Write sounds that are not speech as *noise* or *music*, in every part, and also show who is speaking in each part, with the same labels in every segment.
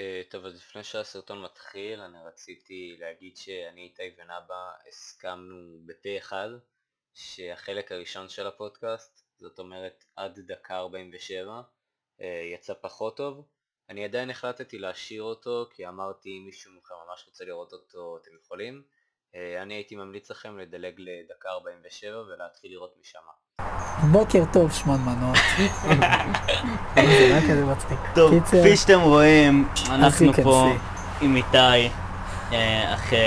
Speaker 1: אה, טוב, אז לפני שהסרטון מתחיל, אני רציתי להגיד שאני, איתי ונאבה הסכמנו בפה אחד שהחלק הראשון של הפודקאסט, זאת אומרת עד דקה 47, אה, יצא פחות טוב. אני עדיין החלטתי להשאיר אותו, כי אמרתי אם מישהו מכם ממש רוצה לראות אותו, אתם יכולים. אה, אני הייתי ממליץ לכם לדלג לדקה 47 ולהתחיל לראות משם.
Speaker 2: בוקר טוב, שמן
Speaker 3: *laughs*
Speaker 2: מנוע. זה לא כזה מצחיק.
Speaker 3: טוב,
Speaker 2: קיצר,
Speaker 3: כפי שאתם רואים, אנחנו
Speaker 2: you can
Speaker 3: פה
Speaker 2: see.
Speaker 3: עם איתי, אה, אחרי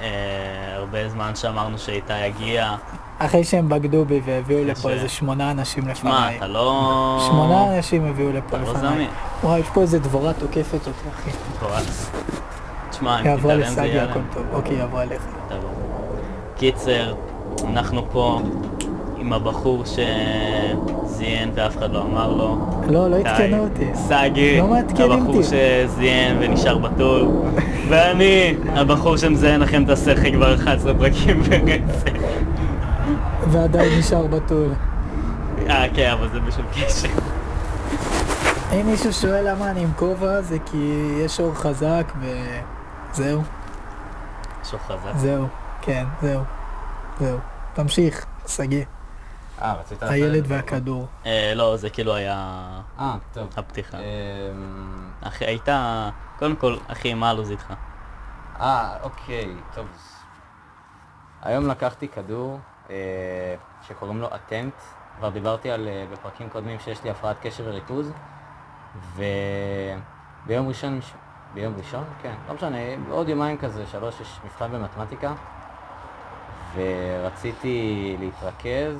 Speaker 3: אה, הרבה זמן שאמרנו שאיתי יגיע.
Speaker 2: אחרי שהם בגדו בי והביאו לפה
Speaker 3: יפה.
Speaker 2: איזה שמונה אנשים
Speaker 3: מה,
Speaker 2: לפניי.
Speaker 3: אה, אתה לא...
Speaker 2: שמונה אנשים הביאו לפה
Speaker 3: אתה לא
Speaker 2: לפניי.
Speaker 3: זמין.
Speaker 2: וואי, יש פה איזה דבורה תוקפת אותי, אחי.
Speaker 3: טוב, אז- תשמע,
Speaker 2: היא
Speaker 3: אם
Speaker 2: עברה
Speaker 3: תתעלם זה אה,
Speaker 2: לסגי,
Speaker 3: יהיה
Speaker 2: הכל
Speaker 3: להם.
Speaker 2: טוב. אוקיי, היא עברה אליך.
Speaker 3: תבוא. קיצר, אנחנו פה עם הבחור שזיין ואף אחד לא אמר לו.
Speaker 2: לא, לא
Speaker 3: די.
Speaker 2: עדכנו אותי.
Speaker 3: סגי,
Speaker 2: לא מעדכנים
Speaker 3: הבחור
Speaker 2: אותי.
Speaker 3: שזיין ונשאר בתול, ואני, הבחור שמזיין לכם את השכל כבר 11 פרקים ברצף.
Speaker 2: ועדיין נשאר בתול.
Speaker 3: אה, כן, אבל זה בשביל קשר.
Speaker 2: אם מישהו שואל למה אני עם כובע, זה כי יש אור חזק וזהו,
Speaker 3: שוב חזק.
Speaker 2: זהו, כן, זהו, זהו. תמשיך, שגיא.
Speaker 4: אה, רצית... לתת
Speaker 2: הילד
Speaker 4: לי?
Speaker 2: והכדור.
Speaker 3: אה, לא, זה כאילו היה
Speaker 4: אה, טוב.
Speaker 3: הפתיחה.
Speaker 4: אמ,
Speaker 3: אחי, הייתה... קודם כל, אחי, מה הלו"ז איתך?
Speaker 4: אה, אוקיי, טוב. אז היום לקחתי כדור אה, שקוראים לו אטמפט, כבר דיברתי על, אה, בפרקים קודמים שיש לי הפרעת קשב וריכוז, וביום ראשון, ש- ביום ראשון? כן, לא משנה, בעוד יומיים כזה, שלוש, יש מבחן במתמטיקה, ורציתי להתרכז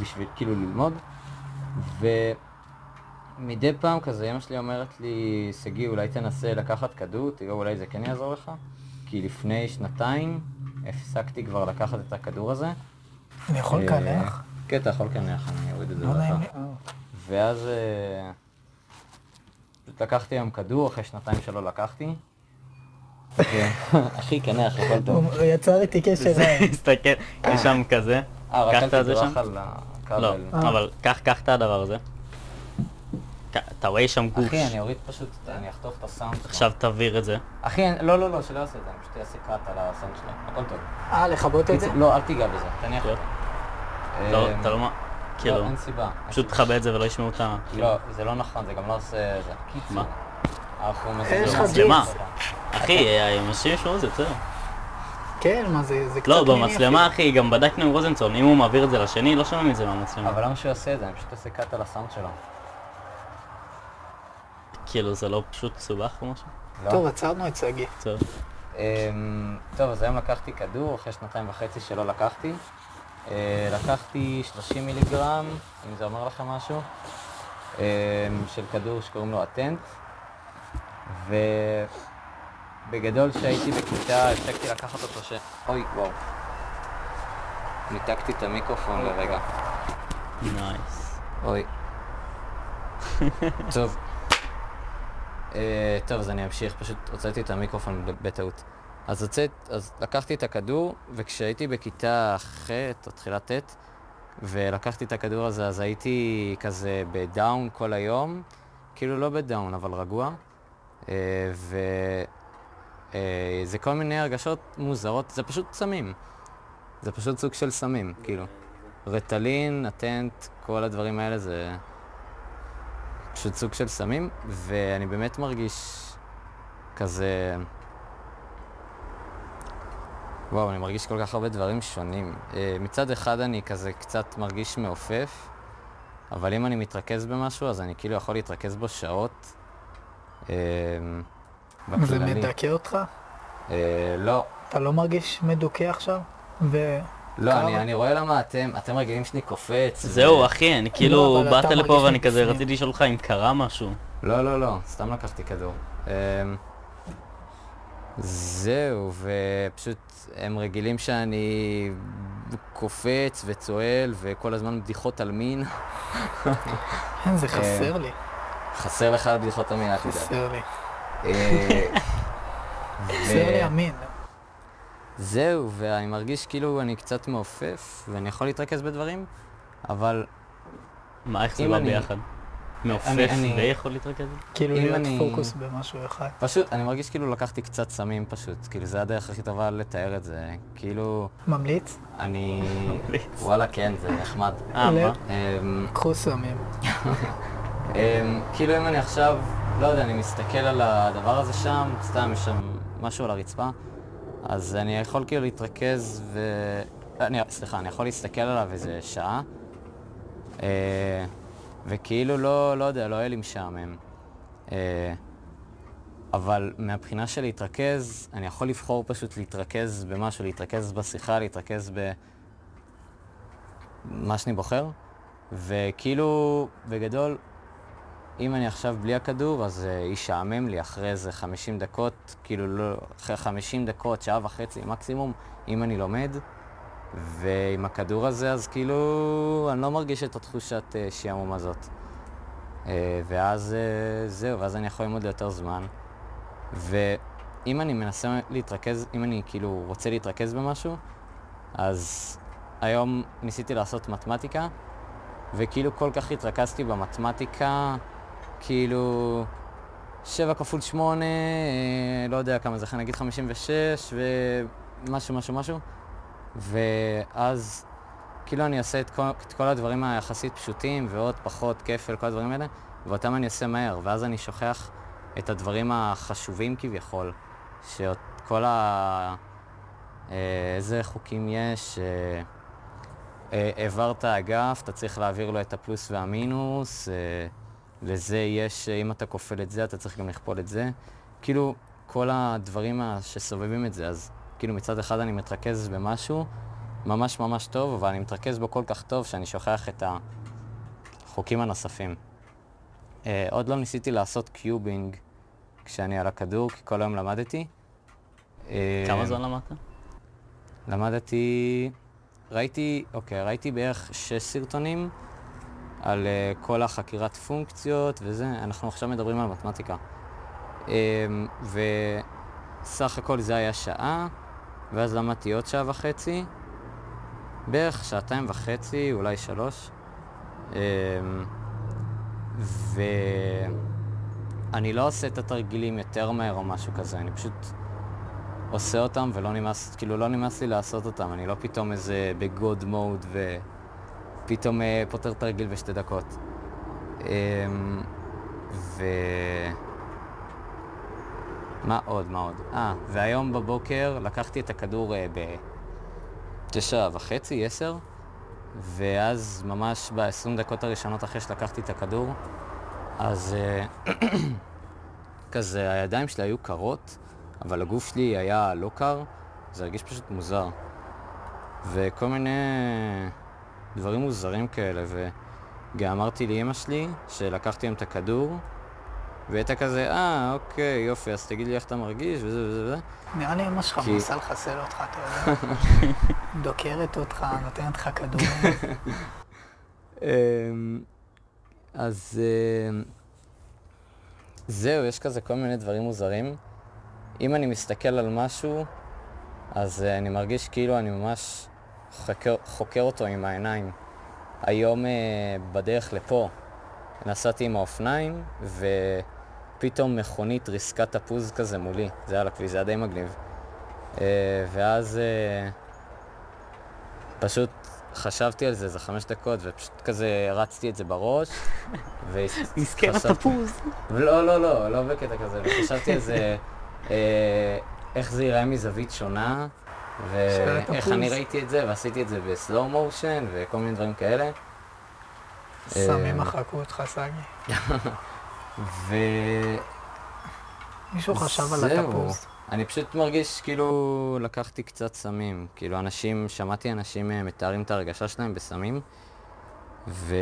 Speaker 4: בשביל כאילו ללמוד, ומדי פעם כזה אמא שלי אומרת לי, שגיא, אולי תנסה לקחת כדור, תראה אולי זה כן יעזור לך, כי לפני שנתיים הפסקתי כבר לקחת את הכדור הזה.
Speaker 2: אני יכול
Speaker 4: אה,
Speaker 2: לקלח?
Speaker 4: כן, אתה יכול לקנח, אני אוריד את זה
Speaker 2: לא נעים
Speaker 4: לך.
Speaker 2: לי. אה.
Speaker 4: ואז אה, פשוט לקחתי היום כדור, אחרי שנתיים שלא
Speaker 2: *laughs*
Speaker 4: לקחתי. אחי, קנח, הכל טוב.
Speaker 2: הוא יצר איתי קשר עין.
Speaker 3: תסתכל, יש שם כזה.
Speaker 4: אה, רק
Speaker 3: קח את
Speaker 4: אל
Speaker 3: זה שם?
Speaker 4: תדרך על
Speaker 3: לא,
Speaker 4: הכבל.
Speaker 3: אבל קח, קח את הדבר הזה. ק- אתה רואה יש שם גוש.
Speaker 4: אחי, אני אוריד פשוט, אני אחטוף את הסאונד שלו.
Speaker 3: עכשיו תעביר את זה.
Speaker 4: אחי, אני- לא, לא, לא, שלא יעשה את זה, אני פשוט אעשה קאט על הסאונד שלו, הכל טוב.
Speaker 2: אה, לכבות את
Speaker 4: *laughs*
Speaker 2: זה?
Speaker 4: קיצור, לא, אל תיגע בזה, תניח
Speaker 3: טוב.
Speaker 4: אותו.
Speaker 3: לא,
Speaker 4: אמ,
Speaker 3: אתה לא... מ- כאילו,
Speaker 4: לא, אין סיבה. אין
Speaker 3: פשוט
Speaker 4: סיבה.
Speaker 3: תכבה את זה ולא ישמעו את ה...
Speaker 4: לא, זה לא נכון, זה גם לא עושה... זה. קיצור.
Speaker 3: מה? אה,
Speaker 4: אנחנו
Speaker 2: יש לך
Speaker 4: מזלזלים.
Speaker 3: מצלמה. אחי, אה, האנשים ישמעו את זה, בסדר.
Speaker 2: כן, מה זה, זה קצת...
Speaker 4: כאילו-
Speaker 3: לא,
Speaker 2: מיני
Speaker 3: במצלמה, אחי, גם בדקנו עם רוזנצון, אם הוא מעביר את זה לשני, לא שומעים את זה מהמצלמה.
Speaker 4: אבל למה שהוא יעשה את זה? אני פשוט עושה קאט על הסאונד שלו.
Speaker 3: כאילו, זה לא פשוט סובך או משהו?
Speaker 4: לא.
Speaker 2: אפילו. טוב, עצרנו את שגיא.
Speaker 3: טוב.
Speaker 4: אמ, טוב, אז היום לקחתי כדור, אחרי שנתיים וחצי שלא לקחתי. אה, לקחתי 30 מיליגרם, אם זה אומר לכם משהו, אמ, של כדור שקוראים לו אטנט. ובגדול, כשהייתי בכיתה, הפסקתי לקחת אותו ש... אוי, וואו. ניתקתי את המיקרופון לרגע.
Speaker 3: נייס.
Speaker 4: אוי. טוב. אה, טוב, אז אני אמשיך, פשוט הוצאתי את המיקרופון ב- בטעות. אז, הוצאת, אז לקחתי את הכדור, וכשהייתי בכיתה ח' או תחילת ט', ולקחתי את הכדור הזה, אז הייתי כזה בדאון כל היום, כאילו לא בדאון, אבל רגוע. אה, ו... אה, זה כל מיני הרגשות מוזרות, זה פשוט סמים. זה פשוט סוג של סמים, כאילו. רטלין, הטנט, כל הדברים האלה זה פשוט סוג של סמים, ואני באמת מרגיש כזה... וואו, אני מרגיש כל כך הרבה דברים שונים. אה, מצד אחד אני כזה קצת מרגיש מעופף, אבל אם אני מתרכז במשהו, אז אני כאילו יכול להתרכז בו שעות. אה,
Speaker 2: זה
Speaker 4: בכללי.
Speaker 2: מדכא אותך?
Speaker 4: אה, לא,
Speaker 2: אתה לא מרגיש מדוכא עכשיו? ו...
Speaker 4: לא,
Speaker 2: כמה?
Speaker 4: אני, אני רואה למה אתם, אתם רגילים שאני קופץ. ו-
Speaker 3: זהו, אחי,
Speaker 4: לא,
Speaker 3: אני כאילו,
Speaker 2: אבל
Speaker 3: באת
Speaker 2: אתה
Speaker 3: לפה
Speaker 2: מרגיש
Speaker 3: ואני כזה
Speaker 2: מבפנים.
Speaker 3: רציתי לשאול אותך אם קרה משהו.
Speaker 4: לא, לא, לא, סתם לקחתי כדור. אמ, זהו, ופשוט הם רגילים שאני קופץ וצוהל וכל הזמן בדיחות על מין. *laughs*
Speaker 2: כן, זה חסר לי,
Speaker 4: חסר לך בדיחות על מין, אל
Speaker 2: *laughs*
Speaker 4: תדאג.
Speaker 2: חסר לי.
Speaker 4: אה, ו-
Speaker 2: חסר לי אמין.
Speaker 4: זהו, ואני מרגיש כאילו אני קצת מעופף ואני יכול להתרכז בדברים, אבל
Speaker 3: מה, איך זה
Speaker 4: אם
Speaker 3: בא
Speaker 4: אני-
Speaker 3: ביחד? מעופף
Speaker 4: אני-
Speaker 3: ויכול להתרכז?
Speaker 2: כאילו
Speaker 4: אם
Speaker 2: להיות
Speaker 4: אני-
Speaker 2: פוקוס במשהו אחד.
Speaker 4: פשוט, אני מרגיש כאילו לקחתי קצת סמים פשוט, כאילו זה הדרך הכי טובה לתאר את זה, כאילו,
Speaker 2: ממליץ?
Speaker 4: אני...
Speaker 3: ממליץ.
Speaker 4: וואלה, כן, זה נחמד.
Speaker 3: אה,
Speaker 2: לא.
Speaker 3: מה?
Speaker 4: אמ,
Speaker 2: קחו סמים.
Speaker 4: אמ, כאילו אם אני עכשיו, לא יודע, אני מסתכל על הדבר הזה שם, סתם יש שם משהו על הרצפה, אז אני יכול כאילו להתרכז ו... אני, סליחה, אני יכול להסתכל עליו איזה שעה, אה, וכאילו לא, לא יודע, לא יהיה לי משעמם. אה, אבל מהבחינה של להתרכז, אני יכול לבחור פשוט להתרכז במשהו, להתרכז בשיחה, להתרכז ב... מה שאני בוחר, וכאילו, בגדול, אם אני עכשיו בלי הכדור, אז אה, ישעמם לי אחרי איזה 50 דקות, כאילו לא, אחרי 50 דקות, שעה וחצי מקסימום, אם אני לומד. ועם הכדור הזה, אז כאילו, אני לא מרגיש את התחושת אה, שעמום הזאת. אה, ואז אה, זהו, ואז אני יכול ללמוד ליותר זמן. ואם אני מנסה להתרכז, אם אני כאילו רוצה להתרכז במשהו, אז היום ניסיתי לעשות מתמטיקה, וכאילו כל כך התרכזתי במתמטיקה, כאילו, 7 כפול 8, לא יודע כמה זה, אחרי נגיד 56 ומשהו, משהו, משהו. ואז כאילו אני אעשה את כל, את כל הדברים היחסית פשוטים, ועוד פחות כפל, כל הדברים האלה, ואותם אני עושה מהר, ואז אני שוכח את הדברים החשובים כביכול, שאת כל ה... אה, איזה חוקים יש, אה, אה, העברת אגף, אתה צריך להעביר לו את הפלוס והמינוס, אה, לזה יש, אה, אם אתה כופל את זה, אתה צריך גם לכפול את זה. כאילו, כל הדברים ה- שסובבים את זה, אז כאילו מצד אחד אני מתרכז במשהו ממש ממש טוב, אבל אני מתרכז בו כל כך טוב שאני שוכח את החוקים הנוספים. אה, עוד לא ניסיתי לעשות קיובינג כשאני על הכדור, כי כל היום למדתי. אה,
Speaker 3: כמה זמן למדת?
Speaker 4: למדתי, ראיתי, אוקיי, ראיתי בערך שש סרטונים על uh, כל החקירת פונקציות וזה, אנחנו עכשיו מדברים על מתמטיקה. Um, וסך הכל זה היה שעה, ואז למדתי עוד שעה וחצי, בערך שעתיים וחצי, אולי שלוש. Um, ואני לא עושה את התרגילים יותר מהר או משהו כזה, אני פשוט עושה אותם ולא נמאס, כאילו לא נמאס לי לעשות אותם, אני לא פתאום איזה בגוד מוד ופתאום אה, פותר תרגיל בשתי דקות. אמ, ו... מה עוד, מה עוד? אה, והיום בבוקר לקחתי את הכדור אה, ב... תשע וחצי, עשר, ואז ממש ב-20 דקות הראשונות אחרי שלקחתי את הכדור, אז אה, כזה הידיים שלי היו קרות, אבל הגוף שלי היה לא קר, זה הרגיש פשוט מוזר. וכל מיני דברים מוזרים כאלה, וגם אמרתי לאמא שלי שלקחתי היום את הכדור, והיא הייתה כזה, אה, אוקיי, יופי, אז תגיד לי איך אתה מרגיש, וזה וזה וזה.
Speaker 2: נראה לי אמא שלך
Speaker 4: כי-
Speaker 2: מנסה לחסל אותך, אתה יודע. דוקרת אותך, נותנת לך כדור.
Speaker 4: אמ, אז אמ, זהו, יש כזה כל מיני דברים מוזרים. אם אני מסתכל על משהו, אז אה, אני מרגיש כאילו אני ממש חוקר, חוקר אותו עם העיניים. היום אה, בדרך לפה נסעתי עם האופניים, ופתאום מכונית ריסקה תפוז כזה מולי. זה היה על הכביש, זה היה די מגניב. אה, ואז... אה, פשוט חשבתי על זה איזה חמש דקות, ופשוט כזה הרצתי את זה בראש. ו-
Speaker 3: נזכר
Speaker 4: חשבתי-
Speaker 3: התפוז.
Speaker 4: לא, לא, לא, לא בקטע כזה, וחשבתי על זה, אה, איך זה ייראה מזווית שונה,
Speaker 2: שאלת
Speaker 4: ואיך
Speaker 2: הפוז.
Speaker 4: אני ראיתי את זה, ועשיתי את זה בסלואו מושן, וכל מיני דברים כאלה.
Speaker 2: סמים מחקו אותך, סגי.
Speaker 4: ו...
Speaker 2: מישהו חשב על
Speaker 4: זהו.
Speaker 2: התפוז.
Speaker 4: אני פשוט מרגיש כאילו לקחתי קצת סמים. כאילו אנשים, שמעתי אנשים אה, מתארים את הרגשה שלהם בסמים, ו...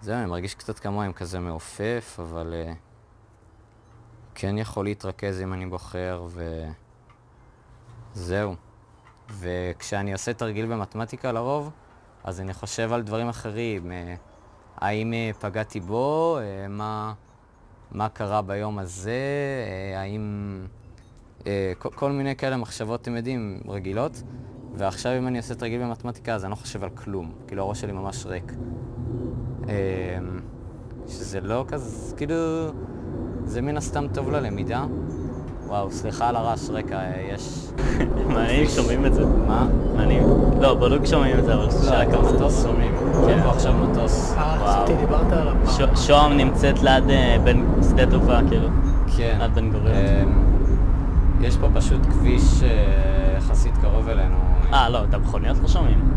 Speaker 4: זהו, אני מרגיש קצת כמוהם, כזה מעופף, אבל... אה, כן יכול להתרכז אם אני בוחר, ו... זהו. וכשאני עושה תרגיל במתמטיקה לרוב, אז אני חושב על דברים אחרים. אה, האם אה, פגעתי בו? אה, מה... מה קרה ביום הזה, אה, האם... אה, כל, כל מיני כאלה מחשבות, אתם יודעים, רגילות. ועכשיו אם אני עושה לא, תרגיל במתמטיקה, אז אני לא חושב על כלום. כאילו, הראש שלי ממש ריק. אה, שזה לא כזה, כאילו, זה מן הסתם טוב ללמידה. וואו, סליחה על הרעש רקע, אה, יש...
Speaker 3: מעניין שומעים את זה.
Speaker 4: מה?
Speaker 3: מעניין. לא, בלוג שומעים את זה, אבל
Speaker 4: לא,
Speaker 3: שעה
Speaker 4: את
Speaker 3: כמה זה
Speaker 4: המטוס שומעים.
Speaker 3: כן.
Speaker 4: כן, פה עכשיו מטוס.
Speaker 2: אה,
Speaker 3: וואו.
Speaker 2: חשבתי דיברת על הפעם.
Speaker 3: ש- שוהם נמצאת ליד אה, בן- שדה תעופה, כאילו.
Speaker 4: כן.
Speaker 3: עד בן גוריון.
Speaker 4: אמ, יש פה פשוט כביש אה, יחסית קרוב אלינו.
Speaker 3: אה, לא, את המכוניות לא שומעים.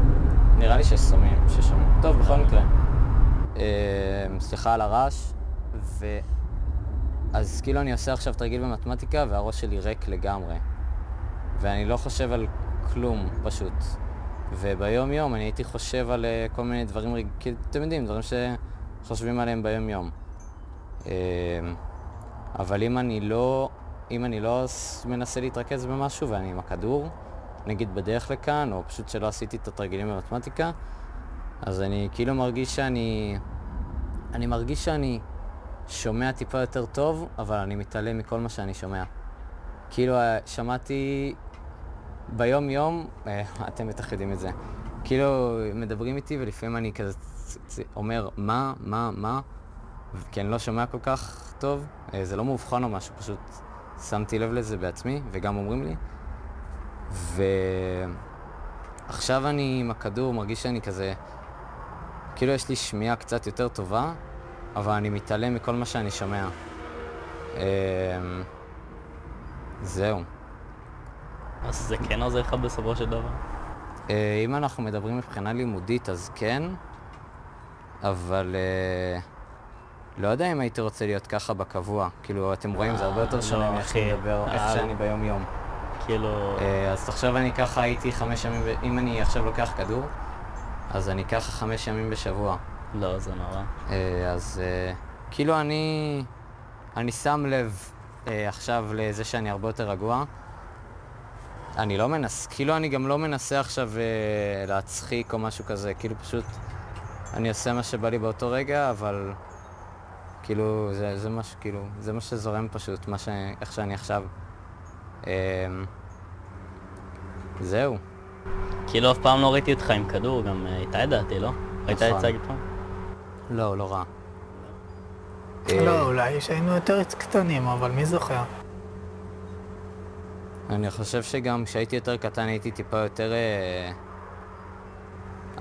Speaker 4: נראה לי ששומעים, ששומעים. טוב, בכל מקרה. אמ, סליחה על הרעש, ו... אז כאילו אני עושה עכשיו תרגיל במתמטיקה והראש שלי ריק לגמרי. ואני לא חושב על כלום, פשוט. וביום יום אני הייתי חושב על אה, כל מיני דברים, רג- כאילו, אתם יודעים, דברים שחושבים עליהם ביום יום. אמ, אבל אם אני לא, אם אני לא ס- מנסה להתרכז במשהו ואני עם הכדור, נגיד בדרך לכאן, או פשוט שלא עשיתי את התרגילים במתמטיקה, אז אני כאילו מרגיש שאני... אני מרגיש שאני שומע טיפה יותר טוב, אבל אני מתעלם מכל מה שאני שומע. כאילו, אה, שמעתי ביום-יום, אה, אתם בטח יודעים את זה, כאילו, מדברים איתי ולפעמים אני כזה צ- צ- אומר, מה, מה, מה, כי אני לא שומע כל כך טוב, אה, זה לא מאובחן או משהו, פשוט שמתי לב לזה בעצמי, וגם אומרים לי. ועכשיו אני עם הכדור, מרגיש שאני כזה, כאילו יש לי שמיעה קצת יותר טובה, אבל אני מתעלם מכל מה שאני שומע. אמ, זהו.
Speaker 3: אז זה כן עוזר לך בסופו של דבר.
Speaker 4: אה, אם אנחנו מדברים מבחינה לימודית, אז כן, אבל אה, לא יודע אם הייתי רוצה להיות ככה בקבוע. כאילו, אתם רואים, זה הרבה יותר
Speaker 3: לא,
Speaker 4: שונה מאיך שאני
Speaker 3: אחי,
Speaker 4: מדבר, איך
Speaker 3: אה.
Speaker 4: שאני ביום-יום.
Speaker 3: כאילו,
Speaker 4: אה, אז תחשוב אני ככה הייתי חמש ימים, ב- אם אני עכשיו לוקח כדור, אז אני ככה חמש ימים בשבוע.
Speaker 3: לא, זה נורא.
Speaker 4: אה, אז אה, כאילו אני, אני שם לב אה, עכשיו לזה שאני הרבה יותר רגוע. אני לא מנס, כאילו אני גם לא מנסה עכשיו אה, להצחיק או משהו כזה, כאילו פשוט אני עושה מה שבא לי באותו רגע, אבל כאילו זה, זה מה ש- כאילו, זה מה שזורם פשוט, מה ש... איך שאני עכשיו. אה, זהו.
Speaker 3: כאילו אף פעם לא ראיתי אותך עם כדור, גם אה, איתי דעתי, לא? ראית את
Speaker 4: נכון.
Speaker 3: צג פעם?
Speaker 4: לא, הוא לא רע. אה,
Speaker 2: לא, אולי שהיינו יותר קטנים, אבל מי זוכר?
Speaker 4: אני חושב שגם כשהייתי יותר קטן הייתי טיפה יותר... אה,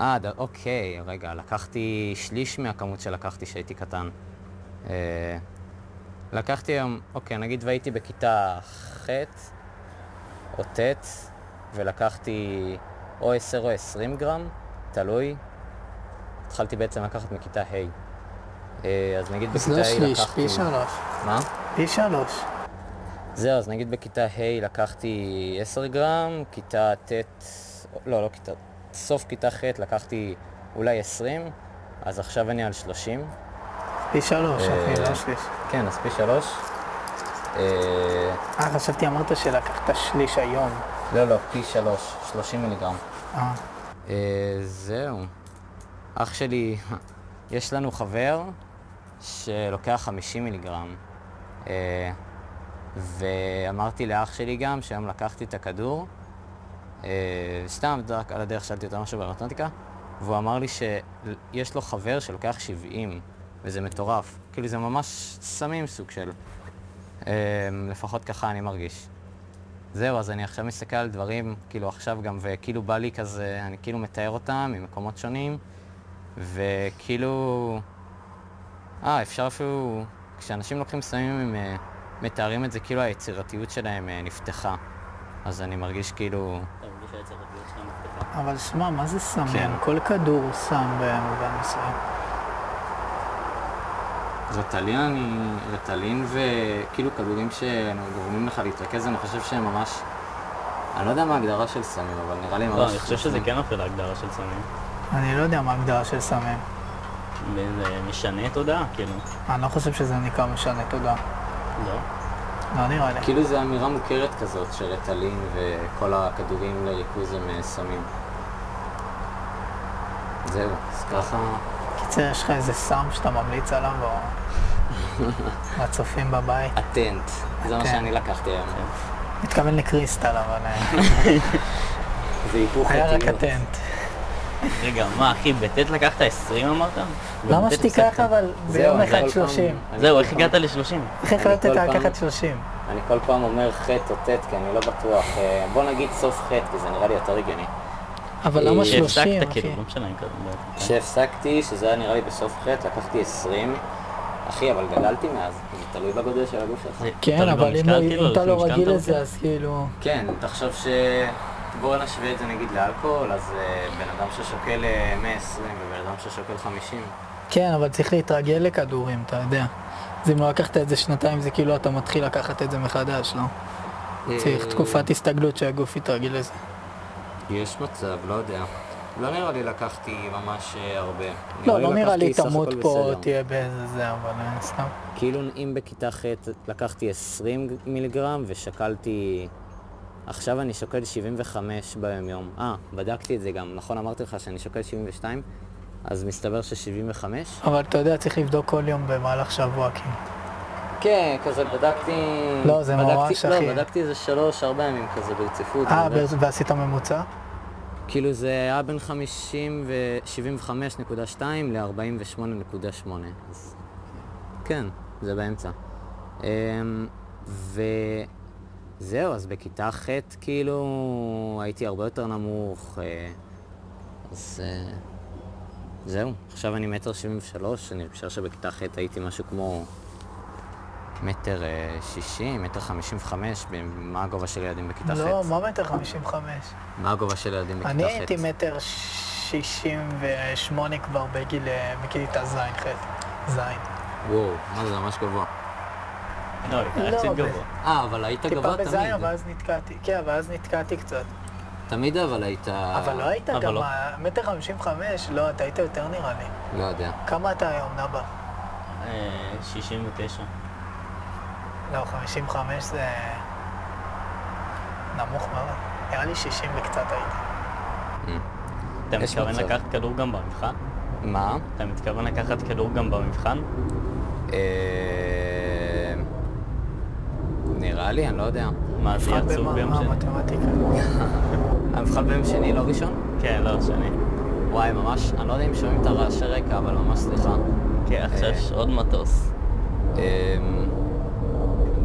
Speaker 4: אה, ד... אוקיי, רגע, לקחתי שליש מהכמות שלקחתי כשהייתי קטן. אה, לקחתי היום, אוקיי, נגיד והייתי בכיתה ח' או ט', ולקחתי או 10 או 20 גרם, תלוי. התחלתי בעצם לקחת מכיתה ה'. אה, אז נגיד
Speaker 2: אז
Speaker 4: בכיתה
Speaker 2: לא
Speaker 4: ה'
Speaker 2: שליש,
Speaker 4: לקחתי...
Speaker 2: פי שלוש.
Speaker 4: מה?
Speaker 2: פי שלוש.
Speaker 4: זהו, אז נגיד בכיתה ה' לקחתי 10 גרם, כיתה ט', לא, לא כיתה, סוף כיתה ח' לקחתי אולי 20, אז עכשיו אני על 30.
Speaker 2: פי שלוש,
Speaker 4: אה.
Speaker 2: אחי, לא שליש.
Speaker 4: כן, אז פי שלוש. אה,
Speaker 2: אה, חשבתי אמרת שלקחת שליש היום.
Speaker 4: לא, לא, פי שלוש, 30 מיליגרם.
Speaker 2: אה,
Speaker 4: אה, זהו. אח שלי, יש לנו חבר שלוקח 50 מיליגרם. אה, ואמרתי לאח שלי גם, שהיום לקחתי את הכדור, אה, סתם רק על הדרך שאלתי אותו משהו במתמטיקה, והוא אמר לי שיש לו חבר שלוקח 70, וזה מטורף. כאילו זה ממש סמים סוג של... אה, לפחות ככה אני מרגיש. זהו, אז אני עכשיו מסתכל על דברים, כאילו עכשיו גם, וכאילו בא לי כזה, אני כאילו מתאר אותם ממקומות שונים, וכאילו... אה, אפשר אפילו... כשאנשים לוקחים סמים, הם אה, מתארים את זה, כאילו היצירתיות שלהם אה, נפתחה. אז אני מרגיש כאילו...
Speaker 2: אבל שמע, מה זה
Speaker 4: כן.
Speaker 2: סמן? כל כדור הוא סם במובן מסוים.
Speaker 4: רטלין, אני... רטלין וכאילו כדורים שגורמים לך להתרכז, אני חושב שהם ממש... אני לא יודע מה ההגדרה של סמים, אבל נראה לי ממש...
Speaker 3: לא, אני חושב שזה כן אפילו הגדרה של סמים.
Speaker 2: אני לא יודע מה ההגדרה של סמן.
Speaker 3: וזה אה, משנה תודעה, כאילו.
Speaker 2: אני לא חושב שזה נקרא משנה תודה.
Speaker 3: לא.
Speaker 2: לא נראה לי.
Speaker 4: כאילו זו אמירה מוכרת כזאת שרטלין וכל הכדורים לריכוז הם אה, סמים. זהו, אז ככה...
Speaker 2: קיצר, יש לך איזה סם שאתה ממליץ עליו,
Speaker 4: *laughs*
Speaker 2: או... לצופים בבית.
Speaker 4: אטנט. זה מה
Speaker 2: אטנט. כן.
Speaker 4: שאני לקחתי היום.
Speaker 2: מתכוון לקריסטל, אבל... אה,
Speaker 4: זה היפוך אוקיי,
Speaker 2: היה רק
Speaker 4: כאילו. אותיות.
Speaker 2: הטנט.
Speaker 3: רגע, מה אחי, בטט לקחת 20 אמרת?
Speaker 2: למה
Speaker 3: בטט
Speaker 2: שתיקח
Speaker 3: הפסקת.
Speaker 2: אבל
Speaker 4: זהו,
Speaker 2: ביום
Speaker 4: אני
Speaker 2: אחד
Speaker 4: כל
Speaker 2: 30?
Speaker 4: פעם- אני
Speaker 3: זהו,
Speaker 4: כל
Speaker 3: איך הגעת
Speaker 4: פעם-
Speaker 3: ל-30?
Speaker 2: איך החלטת
Speaker 4: כל פעם-
Speaker 2: לקחת 30?
Speaker 4: אני כל פעם אומר חטא או טט, כי אני לא בטוח. אה, בוא נגיד סוף חטא, כי זה נראה לי יותר הגיוני.
Speaker 2: אבל למה
Speaker 4: שהפסקת,
Speaker 2: 30,
Speaker 3: שהפסקת,
Speaker 2: אחי?
Speaker 3: כאילו, לא משנה אם כזה.
Speaker 4: כשהפסקתי, שזה היה נראה לי בסוף חטא, לקחתי 20. אחי, אבל גדלתי מאז, זה תלוי בגודל של הגוף שלך.
Speaker 3: זה
Speaker 2: כן,
Speaker 3: תלוי
Speaker 2: אבל אם
Speaker 3: במשקל,
Speaker 2: לא-
Speaker 3: כאילו,
Speaker 2: אם אתה לא
Speaker 3: משקלת
Speaker 2: רגיל
Speaker 3: אותו?
Speaker 2: לזה, אז כאילו...
Speaker 4: כן, תחשוב ש... בואו נשווה את זה נגיד לאלכוהול, אז אה, בן אדם ששוקל אה, 120 ובן אדם ששוקל 50.
Speaker 2: כן, אבל צריך להתרגל לכדורים, אתה יודע. אז אם לא לקחת את זה שנתיים, זה כאילו אתה מתחיל לקחת את זה מחדש, לא? צריך
Speaker 4: אה,
Speaker 2: תקופת הסתגלות שהגוף יתרגל לזה.
Speaker 4: יש מצב, לא יודע. לא נראה לי לקחתי ממש אה, הרבה.
Speaker 2: לא, לא נראה לי
Speaker 4: לקחתי סך
Speaker 2: תמות
Speaker 4: הכל
Speaker 2: פה,
Speaker 4: בסדר.
Speaker 2: תהיה באיזה זה, אבל אה, סתם.
Speaker 4: כאילו אם בכיתה ח' לקחתי 20 מיליגרם ושקלתי... עכשיו אני שוקל 75 ביום-יום. אה, בדקתי את זה גם. נכון, אמרתי לך שאני שוקל 72, אז מסתבר ש-75?
Speaker 2: אבל אתה יודע, צריך לבדוק כל יום במהלך שבוע, כאילו.
Speaker 4: כן, כזה בדקתי...
Speaker 2: לא, זה
Speaker 4: בדקתי-
Speaker 2: ממש, אחי.
Speaker 4: לא, בדקתי איזה שלוש, ארבע ימים כזה ברציפות.
Speaker 2: אה,
Speaker 4: אני יודע.
Speaker 2: ב- ועשית ממוצע?
Speaker 4: כאילו זה היה בין 50 ו... 75.2 ל-48.8. אז... כן, זה באמצע. אמ, וזהו, אז בכיתה ח' כאילו הייתי הרבה יותר נמוך. אה, אז אה, זהו, עכשיו אני מטר 73, אני חושב שבכיתה ח' הייתי משהו כמו מטר אה, 60, מטר 55, מה הגובה של ילדים בכיתה ח'?
Speaker 2: לא, מה מטר 55?
Speaker 4: מה הגובה של ילדים בכיתה ח'?
Speaker 2: אני הייתי מטר שישים ושמונה כבר בגיל, אה, בכיתה זין, חטא. זין.
Speaker 4: וואו, מה זה ממש גבוה.
Speaker 3: לא,
Speaker 2: לא,
Speaker 3: יחסית
Speaker 2: ב-
Speaker 3: גבוה.
Speaker 4: אה, אבל היית
Speaker 2: טיפה
Speaker 4: גבוה תמיד.
Speaker 2: בזין, אבל אז נתקעתי. כן, אבל אז נתקעתי קצת.
Speaker 4: תמיד אבל היית...
Speaker 2: אבל לא היית
Speaker 3: אה, אבל
Speaker 2: גם,
Speaker 3: לא.
Speaker 2: ה- מטר חמישים וחמש, לא, אתה היית יותר נראה לי.
Speaker 4: לא יודע.
Speaker 2: כמה אתה היום, נבא?
Speaker 3: אה, 69.
Speaker 2: לא, חמישים וחמש זה נמוך מאוד. נראה לי שישים וקצת היית.
Speaker 3: אתה
Speaker 4: יש
Speaker 3: מתכוון
Speaker 4: מצב.
Speaker 3: לקחת כדור גם במבחן?
Speaker 4: מה?
Speaker 3: אתה מתכוון לקחת כדור גם במבחן?
Speaker 4: אה, נראה לי, אני לא יודע.
Speaker 3: מה, זה
Speaker 2: מבחן
Speaker 3: יצאו
Speaker 2: במה-
Speaker 3: ביום
Speaker 2: מה
Speaker 3: שני?
Speaker 2: המתמטיקה.
Speaker 4: המבחן ביום שני, לא ראשון?
Speaker 3: כן, לא, שני.
Speaker 4: וואי, ממש, אני לא יודע אם שומעים את הרעשי רקע, אבל ממש סליחה.
Speaker 3: כן, עכשיו
Speaker 4: אה.
Speaker 3: יש עוד מטוס.
Speaker 4: אה,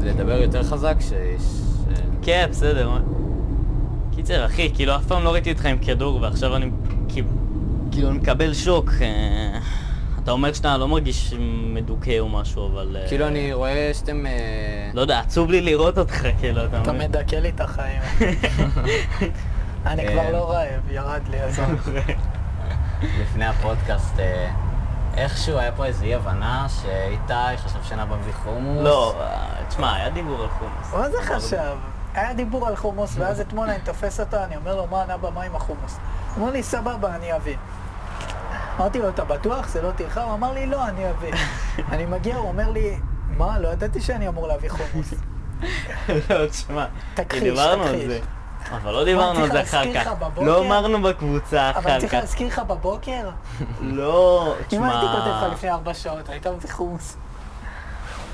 Speaker 4: לדבר יותר חזק, שיש... אה,
Speaker 3: כן, בסדר. מה? קיצר, אחי, כאילו אף פעם לא ראיתי אותך עם כדור, ועכשיו אני כ- כאילו אני מקבל שוק. אה, אתה אומר שאתה לא מרגיש מדוכא או משהו, אבל... אה,
Speaker 4: כאילו, אני רואה שאתם... אה,
Speaker 3: לא יודע, עצוב לי לראות אותך, *laughs* כאילו, אתה
Speaker 2: אתה
Speaker 3: אומר...
Speaker 2: מדכא לי את
Speaker 3: *laughs*
Speaker 2: החיים. אני
Speaker 3: אה.
Speaker 2: כבר לא רעב, ירד לי, עזוב.
Speaker 4: לפני הפודקאסט, אה, איכשהו היה פה איזו אי הבנה שאיתי חשב שנבא בלי חומוס.
Speaker 3: לא, אה, תשמע, היה דיבור על חומוס.
Speaker 2: מה זה חשב? היה דיבור על חומוס, ואז אתמול אני תופס אותו, אני אומר לו, מה, נבא, מה עם החומוס? הוא אומר לי, סבבה, אני אביא. אמרתי לו, אתה בטוח? זה לא טרחה? הוא אמר לי, לא, אני
Speaker 3: *laughs*
Speaker 2: אביא. אני מגיע, הוא אומר לי, מה, לא ידעתי שאני אמור להביא
Speaker 3: *laughs*
Speaker 2: חומוס.
Speaker 3: *laughs* לא, תשמע,
Speaker 2: תכחיש,
Speaker 3: כי דיברנו על
Speaker 2: תכחיש.
Speaker 3: זה. אבל לא דיברנו על זה
Speaker 2: צריך
Speaker 3: אחר
Speaker 2: להזכיר
Speaker 3: כך.
Speaker 2: לך בבוקר?
Speaker 3: לא אמרנו בקבוצה
Speaker 2: אבל אני
Speaker 3: אחר
Speaker 2: צריך
Speaker 3: כך.
Speaker 2: להזכיר לך בבוקר?
Speaker 3: לא,
Speaker 2: אם
Speaker 3: תשמע...
Speaker 2: הייתי כותב לך לפני ארבע שעות, היית מביא חומוס.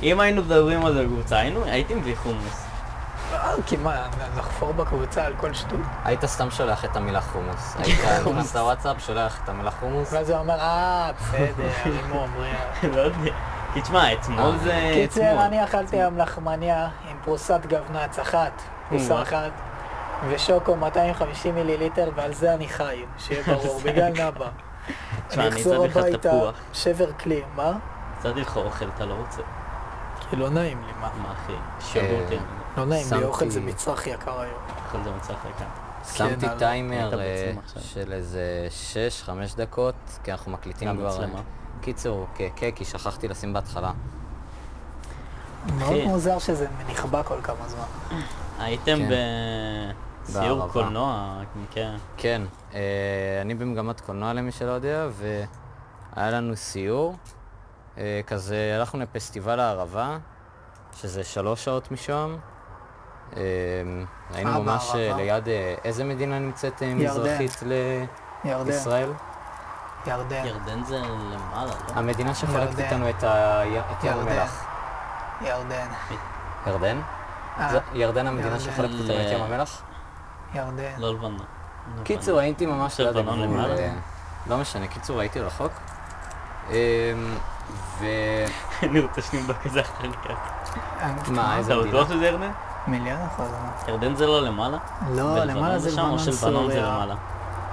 Speaker 3: אם היינו מדברים על זה בקבוצה, היינו, הייתי מביא חומוס. *laughs*
Speaker 2: לא, כי מה, לחפור בקבוצה על כל שטות?
Speaker 4: היית סתם שולח את המילה חומוס. היית נכנס לוואטסאפ, שולח את המילה חומוס.
Speaker 2: ואז הוא אמר, אה,
Speaker 3: *laughs*
Speaker 2: בסדר, אם הוא אומר.
Speaker 3: לא יודע. כי תשמע,
Speaker 4: אה.
Speaker 3: אתמול זה...
Speaker 2: קיצר,
Speaker 3: אתמול.
Speaker 2: אני אכלתי היום לחמניה עם פרוסת גבנץ אחת, פרוסה
Speaker 3: וואו.
Speaker 2: אחת, ושוקו 250 מיליליטר, ועל זה אני חי,
Speaker 3: *laughs*
Speaker 2: שיהיה ברור, בגלל נאבה.
Speaker 3: תשמע,
Speaker 2: אני
Speaker 3: אני
Speaker 2: אחזור
Speaker 3: אצטרך לך
Speaker 2: הביתה,
Speaker 3: תפוח.
Speaker 2: שבר כלי, מה?
Speaker 3: נתתי לך אוכל, אתה לא רוצה.
Speaker 2: כי לא נעים לי, מה?
Speaker 3: מה אחי? שירות,
Speaker 4: אה.
Speaker 2: לא נעים לי,
Speaker 4: שמתי-
Speaker 2: אוכל זה מצרך יקר היום.
Speaker 3: אוכל זה מצא חלקה.
Speaker 4: שמתי
Speaker 2: כן,
Speaker 4: טיימר
Speaker 3: היית
Speaker 4: אה,
Speaker 3: בעצם עכשיו.
Speaker 4: של איזה 6-5 דקות, כי אנחנו מקליטים
Speaker 3: גם
Speaker 4: כבר... אה,
Speaker 3: מצלמה.
Speaker 4: קיצור, כן, כן, כי שכחתי לשים בהתחלה.
Speaker 2: מאוד
Speaker 3: אחי.
Speaker 2: מוזר שזה נכבה כל כמה זמן.
Speaker 3: הייתם
Speaker 4: כן.
Speaker 3: בסיור
Speaker 4: בערבה.
Speaker 3: קולנוע, כן.
Speaker 4: כן, אה, אני במגמת קולנוע למי שלא יודע, והיה לנו סיור. אה, כזה, הלכנו לפסטיבל הערבה, שזה שלוש שעות משם. אה,
Speaker 2: אה,
Speaker 4: היינו ממש אה,
Speaker 2: בערבה.
Speaker 4: ליד... אה, איזה מדינה נמצאת אה,
Speaker 2: ירדן.
Speaker 4: מזרחית
Speaker 2: ירדן,
Speaker 4: לישראל? כן.
Speaker 2: ירדן,
Speaker 3: ירדן זה למעלה, לא?
Speaker 4: המדינה שחולקת
Speaker 2: ירדן.
Speaker 4: איתנו את ה- את ים
Speaker 2: ירדן.
Speaker 4: המלח.
Speaker 2: ירדן.
Speaker 4: ירדן?
Speaker 2: אה,
Speaker 4: זה- ירדן המדינה
Speaker 2: ירדן. נכון.
Speaker 4: שחולקת איתנו את ים המלח?
Speaker 2: ירדן.
Speaker 3: לא לבנה.
Speaker 4: קיצור, הייתי ממש
Speaker 3: עכשיו
Speaker 4: ליד
Speaker 3: בלון
Speaker 4: הגבול.
Speaker 3: למעלה?
Speaker 4: אה, לא משנה, קיצור, הייתי רחוק. אמ, ו...
Speaker 3: *laughs* אני רוצה שנבדוק את זה אחר כך.
Speaker 4: מה, איזה
Speaker 3: אתה
Speaker 4: מדינה?
Speaker 3: בטוח שזה ירדן?
Speaker 2: אה, מיליון אחוז. אמר.
Speaker 3: ירדן זה לא למעלה?
Speaker 2: לא,
Speaker 3: ולבנון
Speaker 2: למעלה
Speaker 3: זה
Speaker 2: זה
Speaker 3: שם, או
Speaker 2: לבנון
Speaker 3: שלבנון זה
Speaker 2: סוריה.
Speaker 3: למעלה?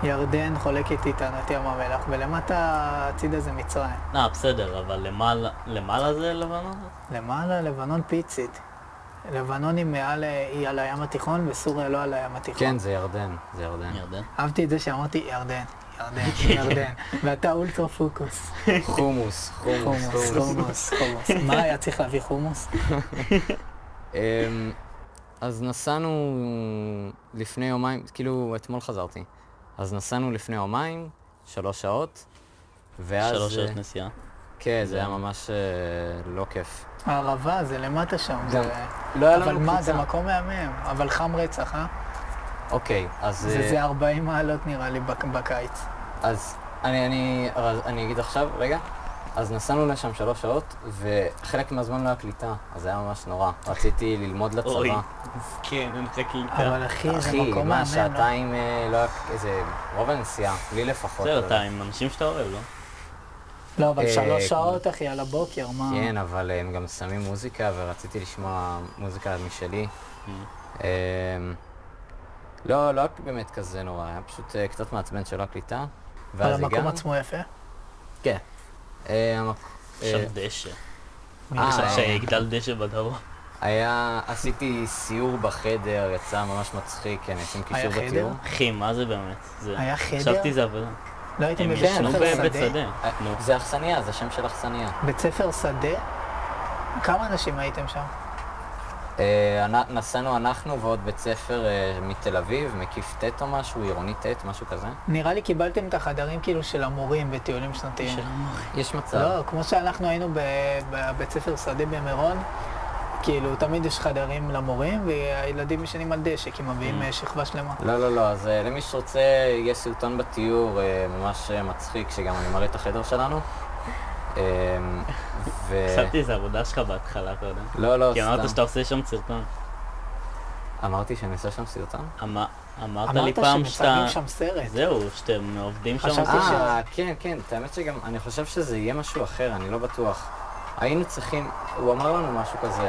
Speaker 2: ירדן חולקת איתנו את ים המלח, ולמטה הצידה זה מצרים.
Speaker 3: אה, בסדר, אבל למעלה למעלה זה לבנון?
Speaker 2: למעלה לבנון פיצית. לבנון היא מעל, היא על הים התיכון, וסוריה לא על הים התיכון.
Speaker 4: כן, זה ירדן, זה ירדן.
Speaker 3: ירדן.
Speaker 2: אהבתי את זה שאמרתי ירדן,
Speaker 4: *laughs*
Speaker 2: ירדן, ירדן, ואתה אולטרה פוקוס.
Speaker 4: כן. חומוס, חומוס,
Speaker 2: חומוס,
Speaker 4: חומוס.
Speaker 2: חומוס, חומוס. מה היה צריך להביא חומוס?
Speaker 4: אמ, אז נסענו לפני יומיים, כאילו, אתמול חזרתי. אז נסענו לפני יומיים, שלוש שעות, ואז...
Speaker 3: שלוש שעות
Speaker 4: אה,
Speaker 3: נסיעה.
Speaker 4: כן, זה היה ממש אה, לא כיף.
Speaker 2: הערבה זה למטה שם.
Speaker 4: גם
Speaker 2: זה-
Speaker 4: לא היה
Speaker 2: אבל
Speaker 4: לנו
Speaker 2: מה, זה
Speaker 4: קליטה.
Speaker 2: מקום מהמם, אבל חם רצח, אה?
Speaker 4: אוקיי, אז...
Speaker 2: זה
Speaker 4: אה,
Speaker 2: זה 40 מעלות נראה לי בק- בקיץ.
Speaker 4: כן. אז אני, אני, אז אני אגיד עכשיו, רגע. אז נסענו לשם שלוש שעות, וחלק מהזמן לא היה קליטה, אז זה היה ממש נורא. רציתי ללמוד
Speaker 3: אוי,
Speaker 4: לצבא. כן,
Speaker 3: מסכן, אין לך קליטה.
Speaker 2: אבל אחי, זה
Speaker 4: אחי,
Speaker 2: מקום
Speaker 4: מה,
Speaker 2: מהמם. לא?
Speaker 4: שעתיים אה, לא היה, איזה, רוב הנסיעה, לי לפחות. לא
Speaker 3: בסדר,
Speaker 4: יודע.
Speaker 3: אתה עם אנשים שאתה אוהב, לא?
Speaker 2: לא, אבל
Speaker 4: אה,
Speaker 2: שלוש
Speaker 4: כמו-
Speaker 2: שעות, אחי, על הבוקר, מה?
Speaker 4: כן, אבל הם גם שמים מוזיקה, ורציתי לשמוע מוזיקה משלי. אמ, לא, לא היה באמת כזה נורא, היה פשוט אה, קצת מעצבן שלא הקליטה.
Speaker 2: אבל
Speaker 4: ואז
Speaker 2: המקום
Speaker 4: הגענו.
Speaker 2: עצמו יפה.
Speaker 4: כן. אה, המק-
Speaker 3: יש שם
Speaker 4: אה,
Speaker 3: דשא.
Speaker 4: אה,
Speaker 3: עכשיו
Speaker 4: אה.
Speaker 3: שיגדל דשא בדרום.
Speaker 4: היה, עשיתי סיור בחדר, יצא ממש מצחיק, כן, עושים
Speaker 2: היה
Speaker 4: קישור
Speaker 2: חדר?
Speaker 4: בתיאור.
Speaker 3: אחי, מה זה באמת? זה-
Speaker 2: היה חדר?
Speaker 3: חשבתי זה עבודה.
Speaker 2: לא הייתם
Speaker 3: הם
Speaker 2: בבית
Speaker 3: ישנו
Speaker 2: ספר
Speaker 3: בבית
Speaker 2: שדה?
Speaker 3: שדה.
Speaker 4: אה,
Speaker 3: נו.
Speaker 4: זה אכסניה, זה שם של אכסניה.
Speaker 2: בית ספר שדה? כמה אנשים הייתם שם?
Speaker 4: אה, אנ- נסענו אנחנו ועוד בית ספר אה, מתל אביב, מקיף ט' או משהו, עירוני ט', משהו כזה.
Speaker 2: נראה לי קיבלתם את החדרים כאילו של המורים בטיולים שנתיים.
Speaker 4: יש מצב.
Speaker 2: לא, כמו שאנחנו היינו ב- בבית ספר שדה במירון, כאילו, תמיד יש חדרים למורים, והילדים ישנים על דשא, כי
Speaker 3: Mm.
Speaker 2: מביאים אה, שכבה שלמה.
Speaker 4: לא, לא, לא, אז אה, למי שרוצה, יש סרטון בתיאור אה, ממש אה, מצחיק, שגם אני מראה את החדר שלנו. אה, ו...
Speaker 3: חשבתי זה עבודה שלך בהתחלה, אתה יודע.
Speaker 4: אה. לא, לא,
Speaker 3: כי אמרת שאתה
Speaker 4: סתם.
Speaker 3: עושה שם סרטון.
Speaker 4: אמרתי שאני עושה שם סרטון?
Speaker 3: אמר- אמ- אמרת לי
Speaker 2: אמרת
Speaker 3: פעם שאתה...
Speaker 2: שמצלמים שם סרט.
Speaker 3: זהו, שאתם עובדים שם.
Speaker 2: חשבתי ש-
Speaker 4: אה, כן, כן, את האמת שגם, אני חושב שזה יהיה משהו אחר, אני לא בטוח. היינו צריכים, הוא אמר לנו משהו כזה,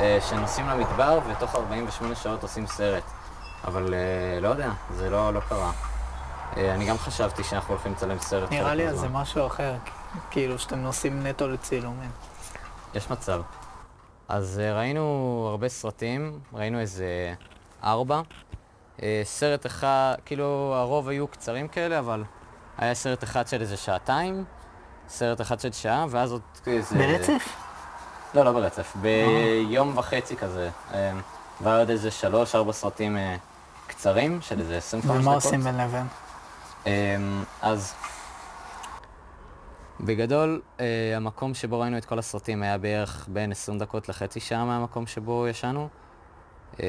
Speaker 4: אה, שנוסעים למדבר ותוך 48 שעות עושים סרט. אבל אה, לא יודע, זה לא לא קרה. אה, אני גם חשבתי שאנחנו הולכים לצלם סרט.
Speaker 2: נראה
Speaker 4: חלק
Speaker 2: לי אז
Speaker 4: מהזמן.
Speaker 2: זה משהו אחר, כאילו, שאתם נוסעים נטו לצילומים.
Speaker 4: יש מצב. אז אה, ראינו הרבה סרטים, ראינו איזה ארבע. אה, סרט אחד, כאילו הרוב היו קצרים כאלה, אבל היה סרט אחד של איזה שעתיים, סרט אחד של שעה, ואז עוד איזה... לא, לא ברצף,
Speaker 2: אה.
Speaker 4: ביום וחצי כזה. אה, והיה עוד איזה שלוש, ארבע סרטים אה, קצרים, של איזה 25 דקות.
Speaker 2: ומה עושים בין לבין?
Speaker 4: אמ, אז בגדול, אה, המקום שבו ראינו את כל הסרטים היה בערך בין 20 דקות לחצי שעה מהמקום שבו ישנו. אמ,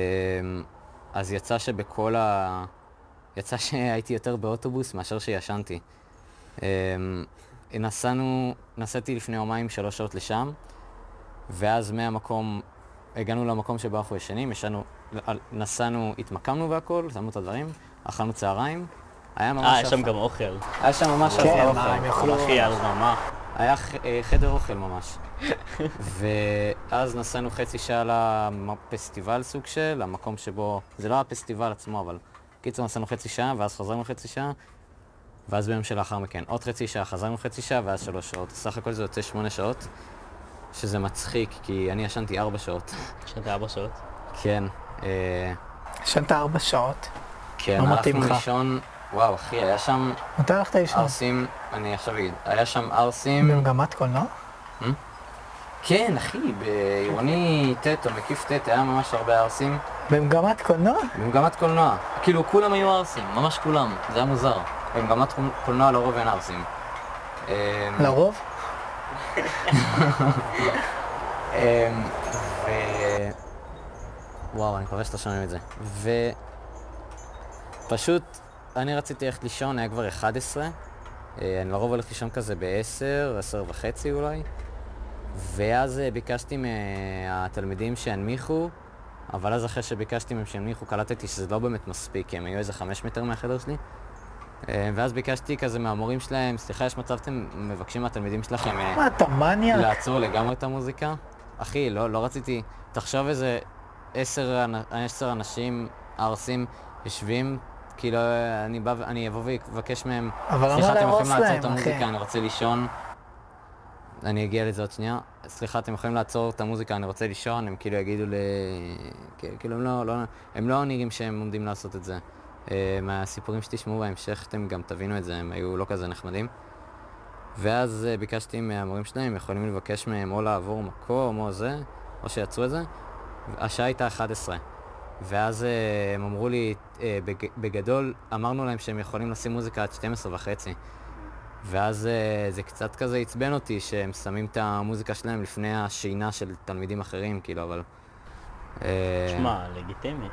Speaker 4: אז יצא שבכל ה... יצא שהייתי יותר באוטובוס מאשר שישנתי. אמ, נסענו, נסעתי לפני יומיים שלוש שעות לשם, ואז מהמקום, הגענו למקום שבו אנחנו ישנים, ישנו, נסענו, התמקמנו והכל, שמנו את הדברים, אכלנו צהריים, היה ממש...
Speaker 3: אה, יש שם
Speaker 4: אחלה.
Speaker 3: גם אוכל.
Speaker 4: היה שם ממש
Speaker 2: כן,
Speaker 4: אחלה
Speaker 2: מה, הם
Speaker 4: אוכל.
Speaker 2: יכלו-
Speaker 3: אחי, על רמה.
Speaker 4: היה ח- אה, חדר אוכל ממש. ואז נסענו חצי שעה לפסטיבל סוג של, למקום שבו... זה לא הפסטיבל עצמו, אבל... קיצור, נסענו חצי שעה, ואז חזרנו חצי שעה, ואז ביום שלאחר מכן עוד חצי שעה, חזרנו חצי שעה, ואז שלוש שעות. סך הכל זה יוצא שמונה שעות, שזה מצחיק, כי אני ישנתי ארבע שעות.
Speaker 3: ישנת ארבע שעות.
Speaker 4: כן. אה,
Speaker 2: ישנת ארבע שעות.
Speaker 4: כן,
Speaker 2: לא מתאים
Speaker 4: הלכנו
Speaker 2: לך. כן.
Speaker 4: לישון... וואו, אחי, היה שם
Speaker 2: מתי הלכת לישון?
Speaker 4: ערסים, אני עכשיו אגיד, היה שם ערסים...
Speaker 2: במגמת קולנוע?
Speaker 4: כן, אחי, בעירוני ט' או מקיף ט' היה ממש הרבה ערסים.
Speaker 2: במגמת קולנוע?
Speaker 4: במגמת קולנוע. כאילו, כולם היו ערסים, ממש כולם. זה היה מוזר. במגמת קול- קולנוע לרוב אין ערסים. אמ,
Speaker 2: לרוב?
Speaker 4: אמ, ו... וואו, אני מקווה שאתה שומעים את זה. ופשוט, אני רציתי ללכת לישון, היה כבר 11. אה, אני לרוב הולך לישון כזה ב-10, 10 וחצי אולי. ואז אה, ביקשתי מהתלמידים שינמיכו, אבל אז אחרי שביקשתי מהם שימניחו, קלטתי שזה לא באמת מספיק, כי הם היו איזה חמש מטר מהחדר שלי. אה, ואז ביקשתי כזה מהמורים שלהם, סליחה, יש מצב אתם מבקשים מהתלמידים שלכם אה,
Speaker 2: מה, אתה מניאק?
Speaker 4: לעצור לגמרי את המוזיקה? אחי, לא, לא רציתי... תחשוב איזה עשר, אנ- עשר אנשים ערסים יושבים, כאילו אני בא, ו- אני אבוא ואבקש מהם,
Speaker 2: אבל למה
Speaker 4: סליחה, אתם
Speaker 2: להרוס
Speaker 4: יכולים לעצור את
Speaker 2: להם, אחי?"
Speaker 4: המוזיקה, אני רוצה לישון. אני אגיע לזה עוד שנייה. סליחה, אתם יכולים לעצור את המוזיקה, אני רוצה לישון, הם כאילו יגידו ל... כא- כאילו, הם לא, לא, הם לא נראים שהם עומדים לעשות את זה. אה, מהסיפורים שתשמעו בהמשך, אתם גם תבינו את זה, הם היו לא כזה נחמדים. ואז אה, ביקשתי מהמורים שלהם, יכולים לבקש מהם או לעבור מקום או זה, או שיצרו את זה. השעה הייתה 11. ואז אה, הם אמרו לי, אה, בג- בגדול, אמרנו להם שהם יכולים לשים מוזיקה עד 12 וחצי. ואז אה, זה קצת כזה עצבן אותי שהם שמים את המוזיקה שלהם לפני השינה של תלמידים אחרים, כאילו, אבל... אה,
Speaker 3: שמע, לגיטימי.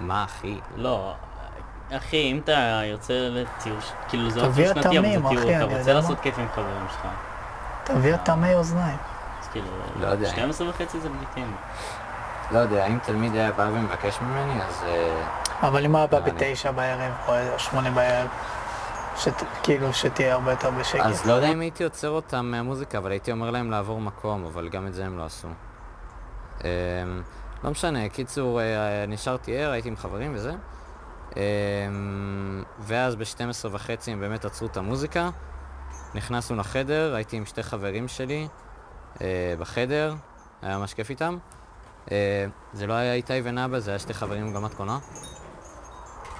Speaker 4: מה, אחי?
Speaker 3: לא, אחי, אם אתה יוצא לטיול, ש- כאילו זה
Speaker 2: תביא
Speaker 3: עוד שנתי, אבל זה
Speaker 2: התמים,
Speaker 3: טיול,
Speaker 2: אחי, אני
Speaker 3: אתה רוצה
Speaker 2: יודע
Speaker 3: לעשות
Speaker 2: מה.
Speaker 3: כיף עם חברים שלך.
Speaker 2: תביא טמי אוזניים.
Speaker 3: אז כאילו,
Speaker 4: לא יודע.
Speaker 3: 12 וחצי זה לגיטימי.
Speaker 4: לא יודע, אם תלמיד היה בא ומבקש ממני, אז... אה,
Speaker 2: אבל אם היה בא
Speaker 4: אני-
Speaker 2: בתשע בערב, או שמונה בערב, שת- כאילו שתהיה הרבה יותר בשקט.
Speaker 4: אז לא יודע אם הייתי עוצר אותם מהמוזיקה, אבל הייתי אומר להם לעבור מקום, אבל גם את זה הם לא עשו. אמ, לא משנה, קיצור, אה, נשארתי ער, הייתי עם חברים וזה. אמ, ואז ב-12 וחצי הם באמת עצרו את המוזיקה. נכנסנו לחדר, הייתי עם שתי חברים שלי אה, בחדר, היה ממש כיף איתם. אה, זה לא היה איתי ונאבה, זה היה שתי חברים גם מתכונה.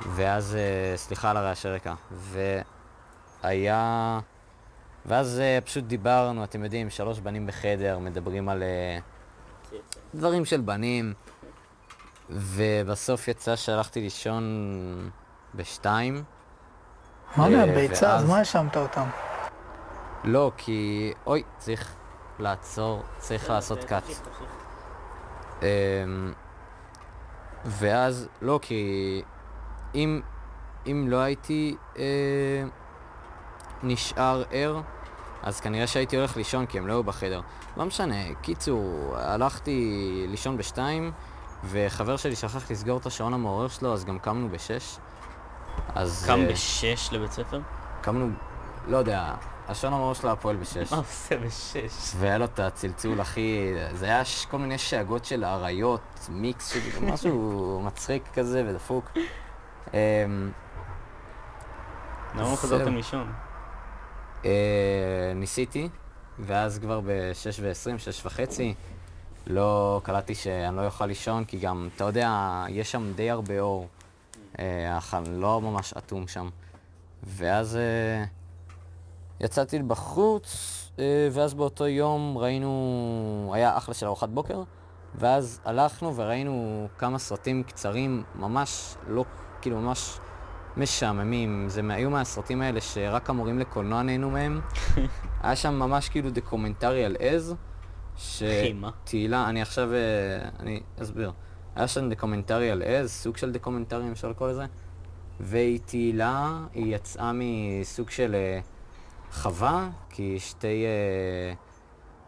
Speaker 4: ואז, אה, סליחה על הרעשי רקע. והיה... ואז אה, פשוט דיברנו, אתם יודעים, שלוש בנים בחדר, מדברים על אה, דברים של בנים, ובסוף יצא שהלכתי לישון בשתיים.
Speaker 2: מה זה
Speaker 4: אה,
Speaker 2: הביצה? אז
Speaker 4: ואז-
Speaker 2: מה האשמת אותם?
Speaker 4: לא, כי... אוי, צריך לעצור, צריך לעשות קאט. אמ, ואז, לא, כי אם, אם לא הייתי אה, נשאר ער, אז כנראה שהייתי הולך לישון, כי הם לא היו בחדר. לא משנה, קיצור, הלכתי לישון בשתיים, וחבר שלי שכח לסגור את השעון המעורר שלו, אז גם קמנו בשש. אז...
Speaker 3: קם
Speaker 4: אה,
Speaker 3: בשש לבית ספר?
Speaker 4: קמנו, לא יודע, השעון המעורר שלו היה פועל בשש.
Speaker 3: מה עושה בשש?
Speaker 4: והיה לו את הצלצול הכי... זה היה ש- כל מיני שאגות של אריות, מיקס של משהו *laughs* מצחיק כזה ודפוק. אמ,
Speaker 3: למה לא חזרתם לישון?
Speaker 4: אה, ניסיתי, ואז כבר ב-6 ו-20, 6 וחצי, לא קלטתי שאני לא אוכל לישון, כי גם, אתה יודע, יש שם די הרבה אור. אה, החל- לא ממש אטום שם. ואז אה, יצאתי בחוץ, אה, ואז באותו יום ראינו, היה אחלה של ארוחת בוקר, ואז הלכנו וראינו כמה סרטים קצרים, ממש לא, כאילו ממש משעממים. זה מה- היו מהסרטים האלה שרק המורים לקולנוע נהנו מהם. היה שם ממש כאילו דוקומנטרי על עז. ש-
Speaker 3: אחי, מה?
Speaker 4: תהילה, אני עכשיו, אה, אני אסביר. היה שם דוקומנטרי על עז, סוג של דוקומנטרי, אם אפשר לקרוא לזה. והיא תהילה, היא יצאה מסוג של אה, חווה, כי שתי אה,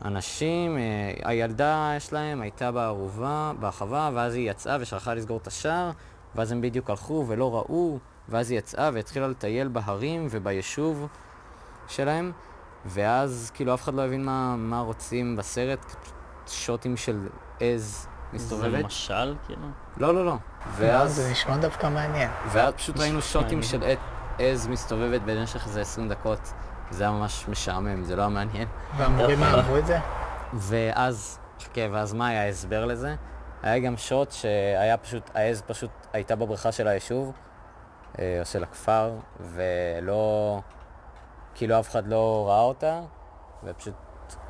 Speaker 4: אנשים, אה, הילדה יש להם, הייתה בערובה, בחווה, ואז היא יצאה ושלחה לסגור את השער, ואז הם בדיוק הלכו ולא ראו, ואז היא יצאה והתחילה לטייל בהרים וביישוב שלהם, ואז כאילו אף אחד לא הבין מה, מה רוצים בסרט, שוטים של עז
Speaker 3: זה
Speaker 4: מסתובבת.
Speaker 3: משל, כאילו?
Speaker 4: לא, לא, לא.
Speaker 2: אה,
Speaker 4: ואז
Speaker 2: זה נשמע דווקא מעניין.
Speaker 4: ואז פשוט ראינו שוטים
Speaker 3: מעניין.
Speaker 4: של עט- עז מסתובבת במשך איזה 20 דקות. זה היה ממש משעמם, זה לא היה מעניין.
Speaker 2: והמורים
Speaker 4: אה,
Speaker 2: אהבו את זה?
Speaker 4: ואז, חכה, ואז מה היה ההסבר לזה? היה גם שוט שהיה פשוט, העז פשוט הייתה בבריכה של היישוב, אה, או של הכפר, ולא... כאילו אף אחד לא ראה אותה, ופשוט...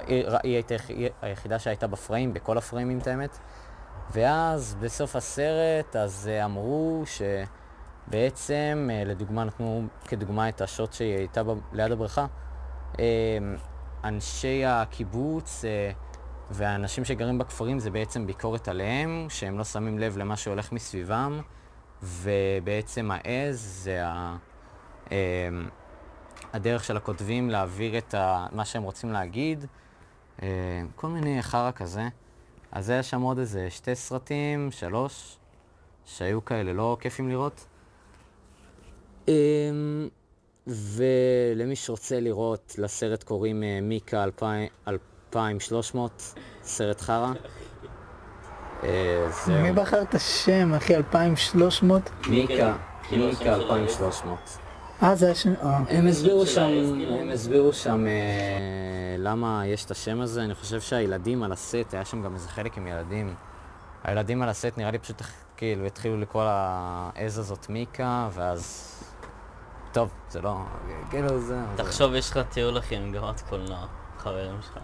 Speaker 4: היא, היא הייתה היא היחידה שהייתה בפריים, בכל הפריימים את האמת. ואז בסוף הסרט, אז אה, אמרו שבעצם, אה, לדוגמה, נתנו כדוגמה את השוט שהיא הייתה ב- ליד הבריכה. אה, אנשי הקיבוץ אה, והאנשים שגרים בכפרים זה בעצם ביקורת עליהם, שהם לא שמים לב למה שהולך מסביבם, ובעצם העז זה ה... אה, הדרך של הכותבים להעביר את ה... מה שהם רוצים להגיד, אה, כל מיני חרא כזה. אז היה שם עוד איזה שתי סרטים, שלוש, שהיו כאלה לא כיפים לראות. אמ, ולמי שרוצה לראות, לסרט קוראים אה, מיקה 2000 2300, סרט חרא. אה, זהו.
Speaker 2: מי בחר את השם, אחי? 2300?
Speaker 4: מיקה,
Speaker 3: כאילו השם
Speaker 4: מיקה
Speaker 3: של
Speaker 4: 2300.
Speaker 2: אה, זה השם... אה.
Speaker 4: הם הסבירו
Speaker 3: של
Speaker 4: שם,
Speaker 3: האסקימו.
Speaker 4: הם הסבירו שם אה, למה יש את השם הזה, אני חושב שהילדים על הסט, היה שם גם איזה חלק עם ילדים. הילדים על הסט נראה לי פשוט כאילו התחילו לקרוא לעז הזאת מיקה, ואז... טוב, זה לא... כאילו זה...
Speaker 3: תחשוב, יש לך טיול אחי עם גמרת קולנוע, חברים שלך.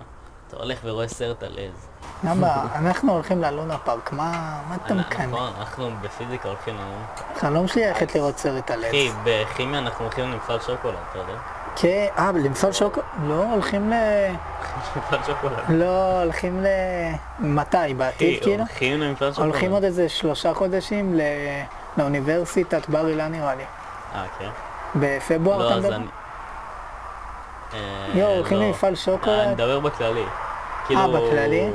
Speaker 3: אתה הולך ורואה סרט על עז.
Speaker 2: למה? אנחנו הולכים ללונה פארק, מה מה אתה
Speaker 3: אנחנו-
Speaker 2: מקנא?
Speaker 3: נכון, אנחנו בפיזיקה הולכים לנו.
Speaker 2: חלום שלי היה ללכת לראות סרט על עץ.
Speaker 3: אחי, בכימיה אנחנו הולכים למפעל שוקולד, אתה יודע?
Speaker 2: כן, אה, למפעל שוקו... לא, הולכים ל...
Speaker 3: מפעל שוקולד.
Speaker 2: לא, הולכים ל... מתי?
Speaker 3: אחי,
Speaker 2: בעתיד, כאילו?
Speaker 3: הולכים למפעל שוקולד.
Speaker 2: הולכים עוד איזה שלושה חודשים ל... לאוניברסיטת בר אילן, נראה לי.
Speaker 3: אה, כן.
Speaker 2: בפברואר
Speaker 3: לא,
Speaker 2: אתה
Speaker 3: אז
Speaker 2: מדבר?
Speaker 3: אני... אה,
Speaker 2: יואו, הולכים
Speaker 3: לא.
Speaker 2: למפעל
Speaker 3: אה, אני
Speaker 2: שוקולד?
Speaker 3: מדבר בכללי. כאילו,
Speaker 2: בכללי?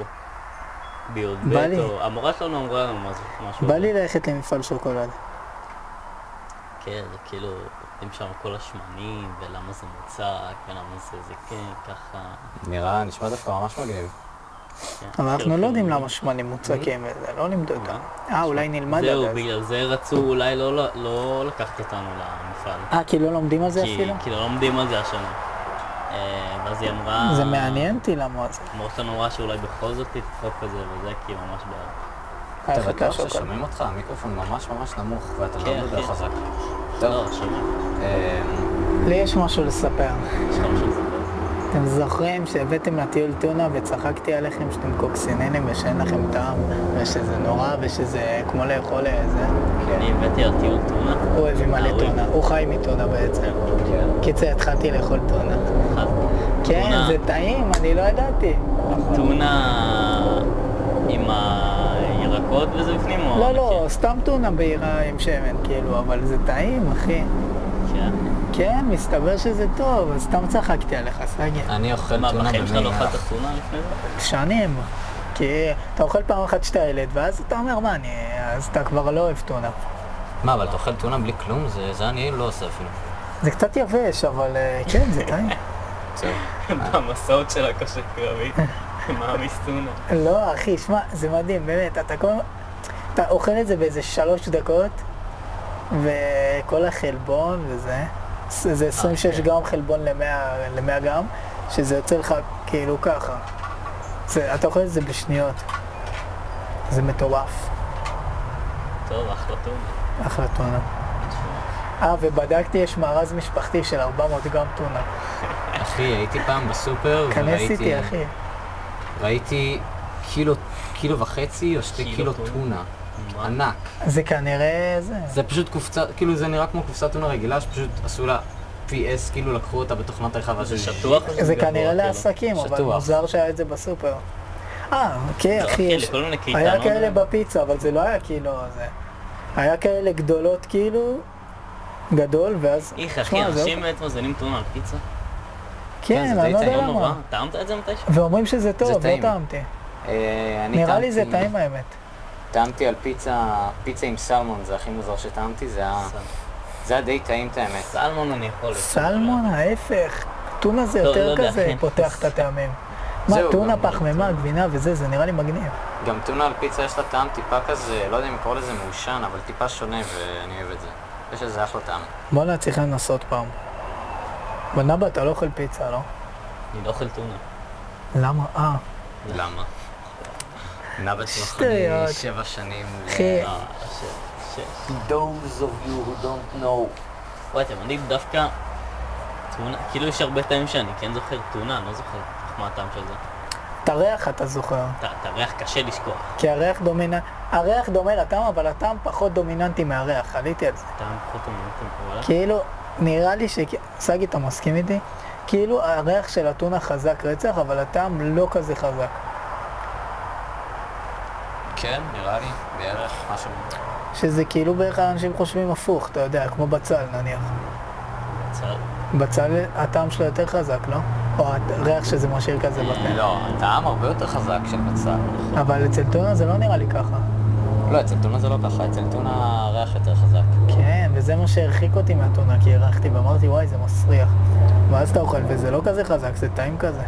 Speaker 3: בי"ב,
Speaker 2: בא לי.
Speaker 3: או... המורה שלנו אמרה לנו משהו. משהו
Speaker 2: בא
Speaker 3: על
Speaker 2: לי
Speaker 3: זה.
Speaker 2: ללכת למפעל שוקולד.
Speaker 3: כן, זה כאילו, עובדים שם כל השמנים, ולמה זה מוצק, ולמה זה זה כן, ככה.
Speaker 4: נראה, נשמע דווקא ממש מגניב.
Speaker 3: כן.
Speaker 2: אבל אנחנו
Speaker 3: כאילו,
Speaker 2: לא יודעים
Speaker 3: כאילו,
Speaker 2: למה שמנים מוצקים וזה, לא לימדו אותם. אה, אולי נלמד עד
Speaker 3: זהו,
Speaker 2: אז.
Speaker 3: בגלל זה רצו אולי לא- לא- לא לקחת אותנו למפעל.
Speaker 2: אה, כי לא לומדים על זה
Speaker 3: כי-
Speaker 2: אפילו?
Speaker 3: כי לא לומדים על זה השנה. אה, ואז היא אמרה...
Speaker 2: זה מעניין אותי למה זה.
Speaker 3: אמרו שלנו אמרה שאולי בכל זאת תדחוף את זה, וזה כי ממש בעיה.
Speaker 4: אתה
Speaker 2: ללכת
Speaker 4: בטוח
Speaker 2: לשוקולד.
Speaker 4: ששומעים אותך? המיקרופון ממש ממש נמוך, ואתה לא
Speaker 3: כן,
Speaker 4: מדבר
Speaker 3: כן.
Speaker 4: חזק.
Speaker 3: לא,
Speaker 4: טוב,
Speaker 3: שומעים.
Speaker 4: אמ,
Speaker 2: לי יש משהו לספר.
Speaker 3: יש לך משהו לספר?
Speaker 2: אתם זוכרים שהבאתם לטיול טונה וצחקתי עליכם שאתם קוקסינלים ושאין לכם טעם ושזה נורא ושזה כמו לאכול איזה...
Speaker 3: אני הבאתי על טיול תאונה.
Speaker 2: הוא הביא מלא טונה, הוא חי מטונה בעצם. קיצר, התחלתי לאכול טונה. כן,
Speaker 3: טונה.
Speaker 2: זה טעים, אני לא ידעתי.
Speaker 3: טונה עם הירקות וזה בפנים? או
Speaker 2: לא, לא,
Speaker 3: נקי?
Speaker 2: סתם טונה בעירה עם שמן, כאילו, אבל זה טעים, אחי.
Speaker 3: כן.
Speaker 2: כן, מסתבר שזה טוב, אז סתם צחקתי עליך, סגי.
Speaker 3: אה.
Speaker 4: אני אוכל
Speaker 3: מה,
Speaker 4: טונה
Speaker 3: בחיים שלך לא
Speaker 4: במי מלח.
Speaker 3: אכלת טונה לפני
Speaker 2: *laughs*
Speaker 3: זה?
Speaker 2: שנים. כי אתה אוכל פעם אחת שאתה ילד, ואז אתה אומר, מה, אני... אז אתה כבר לא אוהב טונה.
Speaker 4: מה, אבל אתה אוכל טונה בלי כלום? זה זה אני לא עושה אפילו.
Speaker 2: זה קצת יבש, אבל אה, כן, זה טעים.
Speaker 4: זהו.
Speaker 3: במסעות של הקשה קרבי. מעמיס טונה.
Speaker 2: לא, אחי, שמע, זה מדהים, באמת, אתה כל... אתה אוכל את זה באיזה שלוש דקות, וכל החלבון וזה, זה- זה 26 גרם חלבון ל-100 ל-100 גרם, שזה יוצא לך כאילו ככה. זה, אתה אוכל את זה בשניות. זה מטורף,
Speaker 3: טוב, אחלה טונה.
Speaker 2: אחלה טונה. אה, ובדקתי, יש מארז משפחתי של 400 גרם טונה.
Speaker 4: אחי, הייתי פעם בסופר,
Speaker 2: כנס
Speaker 4: וראיתי-
Speaker 2: איתי, אחי.
Speaker 4: ראיתי קילו, קילו וחצי או שתי
Speaker 3: קילו
Speaker 4: קילו
Speaker 3: טונה.
Speaker 4: טונה.
Speaker 3: מה?
Speaker 4: ענק.
Speaker 2: זה כנראה זה.
Speaker 4: זה פשוט קופצה, כאילו זה נראה כמו קופסת טונה רגילה שפשוט עשו לה PS, כאילו לקחו אותה בתוכנת רחבה
Speaker 3: זה
Speaker 4: של...
Speaker 3: שטוח? או
Speaker 2: זה
Speaker 3: גבוה,
Speaker 2: כנראה
Speaker 3: כאילו?
Speaker 2: לעסקים, אבל
Speaker 4: שטוח.
Speaker 2: מוזר שהיה את זה בסופר. אה, כן,
Speaker 3: לא,
Speaker 2: אחי,
Speaker 3: כן,
Speaker 2: יש-
Speaker 3: לכל מיני קייטנות.
Speaker 2: היה כאלה בפיצה, אבל זה לא היה כאילו זה. היה כאלה גדולות כאילו, גדול, ואז...
Speaker 3: איך, אחי,
Speaker 2: שמע, זה-
Speaker 3: אנשים באמת מזמינים טונה על פיצה?
Speaker 4: כן,
Speaker 2: כן,
Speaker 4: זה
Speaker 2: אני
Speaker 4: די
Speaker 2: לא יודע
Speaker 4: טעים,
Speaker 3: לא נורא.
Speaker 2: למה.
Speaker 3: טעמת את זה מתישהו?
Speaker 2: ואומרים שזה טוב, לא
Speaker 4: טעים.
Speaker 2: טעמתי.
Speaker 4: אה, אני
Speaker 2: נראה לי זה
Speaker 4: טעמתי-
Speaker 2: טעים האמת.
Speaker 3: לא,
Speaker 4: טעמתי על פיצה, פיצה עם סלמון, זה הכי מוזר שטעמתי, זה היה- זה היה די טעים את האמת.
Speaker 3: סלמון אני יכול.
Speaker 2: סלמון ההפך, טונה זה
Speaker 3: לא, לא
Speaker 2: יותר
Speaker 3: יודע,
Speaker 2: כזה
Speaker 3: אחי.
Speaker 2: פותח את הטעמים. מה,
Speaker 4: זהו,
Speaker 2: טונה,
Speaker 4: גם-
Speaker 2: פחמימה, גבינה וזה, זה נראה לי מגניב.
Speaker 4: גם טונה על פיצה יש לה טעם טיפה כזה, לא יודע אם לקרוא לזה מעושן, אבל טיפה שונה ואני אוהב את זה. יש לזה אחלה טעם.
Speaker 2: בואנה, צריך לנסות פעם. בנאבה אתה לא אוכל פיצה, לא?
Speaker 3: אני לא אוכל טונה.
Speaker 2: למה? אה.
Speaker 4: למה? נע בצמח
Speaker 2: שטויות.
Speaker 4: אני שבע שנים. לא,
Speaker 2: אחי.
Speaker 3: אה, ש- ש-
Speaker 4: Those of you who don't know.
Speaker 3: וואי, אתם יודעים דווקא טונה, כאילו יש הרבה טעמים שאני כן זוכר טונה, אני לא זוכר כל כך מה הטעם של זה.
Speaker 2: את הריח אתה זוכר,
Speaker 3: את את הריח קשה לשכוח,
Speaker 2: כי הריח דומיננט, הריח דומה לטעם, אבל הטעם פחות דומיננטי מהריח, עליתי על זה.
Speaker 3: טעם פחות אמינטים, אבל...
Speaker 2: כאילו, נראה לי ש... סגי, אתה מסכים איתי? כאילו הריח של אתונה חזק רצח, אבל הטעם לא כזה חזק.
Speaker 4: כן, נראה לי, בערך משהו.
Speaker 2: שזה כאילו בערך האנשים חושבים הפוך, אתה יודע, כמו בצל נניח.
Speaker 3: צל.
Speaker 2: בצל הטעם שלו יותר חזק, לא? או הריח שזה משאיר כזה בפה.
Speaker 4: לא, הטעם הרבה יותר חזק של בצל.
Speaker 2: אבל אצל טונה זה לא נראה לי ככה.
Speaker 4: לא, אצל טונה זה לא ככה, אצל טונה הריח יותר חזק.
Speaker 2: כן, וזה מה שהרחיק אותי מהטונה, כי הרחתי ואמרתי, וואי, זה מסריח. ואז אתה אוכל, וזה לא כזה חזק, זה טעים כזה.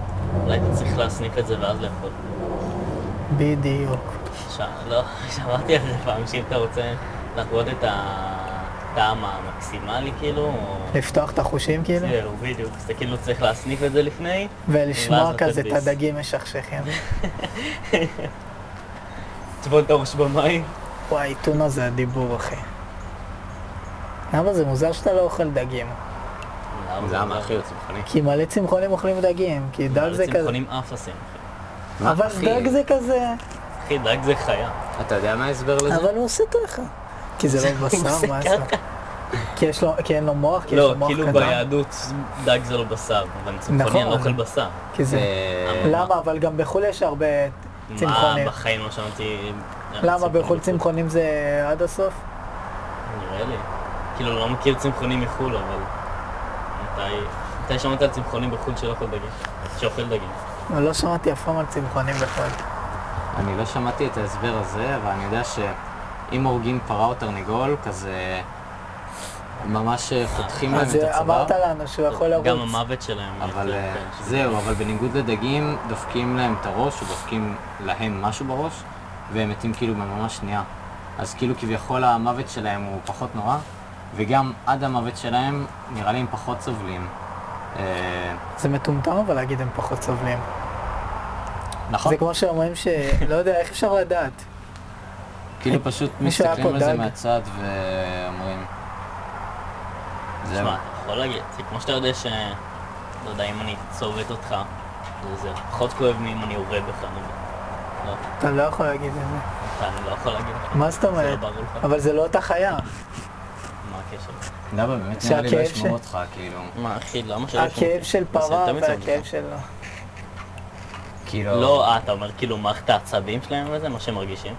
Speaker 3: אולי אתה צריך להסניף את זה ואז לאכול.
Speaker 2: בדיוק.
Speaker 3: ש- לא, *laughs* שמעתי על זה פעם, שאם אתה רוצה לחוות את הטעם המקסימלי, כאילו, או...
Speaker 2: לפתוח את החושים כאילו,
Speaker 3: זהו, בדיוק, אז אתה כאילו צריך להסניף את זה לפני. ואז
Speaker 2: ולשמוע
Speaker 3: לתת
Speaker 2: כזה את
Speaker 3: ביס.
Speaker 2: הדגים משכשכים.
Speaker 3: טבול את הראש במים.
Speaker 2: וואי, טונה זה הדיבור, אחי. למה זה מוזר שאתה לא אוכל דגים?
Speaker 4: למה, אחי, הוא צמחוני.
Speaker 2: כי מלא צמחונים אוכלים דגים, כי דג זה כזה...
Speaker 3: צמחונים אפסים, אחי.
Speaker 4: מה,
Speaker 2: אבל
Speaker 4: אחי?
Speaker 2: דג זה כזה...
Speaker 3: אחי, דג זה חיה.
Speaker 4: אתה יודע מה ההסבר לזה?
Speaker 2: אבל הוא עושה ככה. כי
Speaker 3: *laughs*
Speaker 2: זה לא
Speaker 3: עושה
Speaker 2: בשר, מה
Speaker 3: ככה.
Speaker 2: לעשות? כי יש לו- כי אין לו מוח, כי יש
Speaker 3: לא,
Speaker 2: לו מוח
Speaker 3: כאילו
Speaker 2: קטן.
Speaker 3: ביהדות דג זה לא בשר, אבל צמחוני
Speaker 2: נכון.
Speaker 3: אני לא אוכל בשר.
Speaker 2: כי זה...
Speaker 4: אה,
Speaker 2: למה? אבל גם בחו"ל יש הרבה
Speaker 3: מה,
Speaker 2: צמחונים.
Speaker 3: בחיים לא שמעתי... על
Speaker 2: למה
Speaker 3: צמחונים
Speaker 2: בחו"ל
Speaker 3: בחו"ל?
Speaker 2: צמחונים זה עד הסוף?
Speaker 3: נראה לי. כאילו, לא מכיר צמחונים מחו"ל, אבל... מתי... מתי שמעת על צמחונים בחו"ל שלא אוכל דגים? שאוכל דגים.
Speaker 2: אבל לא שמעתי אף פעם על צמחונים בחו"ל.
Speaker 4: אני לא שמעתי את ההסבר הזה, אבל אני יודע שאם הורגים פרה או תרנגול, כזה ממש אה, חותכים להם
Speaker 2: אז
Speaker 4: את הצוואר.
Speaker 2: אמרת לנו שהוא יכול לרוץ.
Speaker 3: גם המוות שלהם.
Speaker 4: אבל
Speaker 3: יותר,
Speaker 4: אה,
Speaker 3: כן, שזה-
Speaker 4: זהו, אבל בניגוד לדגים, דופקים להם את הראש, או דופקים להם משהו בראש, והם מתים כאילו בממש שנייה. אז כאילו כביכול המוות שלהם הוא פחות נורא, וגם עד המוות שלהם, נראה לי הם פחות סובלים. אה,
Speaker 2: זה מטומטם אבל להגיד הם פחות סובלים.
Speaker 4: נכון?
Speaker 2: זה כמו שאומרים ש... לא יודע, איך אפשר לדעת?
Speaker 4: כאילו פשוט
Speaker 2: מישהו היה
Speaker 4: מסתכלים על
Speaker 2: פה
Speaker 4: זה
Speaker 2: דג?
Speaker 4: מהצד ואומרים... זהו.
Speaker 3: שמע, אתה יכול להגיד, זה כמו שאתה יודע ש... לא יודע, אם אני צובט אותך, זה- זה פחות כואב מאם אני יורה בך, נו. לא,
Speaker 2: אתה לא יכול להגיד את זה.
Speaker 3: אתה- אני לא יכול להגיד לך.
Speaker 2: מה זאת
Speaker 3: זה לא
Speaker 2: אומרת?
Speaker 3: ברור לך. כן,
Speaker 2: אבל זה לא אותה חיה.
Speaker 3: מה הקשר?
Speaker 4: למה באמת נראה לי לא
Speaker 2: שהכאב
Speaker 4: ישמעו
Speaker 2: ש-
Speaker 4: אותך, כאילו...
Speaker 3: מה, אחי, למה שלא ישמעו
Speaker 2: הכאב
Speaker 3: אותי?
Speaker 2: של
Speaker 3: כן. זה
Speaker 2: פרה
Speaker 3: יותר מצחיק.
Speaker 2: והכאב של...
Speaker 4: כאילו...
Speaker 3: לא, אה, אתה אומר כאילו מערכת העצבים שלהם וזה, מה שהם מרגישים?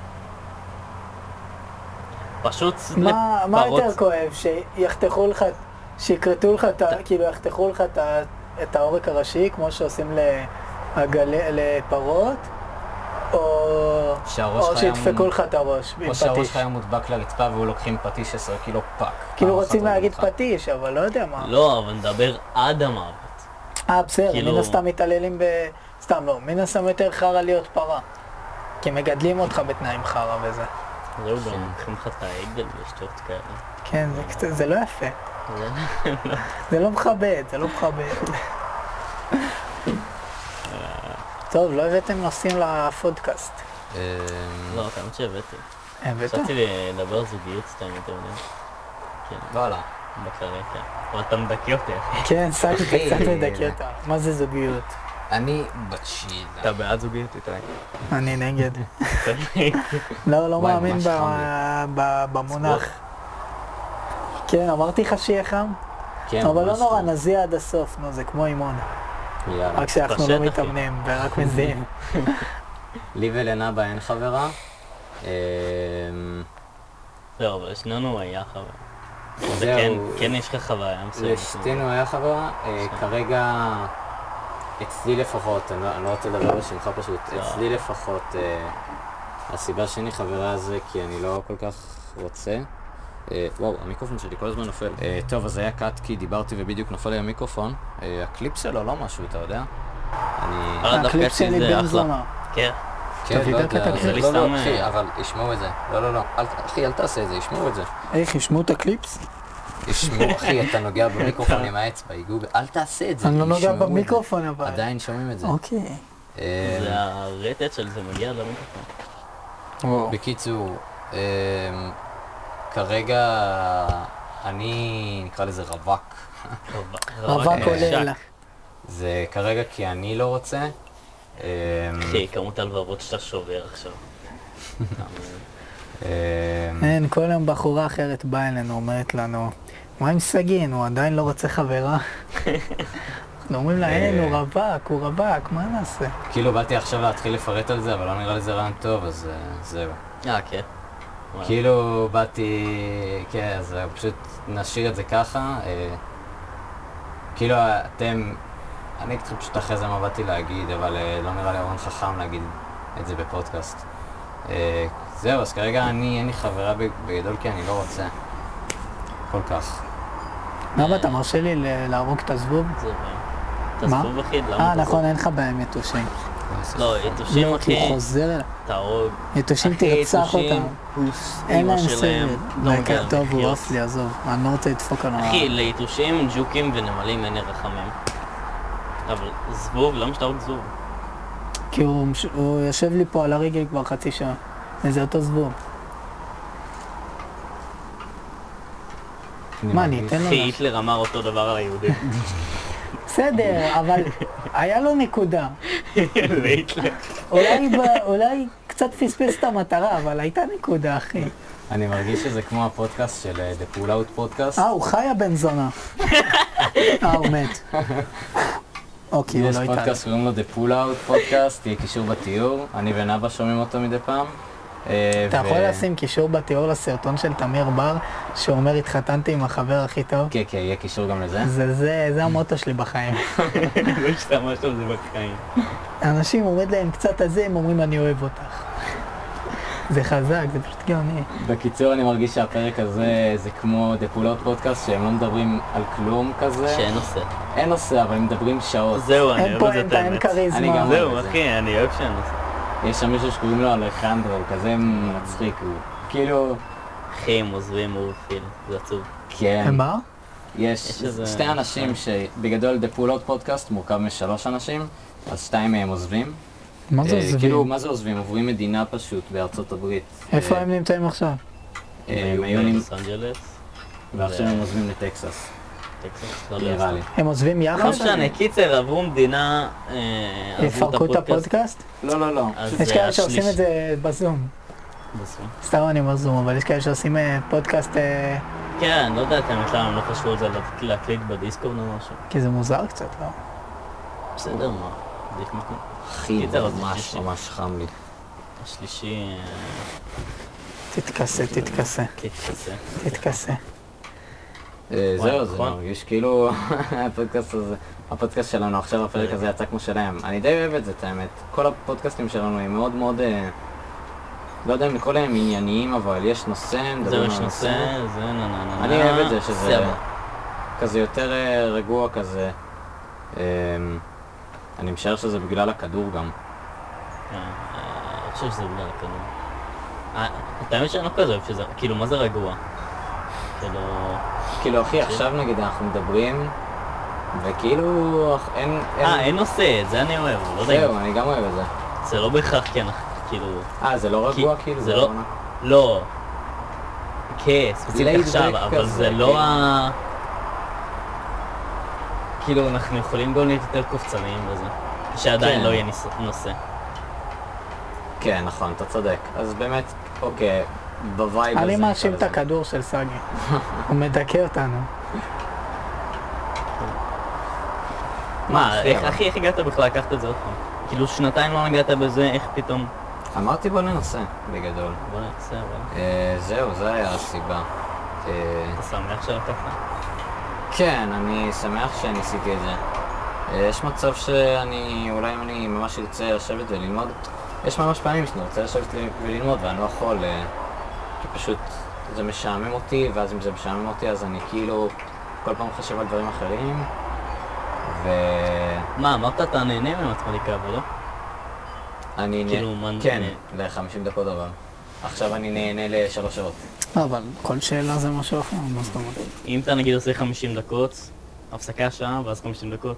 Speaker 3: פשוט
Speaker 2: מה מה
Speaker 3: לפרות-
Speaker 2: יותר כואב? שיחתכו לך, שיכרתו לך את ה... כאילו יחתכו לך את ה- את העורק הראשי, כמו שעושים לעגלי- לפרות, או...
Speaker 4: שהראש
Speaker 2: או
Speaker 4: שלך
Speaker 2: שידפקו
Speaker 4: היה-
Speaker 2: לך את הראש עם
Speaker 4: או שהראש
Speaker 2: פטיש.
Speaker 4: שלך היה מודבק לרצפה והוא לוקחים פטיש 16 קילו פאק.
Speaker 2: כאילו
Speaker 4: פעם אחת
Speaker 2: רוצים
Speaker 4: הורגים
Speaker 2: להגיד
Speaker 4: אותך.
Speaker 2: פטיש, אבל לא יודע מה.
Speaker 3: לא, אבל נדבר עד המוות.
Speaker 2: אה, בסדר,
Speaker 3: כאילו-
Speaker 2: מן הסתם מתעללים ב... סתם לא, מן הסתם יותר חרא להיות פרה. כי מגדלים אותך בתנאים חרא וזה.
Speaker 3: זהו, גם לוקחים לך את העגל ושטויות כאלה.
Speaker 2: כן, זה קצת, זה לא יפה.
Speaker 3: זה-
Speaker 2: זה לא מכבד, זה לא מכבד. טוב, לא הבאתם נושאים לפודקאסט.
Speaker 4: אמ,
Speaker 3: לא, כמה שהבאתי.
Speaker 2: הבאת?
Speaker 3: חשבתי לדבר על זוגיות סתם, אתה יודע. כן,
Speaker 4: וואלה.
Speaker 3: בקרי, כן. אבל אתה מדכא אותי, אחי.
Speaker 2: כן, סגתי
Speaker 4: אחי.
Speaker 2: קצת לדכא אותה. מה זה זוגיות?
Speaker 4: אני בצ'ילה.
Speaker 3: אתה בעד זוגיות? איתי?
Speaker 2: אני נגד. לא, לא
Speaker 4: וואי,
Speaker 2: מאמין
Speaker 4: ממש
Speaker 2: ב-
Speaker 4: חם
Speaker 2: ב- במונח. כן, אמרתי לך שיהיה חם,
Speaker 4: כן,
Speaker 2: אבל לא
Speaker 4: ממש
Speaker 2: נורא,
Speaker 4: טוב.
Speaker 2: נזיע עד הסוף, נו, זה כמו אימון.
Speaker 4: יאללה.
Speaker 2: רק שאנחנו לא
Speaker 3: בשטח,
Speaker 2: מתאמנים ורק מזיעים.
Speaker 4: לי ולנאבה אין חברה. אמ,
Speaker 3: לא, אבל לשנינו היה חוויה. זה כן,
Speaker 4: זהו.
Speaker 3: כן יש לך חוויה מסוימת.
Speaker 4: לשתינו היה חברה. אה, כרגע, אצלי לפחות, אני לא- אני לא רוצה לדבר בשמך פשוט,
Speaker 3: לא.
Speaker 4: אצלי לפחות, אה, הסיבה שאני חברה זה כי אני לא כל כך רוצה. אה, וואו, המיקרופון שלי כל הזמן נופל. אה, טוב, אז היה קאט כי דיברתי ובדיוק נופל לי המיקרופון. אה, הקליפ שלו לא משהו, אתה יודע? אני...
Speaker 3: אה, דווקא
Speaker 2: הקליפ
Speaker 3: אצלי
Speaker 2: שלי
Speaker 3: זה
Speaker 2: בן
Speaker 3: אחלה.
Speaker 2: זונה.
Speaker 3: כן.
Speaker 4: כן,
Speaker 2: תביא
Speaker 4: לא
Speaker 2: את
Speaker 4: יודע,
Speaker 2: הקטע.
Speaker 4: זה
Speaker 3: לי
Speaker 4: לא,
Speaker 3: סתם,
Speaker 4: לא, אחי,
Speaker 3: אה,
Speaker 4: אבל ישמעו את זה. לא, לא, לא. אל- אחי, אל תעשה את זה, ישמעו את זה.
Speaker 2: היי, חישמו את הקליפס?
Speaker 3: *laughs*
Speaker 4: ישמעו, אחי, אתה נוגע במיקרופון עם האצבע, ייגעו, ב- אל תעשה את זה.
Speaker 2: אני לא נוגע
Speaker 4: ישמעו את זה.
Speaker 2: במיקרופון אבל.
Speaker 4: עדיין שומעים את זה.
Speaker 2: אוקיי.
Speaker 4: אה,
Speaker 3: זה הרטט של זה מגיע למיקרופון.
Speaker 2: וואו.
Speaker 4: בקיצור, אה, כרגע אני, נקרא לזה רווק. *laughs*
Speaker 2: רווק
Speaker 3: רווק
Speaker 2: עולה לה.
Speaker 3: לא, נשק.
Speaker 4: זה כרגע כי אני לא רוצה. אה,
Speaker 3: אחי, כמות הלוורות שאתה שובר עכשיו.
Speaker 4: אה,
Speaker 2: אין, כל יום בחורה אחרת באה אלינו, אומרת לנו, מה עם סגין, הוא עדיין לא רוצה
Speaker 3: *laughs*
Speaker 2: חברה? אנחנו אומרים לה, אין,
Speaker 3: אה.
Speaker 2: הוא רווק, הוא רווק, מה נעשה?
Speaker 4: כאילו, באתי עכשיו להתחיל לפרט על זה, אבל לא נראה לי זה רעיון טוב, אז אה, זהו.
Speaker 3: אה, כן. וואלה.
Speaker 4: כאילו באתי, כן, אז פשוט נשאיר את זה ככה. אה, כאילו אתם, אני קצת פשוט אחרי זה מה באתי להגיד, אבל אה, לא נראה לי אורן חכם להגיד את זה בפודקאסט. אה, זהו, אז כרגע אני, אין לי חברה ב- בגדול כי אני לא רוצה. כל כך.
Speaker 3: אה.
Speaker 2: למה אתה מרשה לי ל- להרוג את הזבוב?
Speaker 3: זה בעיה. אתה זבוב אחיד, למה
Speaker 2: אה,
Speaker 3: אתה
Speaker 2: נכון,
Speaker 3: זבוב?
Speaker 2: אין לך בעיה יתושים.
Speaker 3: לא, יתושים
Speaker 2: לא, כי
Speaker 3: אחי,
Speaker 2: הוא חוזר אליי.
Speaker 3: תהרוג.
Speaker 2: יתושים
Speaker 3: אחי,
Speaker 2: תרצח
Speaker 3: יתושים,
Speaker 2: אותם.
Speaker 3: כוס
Speaker 2: אין
Speaker 3: אמא
Speaker 2: להם
Speaker 3: שלהם.
Speaker 2: סבל.
Speaker 3: לא
Speaker 2: דקה,
Speaker 3: מגיע להם
Speaker 2: טוב, הוא
Speaker 3: לחיות.
Speaker 2: עוף לי, עזוב. אני לא רוצה לדפוק על ה...
Speaker 3: אחי, ליתושים, ג'וקים ונמלים אין רחמים. אבל זבוב, למה שתהרוג זבוב?
Speaker 2: כי הוא מש- הוא יושב לי פה על הרגל כבר חצי שעה. וזה אותו זבוב. מה, אני
Speaker 4: מרגיש-
Speaker 2: אתן לו...
Speaker 3: אחי,
Speaker 2: לה-
Speaker 3: היטלר אמר אותו דבר על
Speaker 2: *laughs*
Speaker 3: היהודים.
Speaker 2: בסדר,
Speaker 3: *laughs*
Speaker 2: אבל היה לו נקודה.
Speaker 3: כן, להיטלר.
Speaker 2: אולי ב- אולי קצת פספס את המטרה, אבל הייתה נקודה, אחי.
Speaker 4: אני מרגיש שזה כמו הפודקאסט של אה, The Pull Out פודקאסט.
Speaker 2: אה, הוא חי הבן זונה. אה, הוא מת. אוקיי, הוא
Speaker 4: יש
Speaker 2: לא איתנו.
Speaker 4: פודקאסט, קוראים לו The Pull Out פודקאסט, יהיה קישור בתיאור, אני ונאווה שומעים אותו מדי פעם. אה,
Speaker 2: אתה
Speaker 4: ו-
Speaker 2: יכול לשים קישור בתיאור לסרטון של תמיר בר, שאומר התחתנתי עם החבר הכי טוב?
Speaker 4: כן, כן, יהיה קישור גם לזה.
Speaker 2: זה זה, זה המוטו שלי בחיים.
Speaker 3: לא השתמשת על זה בחיים.
Speaker 2: אנשים עומד להם קצת הזה, הם אומרים אני אוהב אותך. זה חזק, זה פשוט גאוני.
Speaker 4: בקיצור, אני מרגיש שהפרק הזה זה כמו The Pull Out פודקאסט, שהם לא מדברים על כלום כזה.
Speaker 3: שאין נושא.
Speaker 4: אין נושא, אבל הם מדברים שעות.
Speaker 3: זהו, אני
Speaker 2: אין
Speaker 3: אוהב את
Speaker 2: פואנטה,
Speaker 3: זה
Speaker 2: אין
Speaker 3: האמת.
Speaker 4: אני גם
Speaker 2: כריזמה.
Speaker 4: אוהב.
Speaker 3: זהו, אחי, אני אוהב שאין נושא.
Speaker 4: יש שם מישהו שקוראים לו אלחנדרו, הוא כזה מצחיק, הוא כאילו...
Speaker 3: אחי, הם עוזבים אורפיל, זה עצוב.
Speaker 2: אה,
Speaker 4: כן.
Speaker 2: מה?
Speaker 4: יש
Speaker 3: יש איזה- אה.
Speaker 4: שתי אנשים שבגדול The Pull Out פודקאסט מורכב משלוש אנשים, אז שתיים מהם עוזבים.
Speaker 2: מה זה
Speaker 4: אה, כאילו,
Speaker 2: עוזבים?
Speaker 4: מה זה עוזבים? עוברים מדינה פשוט בארצות הברית.
Speaker 2: איפה
Speaker 4: אה,
Speaker 2: הם נמצאים עכשיו?
Speaker 4: אה, הם היו נמצאים,
Speaker 3: בלוס אנג'לס,
Speaker 4: ועכשיו הם עוזבים לטקסס,
Speaker 3: טקסס, לא
Speaker 4: נראה לי.
Speaker 2: הם עוזבים
Speaker 3: לא
Speaker 2: יחד?
Speaker 3: משנה, קיצר, עברו מדינה, אה,
Speaker 2: יפרקו את הפודקאסט?
Speaker 4: לא, לא, לא.
Speaker 3: אז
Speaker 2: יש
Speaker 3: זה
Speaker 2: כאלה שעושים
Speaker 3: השליש.
Speaker 2: את זה בזום.
Speaker 3: בסוף.
Speaker 2: סתם אני אומר זום, אבל יש כאלה שעושים אה, פודקאסט אה,
Speaker 3: כן, אני לא יודע את האמת למה הם לא חשבו על זה להק- להקליט בדיסקורד או משהו.
Speaker 2: כי זה מוזר קצת, לא?
Speaker 3: בסדר, מה? בדיוק מקום.
Speaker 4: אחי,
Speaker 3: קיצר,
Speaker 4: זה
Speaker 3: אז
Speaker 4: ממש
Speaker 3: שישי.
Speaker 4: ממש חם לי.
Speaker 3: השלישי, אה,
Speaker 2: תתכסה, תתכסה,
Speaker 3: קיצר.
Speaker 2: תתכסה.
Speaker 4: אה,
Speaker 3: וואי,
Speaker 4: זהו, זה
Speaker 3: נכון.
Speaker 4: מרגיש כאילו *laughs* הפודקאסט הזה, הפודקאסט שלנו עכשיו, הפרק הזה יצא כמו שלהם. אני די אוהב את זה, את האמת. כל הפודקאסטים שלנו הם מאוד מאוד, אה, לא יודע אם לקרוא להם ענייניים, אבל יש נושא,
Speaker 3: זהו,
Speaker 4: מדברים
Speaker 3: יש
Speaker 4: על נושא.
Speaker 3: נושא, זה נה נה נה.
Speaker 4: אני
Speaker 3: נה.
Speaker 4: אוהב את זה, שזה
Speaker 3: זהו.
Speaker 4: כזה יותר אה, רגוע כזה. אמ, אני משער שזה בגלל הכדור גם.
Speaker 3: כן, אה, אני חושב שזה בגלל הכדור. אה, את האמת שאני לא כזה אוהב שזה, כאילו, מה זה רגוע? כאילו,
Speaker 4: כאילו,
Speaker 3: אוקיי.
Speaker 4: אחי, עכשיו נגיד אנחנו מדברים, וכאילו, אך- אין...
Speaker 3: אה, אין נושא, את זה אני אוהב, לא יודע,
Speaker 4: זהו,
Speaker 3: אם-
Speaker 4: אני גם אוהב את זה.
Speaker 3: זה לא בהכרח כן, כאילו,
Speaker 4: אה, זה לא
Speaker 3: כי-
Speaker 4: רגוע כאילו?
Speaker 3: זה לא, לא, כן, ספציפית
Speaker 4: laid back
Speaker 3: עכשיו, אבל
Speaker 4: כזה,
Speaker 3: זה לא
Speaker 4: כן.
Speaker 3: ה... כאילו, אנחנו יכולים גם להיות יותר קופצניים בזה, שעדיין
Speaker 4: כן.
Speaker 3: לא יהיה ניס- נושא.
Speaker 4: כן, נכון, אתה צודק. אז באמת, אוקיי, בווייב הזה.
Speaker 2: אני מאשים את
Speaker 4: נקרא לזה.
Speaker 2: הכדור של סגי. הוא מדכא אותנו.
Speaker 3: מה,
Speaker 4: אחי,
Speaker 3: איך-
Speaker 4: אבל-
Speaker 3: אחי, איך הגעת בכלל לקחת את זה עוד פעם? כאילו, שנתיים לא נגעת בזה, איך פתאום...
Speaker 4: אמרתי בוא ננסה, בגדול.
Speaker 3: בוא נעשה, אבל...
Speaker 4: אה, זהו, זה היה הסיבה. אה,
Speaker 3: אתה שמח שלקחת?
Speaker 4: כן, אני שמח שניסיתי את זה. אה, יש מצב שאני, אולי אם אני ממש ארצה לשבת וללמוד, יש ממש פעמים שאני רוצה לשבת ל- וללמוד ואני לא יכול, אה, כי פשוט זה משעמם אותי, ואז אם זה משעמם אותי אז אני כאילו כל פעם חושב על דברים אחרים, ואני
Speaker 3: מה, אמרת אתה נהנה ממתמטיקה, אבל לא?
Speaker 4: נה-
Speaker 3: כאילו, מה-
Speaker 4: כן,
Speaker 3: נה-
Speaker 4: ל-50 דקות אבל. עכשיו אני נהנה לשלוש שעות.
Speaker 2: לא, אבל כל שאלה זה משהו אחר, מה זאת אומרת?
Speaker 3: אם אתה נגיד עושה 50 דקות, הפסקה שעה, ואז 50 דקות,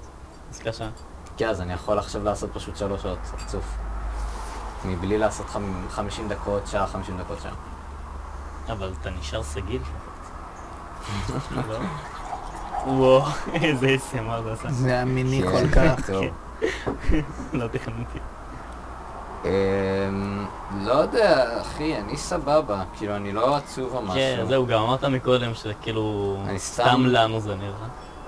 Speaker 3: הפסקה שעה.
Speaker 4: כן, אז אני יכול עכשיו לעשות פשוט שלוש שעות רצוף. מבלי לעשות חמ- 50 דקות, שעה, 50 דקות, שעה.
Speaker 3: אבל אתה נשאר סגיל. לא? וואו, איזה ASMR זה עשה.
Speaker 2: זה היה מיני
Speaker 4: כן,
Speaker 2: כל כך.
Speaker 4: *laughs* טוב.
Speaker 3: לא תכננתי.
Speaker 4: אמ, לא יודע, אחי, אני סבבה. כאילו, אני לא עצוב או
Speaker 3: כן,
Speaker 4: משהו.
Speaker 3: זהו, גם אמרת מקודם שכאילו...
Speaker 4: אני
Speaker 3: סתם
Speaker 4: סתם- לא.
Speaker 3: לנו זה נראה.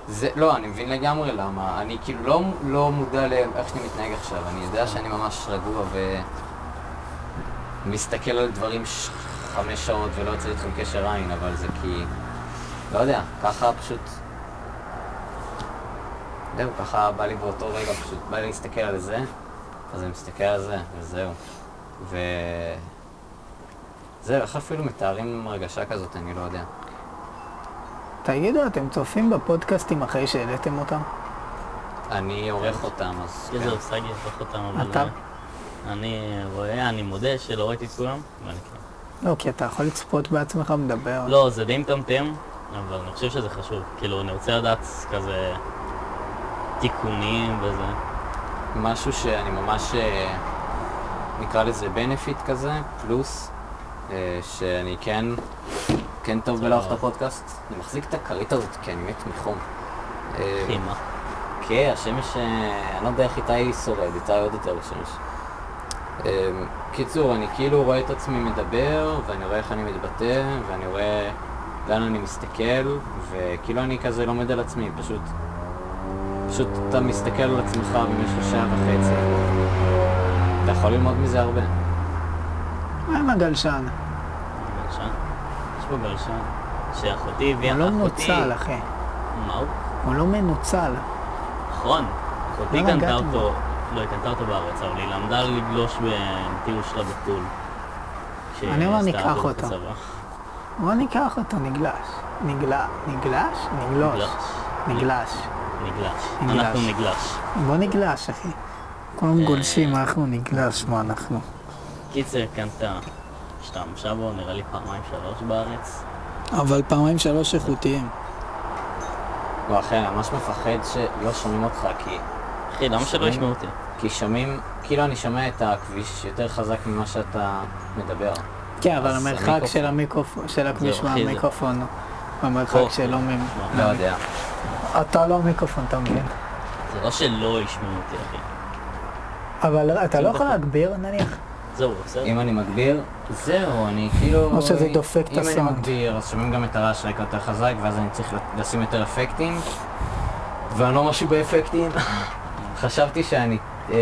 Speaker 4: זה, לא, אני מבין לגמרי למה. אני כאילו לא, לא מודע לאיך שאני מתנהג עכשיו. אני יודע שאני ממש רגוע ו... מסתכל על דברים ש... חמש שעות ולא יוצא איתכם קשר עין, אבל זה כי... לא יודע, ככה פשוט... זהו, ככה בא לי באותו רגע, פשוט בא לי להסתכל על זה, אז אני מסתכל על זה, וזהו. ו... זהו, איך אפילו מתארים הרגשה כזאת, אני לא יודע.
Speaker 2: תגידו, אתם צופים בפודקאסטים אחרי שהעליתם אותם?
Speaker 4: אני עורך אותם, אז... כן.
Speaker 3: איזה סגי הפך אותם, אבל...
Speaker 2: אתה?
Speaker 3: אה, אני רואה, אני מודה שלא ראיתי את כולם, אבל כן.
Speaker 2: לא, כי אתה יכול לצפות בעצמך מדבר.
Speaker 3: לא, זה די מטמטם, אבל אני חושב שזה חשוב. כאילו, אני רוצה לדעת כזה תיקונים וזה.
Speaker 4: משהו שאני ממש, אה, נקרא לזה בנפיט כזה, פלוס, אה, שאני כן, כן טוב בלערוך את הפודקאסט. אני מחזיק את הכרית הזאת כי אני מת מחום.
Speaker 3: *laughs*
Speaker 4: אה,
Speaker 3: חימה.
Speaker 4: כן, השמש, אה, אני לא יודע איך איתה היא שורד, איתה עוד יותר השמש. אמ, קיצור, אני כאילו רואה את עצמי מדבר, ואני רואה איך אני מתבטא, ואני רואה לאן אני מסתכל, וכאילו אני כזה לומד על עצמי, פשוט... פשוט אתה מסתכל על עצמך במשך שעה וחצי. אתה יכול ללמוד מזה הרבה.
Speaker 2: מה עם הגלשן?
Speaker 3: גלשן. יש פה גלשן. שאחותי הביאה...
Speaker 2: הוא לא
Speaker 3: אחותי-
Speaker 2: מנוצל, אחי.
Speaker 3: מה הוא?
Speaker 2: הוא לא מנוצל.
Speaker 3: נכון. אחותי
Speaker 2: למה
Speaker 3: קנתה
Speaker 2: הגעתם?
Speaker 3: אותו, לא, היא קנתה אותו בארץ, אבל היא למדה לגלוש בטיול שלה בחו"ל. כשהיא
Speaker 2: אני אומר,
Speaker 3: עשתה
Speaker 2: ניקח
Speaker 3: עבודות
Speaker 2: אותה.
Speaker 3: בצבא.
Speaker 2: בוא ניקח אותו, נגלש. נגל... נגלש? נגלוש. לא, נגלש.
Speaker 3: נגלש.
Speaker 2: נגלש.
Speaker 3: אנחנו נגלש.
Speaker 2: בוא נגלש, אחי.
Speaker 3: אה.
Speaker 2: כולם גולשים, אנחנו נגלש, מה אנחנו?
Speaker 3: קיצר, קנתה השתמשה בו, נראה לי פעמיים שלוש בארץ.
Speaker 2: אבל פעמיים שלוש איכותיים.
Speaker 4: לא, אחי, אני ממש מפחד שלא שומעים אותך, כי...
Speaker 3: אחי, למה שלא
Speaker 4: שומעים?
Speaker 3: ישמעו אותי?
Speaker 4: כי שומעים... כאילו אני שומע את הכביש יותר חזק ממה שאתה מדבר.
Speaker 2: כן, אבל
Speaker 4: אז
Speaker 2: המרחק
Speaker 4: המיקרופון.
Speaker 2: של המיקרופון, של הכביש
Speaker 3: זהו, אחי, זה-
Speaker 2: מהמיקרופון, הוא המרחק
Speaker 3: פה.
Speaker 2: שלו מ...
Speaker 4: לא יודע.
Speaker 2: אתה לא המיקרופון, אתה מבין?
Speaker 3: זה לא שלא ישמעו אותי, אחי.
Speaker 2: אבל אתה לא
Speaker 3: בחוץ.
Speaker 2: יכול להגביר, נניח?
Speaker 3: זהו, בסדר?
Speaker 4: אם אני מגביר, זהו, אני כאילו...
Speaker 2: או שזה דופק את
Speaker 4: אם
Speaker 2: הסאונד.
Speaker 4: אני מגביר, אז שומעים גם את הרעש רקע יותר חזק, ואז אני צריך לשים יותר אפקטים. ואני לא משהו באפקטים. *laughs* חשבתי שאני... אה,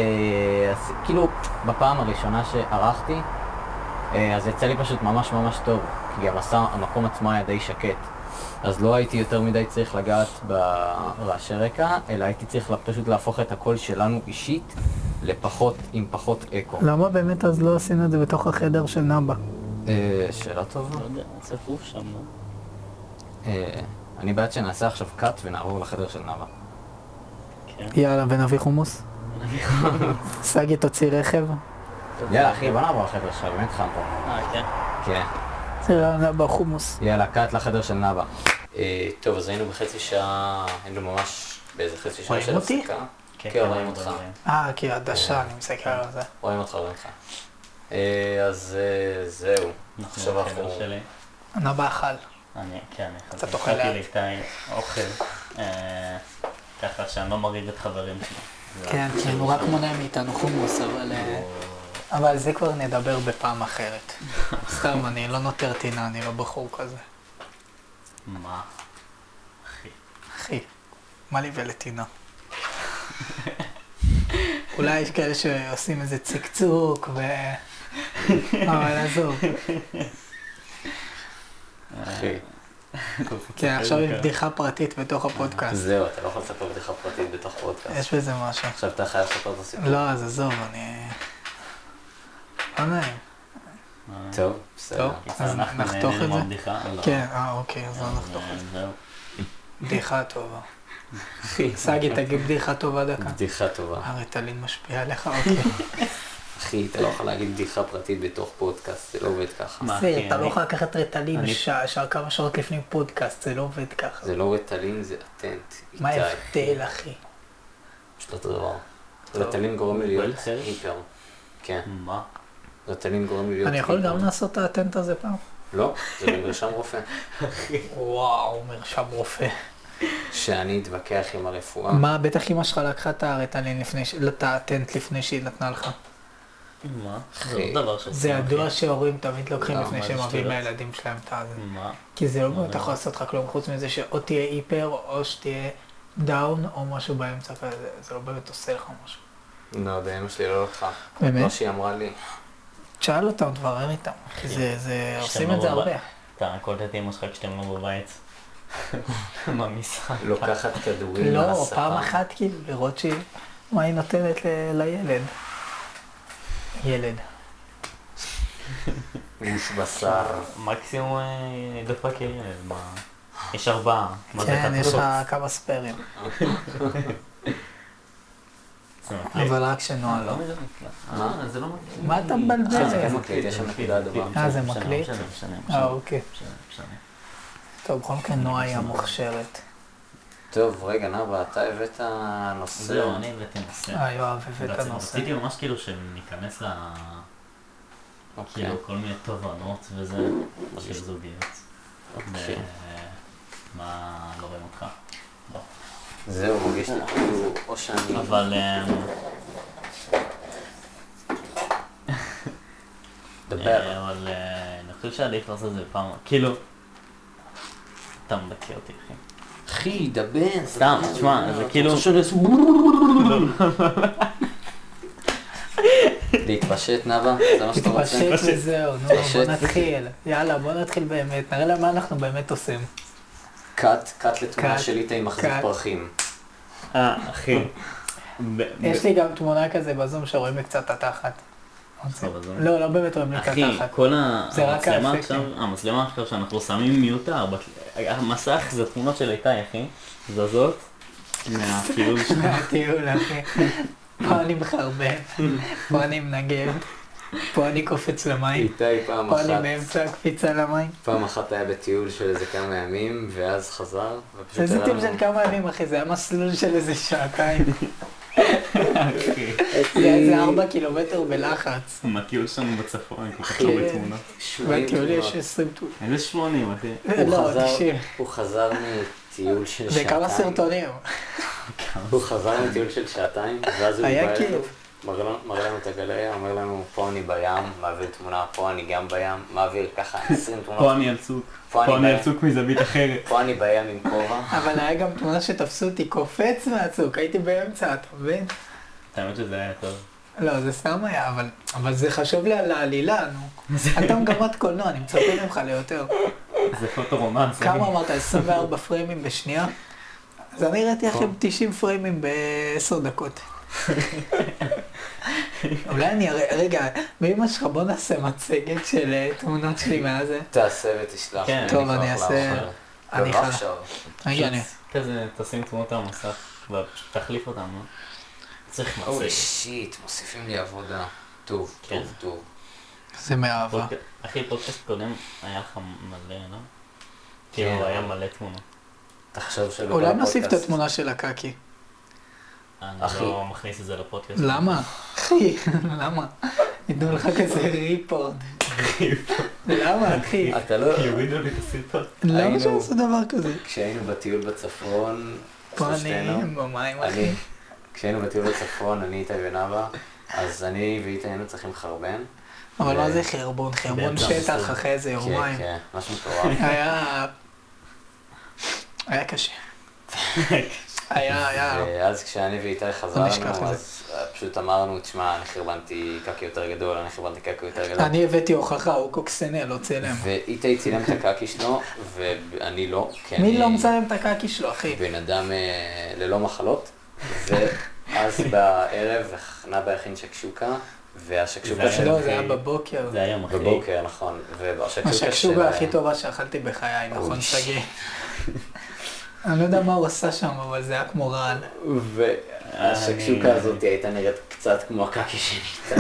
Speaker 4: אז כאילו, בפעם הראשונה שערכתי, אה, אז יצא לי פשוט ממש ממש טוב, כי גם הסא- המקום עצמו היה די שקט. אז לא הייתי יותר מדי צריך לגעת ברעשי רקע, אלא הייתי צריך פשוט להפוך את הקול שלנו אישית לפחות, עם פחות אקו.
Speaker 2: למה באמת אז לא עשינו את זה בתוך החדר של נאבה?
Speaker 4: אה, שאלה טובה.
Speaker 3: לא יודע, צפוף שם. לא?
Speaker 4: אה, אני בעד שנעשה עכשיו קאט ונעבור לחדר של נאווה.
Speaker 3: כן.
Speaker 2: יאללה, ונביא
Speaker 3: *laughs*
Speaker 2: חומוס? סגי, תוציא רכב.
Speaker 4: יאללה אחי, בוא נעבור לחדר שלך, באמת חם פה.
Speaker 3: אה, כן.
Speaker 4: כן.
Speaker 2: יאללה, נאבה חומוס.
Speaker 4: יאללה, קאט לחדר של נאווה. אה, טוב, אז היינו בחצי שעה, היינו ממש באיזה חצי שעה
Speaker 2: רואים
Speaker 4: של
Speaker 2: אותי?
Speaker 4: הפסקה. כן, רואים אותך.
Speaker 2: אה, כי עדשה, אני מסתכל על זה.
Speaker 4: רואים אותך, רואים אותך. אה, אז אה, זהו.
Speaker 3: אנחנו
Speaker 4: עכשיו
Speaker 3: בחדר
Speaker 4: אנחנו...
Speaker 3: שלי.
Speaker 2: נאבה אכל.
Speaker 3: אני, כן, אני חושב.
Speaker 2: תאכל לאט.
Speaker 3: לי את האוכל. אה, ככה שאני לא מרגיג את חברים שלי. זה
Speaker 2: כן, כי הוא רק מונע מאיתנו חומוס, אבל... אה, אבל זה כבר נדבר בפעם אחרת. סתם, אני לא נותר טינה, אני לא בחור כזה.
Speaker 3: מה? אחי.
Speaker 2: אחי, מה לי ולטינה? אולי יש כאלה שעושים איזה צקצוק ו... אבל עזוב.
Speaker 4: אחי.
Speaker 2: כן, עכשיו
Speaker 3: אוקיי.
Speaker 2: היא בדיחה פרטית בתוך הפודקאסט.
Speaker 4: זהו, אתה לא יכול לספר בדיחה פרטית בתוך פודקאסט.
Speaker 2: יש בזה משהו.
Speaker 4: עכשיו אתה חייב לספר את הסיפור.
Speaker 2: לא, אז עזוב, אני... לא נעים.
Speaker 4: לא. טוב, בסדר.
Speaker 2: טוב.
Speaker 3: אה, קיצר,
Speaker 2: אז
Speaker 3: אנחנו
Speaker 2: נחתוך
Speaker 3: נהנינו
Speaker 2: את זה?
Speaker 3: מהבדיחה.
Speaker 2: כן, אה, אוקיי, אז לא
Speaker 3: אה,
Speaker 2: נחתוך.
Speaker 3: זהו.
Speaker 2: בדיחה טובה. סגי, תגיד בדיחה טובה דקה.
Speaker 4: בדיחה טובה.
Speaker 2: הריטלין משפיע עליך, אוקיי.
Speaker 4: אחי, אתה לא יכול להגיד בדיחה פרטית בתוך פודקאסט, זה לא עובד ככה.
Speaker 3: מה,
Speaker 2: זה,
Speaker 3: אחי,
Speaker 2: אתה לא
Speaker 3: אני-
Speaker 2: יכול לקחת ריטלין
Speaker 4: אני-
Speaker 2: שעה, שעה כמה שעות לפני פודקאסט, זה לא עובד ככה.
Speaker 4: זה לא רטלין, זה אטנט.
Speaker 2: מה
Speaker 4: איתי.
Speaker 2: ההבדל, אחי?
Speaker 4: פשוט אותו דבר. רטלין גורם לי
Speaker 3: הוא
Speaker 4: להיות
Speaker 3: בלחר?
Speaker 4: היפר. כן,
Speaker 3: מה?
Speaker 4: רטלין גורם לי להיות
Speaker 2: אני יכול
Speaker 4: היפר.
Speaker 2: גם לעשות את האטנט הזה פעם?
Speaker 4: לא, זה במרשם רופא.
Speaker 2: וואו, מרשם רופא.
Speaker 4: שאני אתווכח עם הרפואה.
Speaker 2: מה, בטח אמא שלך לקחה את הריטלין לפני, ש- לא, את האטנט לפני שהיא נתנה לך.
Speaker 3: מה? זה
Speaker 4: אחי.
Speaker 3: עוד דבר שעושים,
Speaker 2: זה ידוע
Speaker 3: אחי.
Speaker 2: שהורים תמיד לוקחים
Speaker 4: לא,
Speaker 2: לפני
Speaker 3: מה זה
Speaker 2: שהם מביאים
Speaker 3: שטויות?
Speaker 2: לילדים שלהם את הזה.
Speaker 3: מה?
Speaker 2: כי זה לא באמת יכול לעשות לך כלום, חוץ מזה שאו תהיה היפר, או שתהיה דאון, או משהו באמצע כזה, זה לא באמת עושה לך משהו.
Speaker 4: לא יודע, אמא שלי לא לקחה.
Speaker 2: באמת?
Speaker 4: לא שהיא אמרה לי.
Speaker 2: תשאל אותם, תברר איתם. כי זה, זה,
Speaker 3: כשאתם
Speaker 2: עושים
Speaker 3: לא
Speaker 2: את זה
Speaker 3: בבית.
Speaker 2: הרבה.
Speaker 4: *laughs*
Speaker 3: אתה קולט את אמא שלך כשאתם לא בבית. במשחק.
Speaker 4: לא
Speaker 1: לוקחת כדורים על
Speaker 2: לא,
Speaker 1: השפה.
Speaker 2: פעם אחת כאילו, לראות שהיא, מה היא נותנת ל- לילד. ילד.
Speaker 1: גוש בשר.
Speaker 3: מקסימום אה, דפק ילד, מה? יש ארבעה. מה זה
Speaker 2: כן, יש
Speaker 3: כתוב?
Speaker 2: לך כמה ספיירים.
Speaker 3: זה מקליט.
Speaker 2: אבל רק שנועה לא.
Speaker 3: אה, לא זה לא מקליט.
Speaker 2: מה אתה
Speaker 4: אחרי זה
Speaker 2: מבלבל?
Speaker 4: כן מקליט, יש שם נקודה אדומה.
Speaker 2: אה, זה מקליט?
Speaker 3: משנה, משנה,
Speaker 2: אה,
Speaker 3: משנה,
Speaker 2: אוקיי.
Speaker 3: משנה, משנה.
Speaker 2: טוב, בכל מקרה נועה היא המוכשרת.
Speaker 4: טוב, רגע, נאווה, אתה הבאת נושא.
Speaker 3: זהו, אני הבאתי נושא.
Speaker 2: אה, יואב הבאת את
Speaker 3: רציתי-
Speaker 2: הנושא.
Speaker 3: כן. רציתי ממש כאילו שניכנס ל...
Speaker 4: אוקיי.
Speaker 2: כן.
Speaker 3: כאילו כל מיני תובנות וזה, של זוגיות.
Speaker 4: אוקיי.
Speaker 2: כן.
Speaker 3: ו- מה, לא רואים אותך? לא.
Speaker 4: זהו, מרגיש לי כאילו, או שאני...
Speaker 3: אבל... אמ,
Speaker 4: דבר.
Speaker 3: אה, אבל אה, אני חושב שעדיף לעשות את זה פעם, כאילו... אתה מדכא אותי, אחי.
Speaker 4: אחי, דבר. לא.
Speaker 3: סתם, תשמע, זה כאילו...
Speaker 4: רוצה שאני אעשה-
Speaker 2: כאילו-
Speaker 4: להתפשט, נאווה? זה מה שאתה רוצה?
Speaker 2: תתפשט וזהו, נו, בוא
Speaker 4: תתפשט.
Speaker 2: נתחיל. יאללה, בוא נתחיל באמת, נראה להם מה אנחנו באמת עושים.
Speaker 4: קאט, קאט לתמונה
Speaker 2: קאט,
Speaker 4: של איתי מחזיק
Speaker 2: קאט.
Speaker 4: פרחים.
Speaker 3: אה, אחי.
Speaker 2: יש לי גם תמונה כזה בזום שרואים לי קצת את התחת.
Speaker 3: לך בזום?
Speaker 2: לא, לא באמת רואים לי קצת
Speaker 3: אוקיי. אחי,
Speaker 2: תחת.
Speaker 3: כל
Speaker 2: זה רק
Speaker 3: המצלמה
Speaker 2: האפקטים.
Speaker 3: עכשיו, המצלמה עכשיו שאנחנו שמים מיותר, בת- המסך זה תמונות של איתי, אחי. זזות. מהטיול שלך.
Speaker 2: *laughs* הטיול, אחי. פה אני מחרבן, פה אני מנגב, פה אני קופץ למים,
Speaker 4: איתי פעם
Speaker 2: פה אני
Speaker 4: אחת,
Speaker 2: באמצע הקפיצה למים.
Speaker 4: פעם אחת היה בטיול של איזה כמה ימים, ואז חזר, ופשוט
Speaker 2: איזה
Speaker 4: הראה
Speaker 2: טיול
Speaker 4: לנו-
Speaker 2: של כמה ימים, אחי, זה היה מסלול של איזה שעתיים.
Speaker 3: אחי,
Speaker 2: זה
Speaker 4: *laughs*
Speaker 2: היה איזה ארבע קילומטר
Speaker 3: *laughs*
Speaker 2: בלחץ.
Speaker 3: מהטיול שלנו בצפון, כל כך
Speaker 4: אחי.
Speaker 3: הרבה תמונות.
Speaker 4: שמונים
Speaker 2: בטיול יש
Speaker 4: תמונות.
Speaker 2: 20 תמונות.
Speaker 3: איזה שמונים, אחי.
Speaker 4: אוקיי. הוא
Speaker 2: לא,
Speaker 4: חזר-
Speaker 2: תקשיב.
Speaker 4: הוא חזר מטיול של שעתיים.
Speaker 2: וכמה סרטונים.
Speaker 4: הוא חזר מטיול של שעתיים, ואז הוא
Speaker 2: היה כאילו-
Speaker 4: בא אלינו,
Speaker 2: כיף.
Speaker 4: מראה לנו- מראה לנו את הגלריה, אומר לנו, פה אני בים, מעביר תמונה, פה אני גם בים, מעביר ככה 20
Speaker 2: לא.
Speaker 4: תמונות,
Speaker 3: פה אני על צוק.
Speaker 4: פה
Speaker 3: פה
Speaker 4: אני
Speaker 3: אני על
Speaker 4: ב-
Speaker 3: צוק מזווית אחרת.
Speaker 4: פה אני בים עם כובע.
Speaker 2: אבל היה גם תמונה שתפסו אותי קופץ מהצוק, הייתי באמצע, אתה מבין?
Speaker 3: האמת שזה היה טוב.
Speaker 2: לא, זה סתם היה, אבל, אבל זה חשוב לה, לעלילה, נו. אתה מגמת קולנוע, אני מצפה ממך ליותר.
Speaker 3: זה פוטו רומנס.
Speaker 2: כמה
Speaker 3: *laughs*
Speaker 2: אמרת? 24 פריימים בשנייה? אז אני ראיתי עכשיו 90 פריימים בעשר דקות. אולי אני אראה, רגע, באמא שלך בוא נעשה מצגת של אה, תמונות שלי מאז זה.
Speaker 4: תעשה ותשלח.
Speaker 3: כן.
Speaker 2: טוב,
Speaker 4: כבר
Speaker 2: אני אעשה-
Speaker 4: לאחר.
Speaker 2: אני
Speaker 4: כבר
Speaker 2: אח-
Speaker 4: לא עכשיו.
Speaker 2: רגע, אני...
Speaker 3: כזה תשים תמונות על המסך, ופשוט תחליף אותם, לא? צריך
Speaker 4: אוי
Speaker 3: מצגת.
Speaker 4: שיט, מוסיפים לי עבודה. טוב,
Speaker 3: אוקיי. כן.
Speaker 4: טוב, טוב.
Speaker 2: זה מאהבה.
Speaker 3: פודק- אחי, פודקאסט קודם היה לך מלא, לא? כאילו, היה מלא תמונות.
Speaker 4: תחשוב שבכל
Speaker 2: אולי נוסיף את
Speaker 4: הפודקאסט-
Speaker 2: התמונה של הקקי.
Speaker 3: אני
Speaker 4: אחי.
Speaker 3: לא מכניס את זה לפודקאסט.
Speaker 2: למה? אחי, למה? ייתנו לך כזה ריפורד. למה, אחי?
Speaker 4: אתה לא...
Speaker 3: יורידו לי את הסרטון.
Speaker 2: למה
Speaker 4: היינו-
Speaker 2: שעשו דבר כזה?
Speaker 4: כשהיינו בטיול בצפון,
Speaker 2: פה
Speaker 4: שלושתנו,
Speaker 2: אני במים, אחי.
Speaker 4: אני, כשהיינו בטיול בצפון, אני איתי ונאווה, אז אני ואיתי היינו צריכים לחרבן.
Speaker 2: אבל מה זה חרבון? חרבון
Speaker 3: באמצע
Speaker 2: שטח
Speaker 3: המסלול.
Speaker 2: אחרי איזה
Speaker 4: כן,
Speaker 2: יומיים.
Speaker 4: כן, משהו
Speaker 2: *laughs*
Speaker 4: מטורף.
Speaker 2: היה... היה קשה. היה, היה...
Speaker 4: ואז כשאני ואיתי
Speaker 2: לא
Speaker 4: חזרנו,
Speaker 2: נשכח את
Speaker 4: אז אה, פשוט אמרנו, תשמע, אני חרבנתי קקי יותר גדול, אני חרבנתי קקי יותר גדול.
Speaker 2: אני הבאתי הוכחה, הוא קוקסנל, לא צלם.
Speaker 4: ואיתי צילם את הקקי שלו, ואני לא, כי אני
Speaker 2: מי לא מצלם את הקקי שלו, אחי?
Speaker 4: בן אדם אה, ללא מחלות, ואז בערב נאווה הכין שקשוקה, והשקשוקה
Speaker 3: זה
Speaker 4: של...
Speaker 2: לא, זה היה
Speaker 3: אחי.
Speaker 2: בבוקר.
Speaker 3: זה היום, אחי.
Speaker 4: בבוקר, נכון, ובשקשוקה
Speaker 2: השקשוגה
Speaker 4: של-
Speaker 2: הכי טובה שאכלתי בחיי, נכון,
Speaker 4: אוי.
Speaker 2: שגיא? אני לא יודע מה הוא עשה שם, אבל זה היה כמו רעל.
Speaker 3: אה,
Speaker 4: והשקשוקה אה, הזאת הייתה נראית קצת כמו הקקי שלי.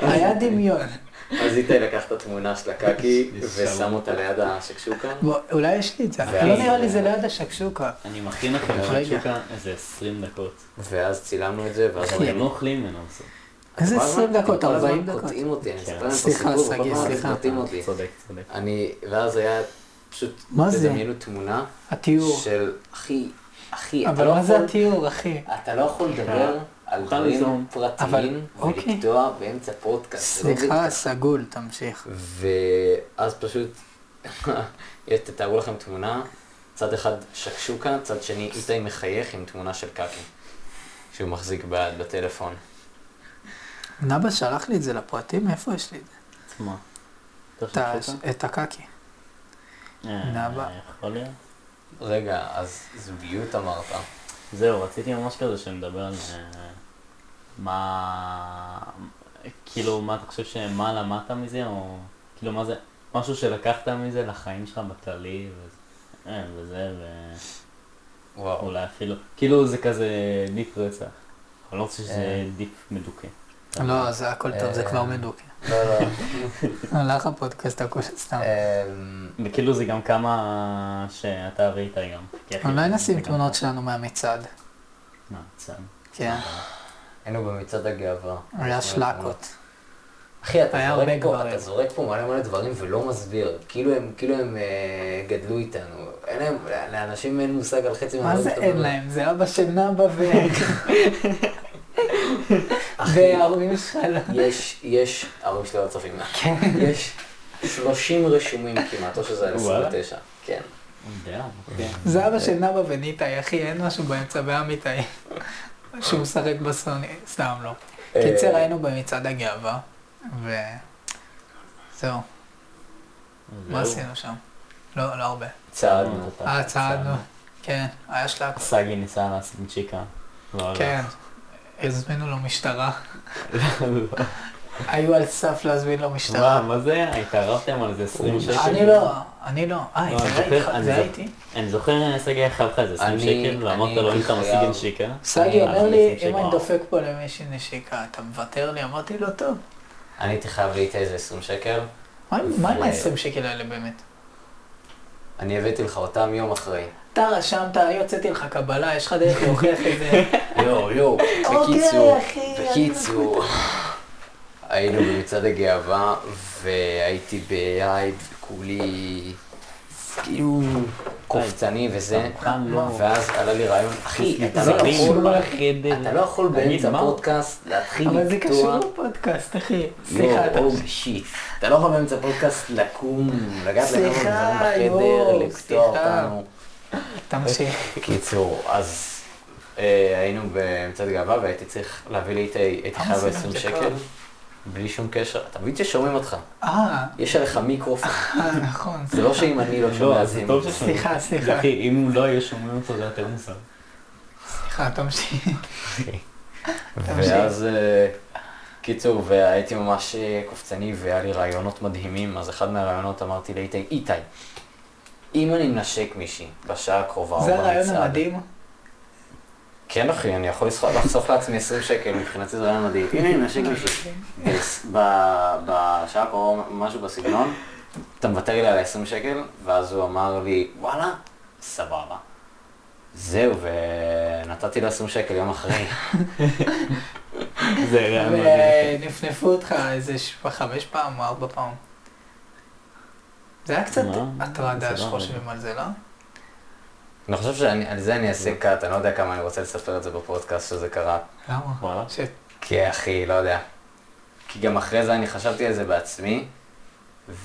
Speaker 2: היה דמיון.
Speaker 4: אז איתי לקח את התמונה של הקקי
Speaker 3: יש
Speaker 4: ושם
Speaker 3: שם.
Speaker 4: אותה ליד השקשוקה.
Speaker 2: בוא, אולי יש לי את זה,
Speaker 4: ואז-
Speaker 2: לא נראה לי זה ליד השקשוקה.
Speaker 3: אני מכין לכם
Speaker 2: רגע.
Speaker 3: שקשוקה איזה 20 דקות.
Speaker 4: ואז צילמנו את זה, ואז...
Speaker 3: אנחנו גם לא אוכלים ממנו בסוף.
Speaker 2: איזה
Speaker 4: כל הזמן-
Speaker 2: 20 דקות,
Speaker 4: כל הזמן
Speaker 2: 40 דקות.
Speaker 4: קוטעים אותי, אני
Speaker 3: כן.
Speaker 4: אספר להם את
Speaker 2: סליחה,
Speaker 4: הסיפור, כל
Speaker 2: שגיא,
Speaker 4: הזמן
Speaker 2: סליחה.
Speaker 4: קוטעים אותי.
Speaker 3: צודק, צודק.
Speaker 4: אני, ואז היה פשוט,
Speaker 2: מה זה?
Speaker 4: תדמיינו תמונה
Speaker 2: התיאור.
Speaker 4: של, אחי, אחי, אתה
Speaker 2: אבל
Speaker 4: לא
Speaker 2: מה זה
Speaker 4: יכול,
Speaker 2: התיאור, אחי?
Speaker 4: אתה לא יכול לדבר על
Speaker 3: אתה
Speaker 4: דברים
Speaker 3: ליזום.
Speaker 4: פרטיים
Speaker 2: אבל- אוקיי.
Speaker 4: ולקטוע באמצע פודקאסט. זה לא
Speaker 2: סליחה, סגול, תמשיך.
Speaker 4: ואז פשוט, *laughs* יש- תתארו לכם תמונה, צד אחד שקשוקה, צד שני איתי מחייך עם תמונה של קקי, שהוא מחזיק ביד בטלפון.
Speaker 2: נבא שלח לי את זה לפרטים, איפה יש לי את זה?
Speaker 3: מה?
Speaker 2: את ה- את הקקי.
Speaker 3: אה,
Speaker 2: נאווה.
Speaker 3: יכול להיות?
Speaker 4: רגע, אז זוגיות אמרת.
Speaker 3: זהו, רציתי ממש כזה שנדבר על אה, מה... כאילו, מה אתה חושב ש... מה למדת מזה, או... כאילו, מה זה... משהו שלקחת מזה לחיים שלך בכללי, וזה- אה, וזה,
Speaker 2: *laughs*
Speaker 4: וואו.
Speaker 3: ואולי אפילו... כאילו, זה כזה דיפ רצח. אני לא רוצה שזה
Speaker 4: אה.
Speaker 3: דיפ מדוכא.
Speaker 2: לא, זה הכל טוב, זה
Speaker 4: אה,
Speaker 2: כבר מדוכא.
Speaker 4: לא, לא.
Speaker 2: הלך הפודקאסט הכול סתם.
Speaker 4: אמ,
Speaker 3: וכאילו, זה גם כמה שאתה ראית היום. כי אחי,
Speaker 4: אה,
Speaker 2: אולי
Speaker 3: זה
Speaker 2: נשים
Speaker 3: גם-
Speaker 2: תמונות שלנו מהמצעד.
Speaker 3: מה, צד.
Speaker 2: כן,
Speaker 4: היינו במצעד הגאווה.
Speaker 2: היה שלקות.
Speaker 4: אה, אחי, אתה
Speaker 2: היה
Speaker 4: זורק
Speaker 2: הרבה
Speaker 4: פה,
Speaker 2: גברים.
Speaker 4: אתה זורק פה מלא מלא דברים ולא מסביר. כאילו הם, כאילו הם אה, גדלו איתנו. אין להם, לאנשים אין מושג על חצי
Speaker 2: מה
Speaker 4: מהדברים
Speaker 2: זה
Speaker 4: שאתה
Speaker 2: אין
Speaker 4: מדבר.
Speaker 2: להם? זה אבא של נאבא ו... וההורים שלך.
Speaker 4: יש, יש, ההורים שלי לא צופים לה.
Speaker 2: כן.
Speaker 4: יש 30 רשומים כמעט, או שזה על
Speaker 3: וואלה.
Speaker 4: 29. כן.
Speaker 3: יודע.
Speaker 2: זה אבא של נאבא וניתאי, אחי, אין משהו באמצע בעמיתאי. שהוא משחק בסוני, סתם לא. קיצר,
Speaker 4: אה,
Speaker 2: היינו במצעד הגאווה, ו... זהו, מה
Speaker 3: זהו.
Speaker 2: עשינו שם? לא, לא הרבה.
Speaker 4: צעדנו.
Speaker 2: אה, צעדנו. כן, היה שלק.
Speaker 3: סגי ניסה להשיג צ'יקה. לא, לא.
Speaker 2: כן. הזמינו לו משטרה.
Speaker 3: לא.
Speaker 2: היו על סף להזמין לו משטרה.
Speaker 3: *laughs* מה, מה זה? התערבתם על זה 20 שקל?
Speaker 2: אני לא, אני לא. אה,
Speaker 3: לא,
Speaker 2: זה
Speaker 3: אני
Speaker 2: היה
Speaker 3: זוכר,
Speaker 2: איתך,
Speaker 3: אני
Speaker 2: זה היה
Speaker 3: זוכר.
Speaker 2: איתי.
Speaker 3: אני זוכר סגי היה חייב לך איזה 20
Speaker 4: אני-
Speaker 3: שקל, ואמרת
Speaker 4: אני
Speaker 3: לו אם אתה
Speaker 4: חייב-
Speaker 3: משיג נשיקה.
Speaker 2: סגי
Speaker 3: אז
Speaker 2: אומר
Speaker 3: נשים
Speaker 2: לי, אם
Speaker 3: שקל.
Speaker 2: אני דופק פה למישהי נשיקה, אתה מוותר לי? אמרתי לו, טוב.
Speaker 4: אני הייתי חייב לאיתי איזה 20 שקל.
Speaker 2: מה עם- מה עם
Speaker 4: אה.
Speaker 2: ה-20 שקל האלה באמת?
Speaker 4: אני הבאתי לך אותם יום אחרי.
Speaker 2: אתה רשמת, אני הוצאתי לך קבלה, יש לך דרך להוכיח את זה.
Speaker 4: לא, לא.
Speaker 2: אוקיי,
Speaker 4: *laughs* בקיצור,
Speaker 2: אחי, אני
Speaker 4: בקיצור, היינו במצעד הגאווה, והייתי בהייד, וכולי, כאילו, קופצני וזה,
Speaker 3: סמכן, לא.
Speaker 4: ואז עלה לי רעיון, אחי, אתה לא
Speaker 3: גזרים
Speaker 4: יכול,
Speaker 3: בחדר.
Speaker 4: אתה לא יכול
Speaker 3: תגיד,
Speaker 4: באמצע
Speaker 3: מה?
Speaker 4: הפודקאסט להתחיל לקטוע.
Speaker 2: אבל זה קשור לפודקאסט, אחי.
Speaker 4: לא,
Speaker 2: סליחה, אתה...
Speaker 4: יואו, שיט. אתה לא יכול באמצע פודקאסט לקום, לגעת לכמה
Speaker 2: סליחה,
Speaker 4: דברים בחדר,
Speaker 2: יואו,
Speaker 4: לקטוע
Speaker 2: סליחה.
Speaker 4: אותנו.
Speaker 2: תמשיך.
Speaker 4: קיצור, אז אה, היינו במצעד גאווה והייתי צריך להביא לי את ה... הייתי
Speaker 2: כמה
Speaker 4: חייב
Speaker 2: עשינו את
Speaker 4: ב-20
Speaker 2: זה
Speaker 4: שקל,
Speaker 2: כבר?
Speaker 4: בלי שום קשר. אתה מבין ששומעים אותך,
Speaker 2: אה,
Speaker 4: יש עליך מיקרופון.
Speaker 2: אה, נכון.
Speaker 4: זה לא שאם אני לא שומע,
Speaker 3: *laughs* לא,
Speaker 4: אז
Speaker 3: זה
Speaker 4: אם...
Speaker 3: טוב ששומעים.
Speaker 2: סליחה, סליחה.
Speaker 3: אחי, אם לא היו שומעים אותו זה יותר
Speaker 4: *laughs*
Speaker 3: מוזר.
Speaker 2: סליחה, תמשיך. תמשיך.
Speaker 4: ואז, אה, קיצור, והייתי ממש אה, קופצני והיה לי רעיונות מדהימים, אז אחד מהרעיונות אמרתי לאיתי, איתי, אם אני מנשק מישהי בשעה הקרובה או
Speaker 2: זה הרעיון
Speaker 4: במצעד,
Speaker 2: המדהים.
Speaker 4: כן אחי, אני יכול לסח- לחסוך לעצמי 20 שקל, מבחינתי זה כאילו רעיון מדהים. הנה, אני מנשק מישהי. בס- ב- בשעה הקרובה, משהו בסגנון, אתה מוותר לי על ה-20 שקל, ואז הוא אמר לי, וואלה, סבבה. זהו, ונתתי לו 20 שקל יום אחרי.
Speaker 3: זה רעיון מדהים.
Speaker 2: אה, ונפנפו אותך איזה ש- חמש פעם או ארבע פעם. זה היה קצת
Speaker 3: מה?
Speaker 2: הטרדה
Speaker 3: סבבה.
Speaker 2: שחושבים על זה, לא?
Speaker 4: אני חושב שעל זה אני אעשה קאט, אני לא יודע כמה אני רוצה לספר את זה בפודקאסט שזה קרה.
Speaker 2: למה?
Speaker 3: וואלה.
Speaker 2: ש-
Speaker 4: כי אחי, לא יודע. כי גם אחרי זה אני חשבתי על זה בעצמי,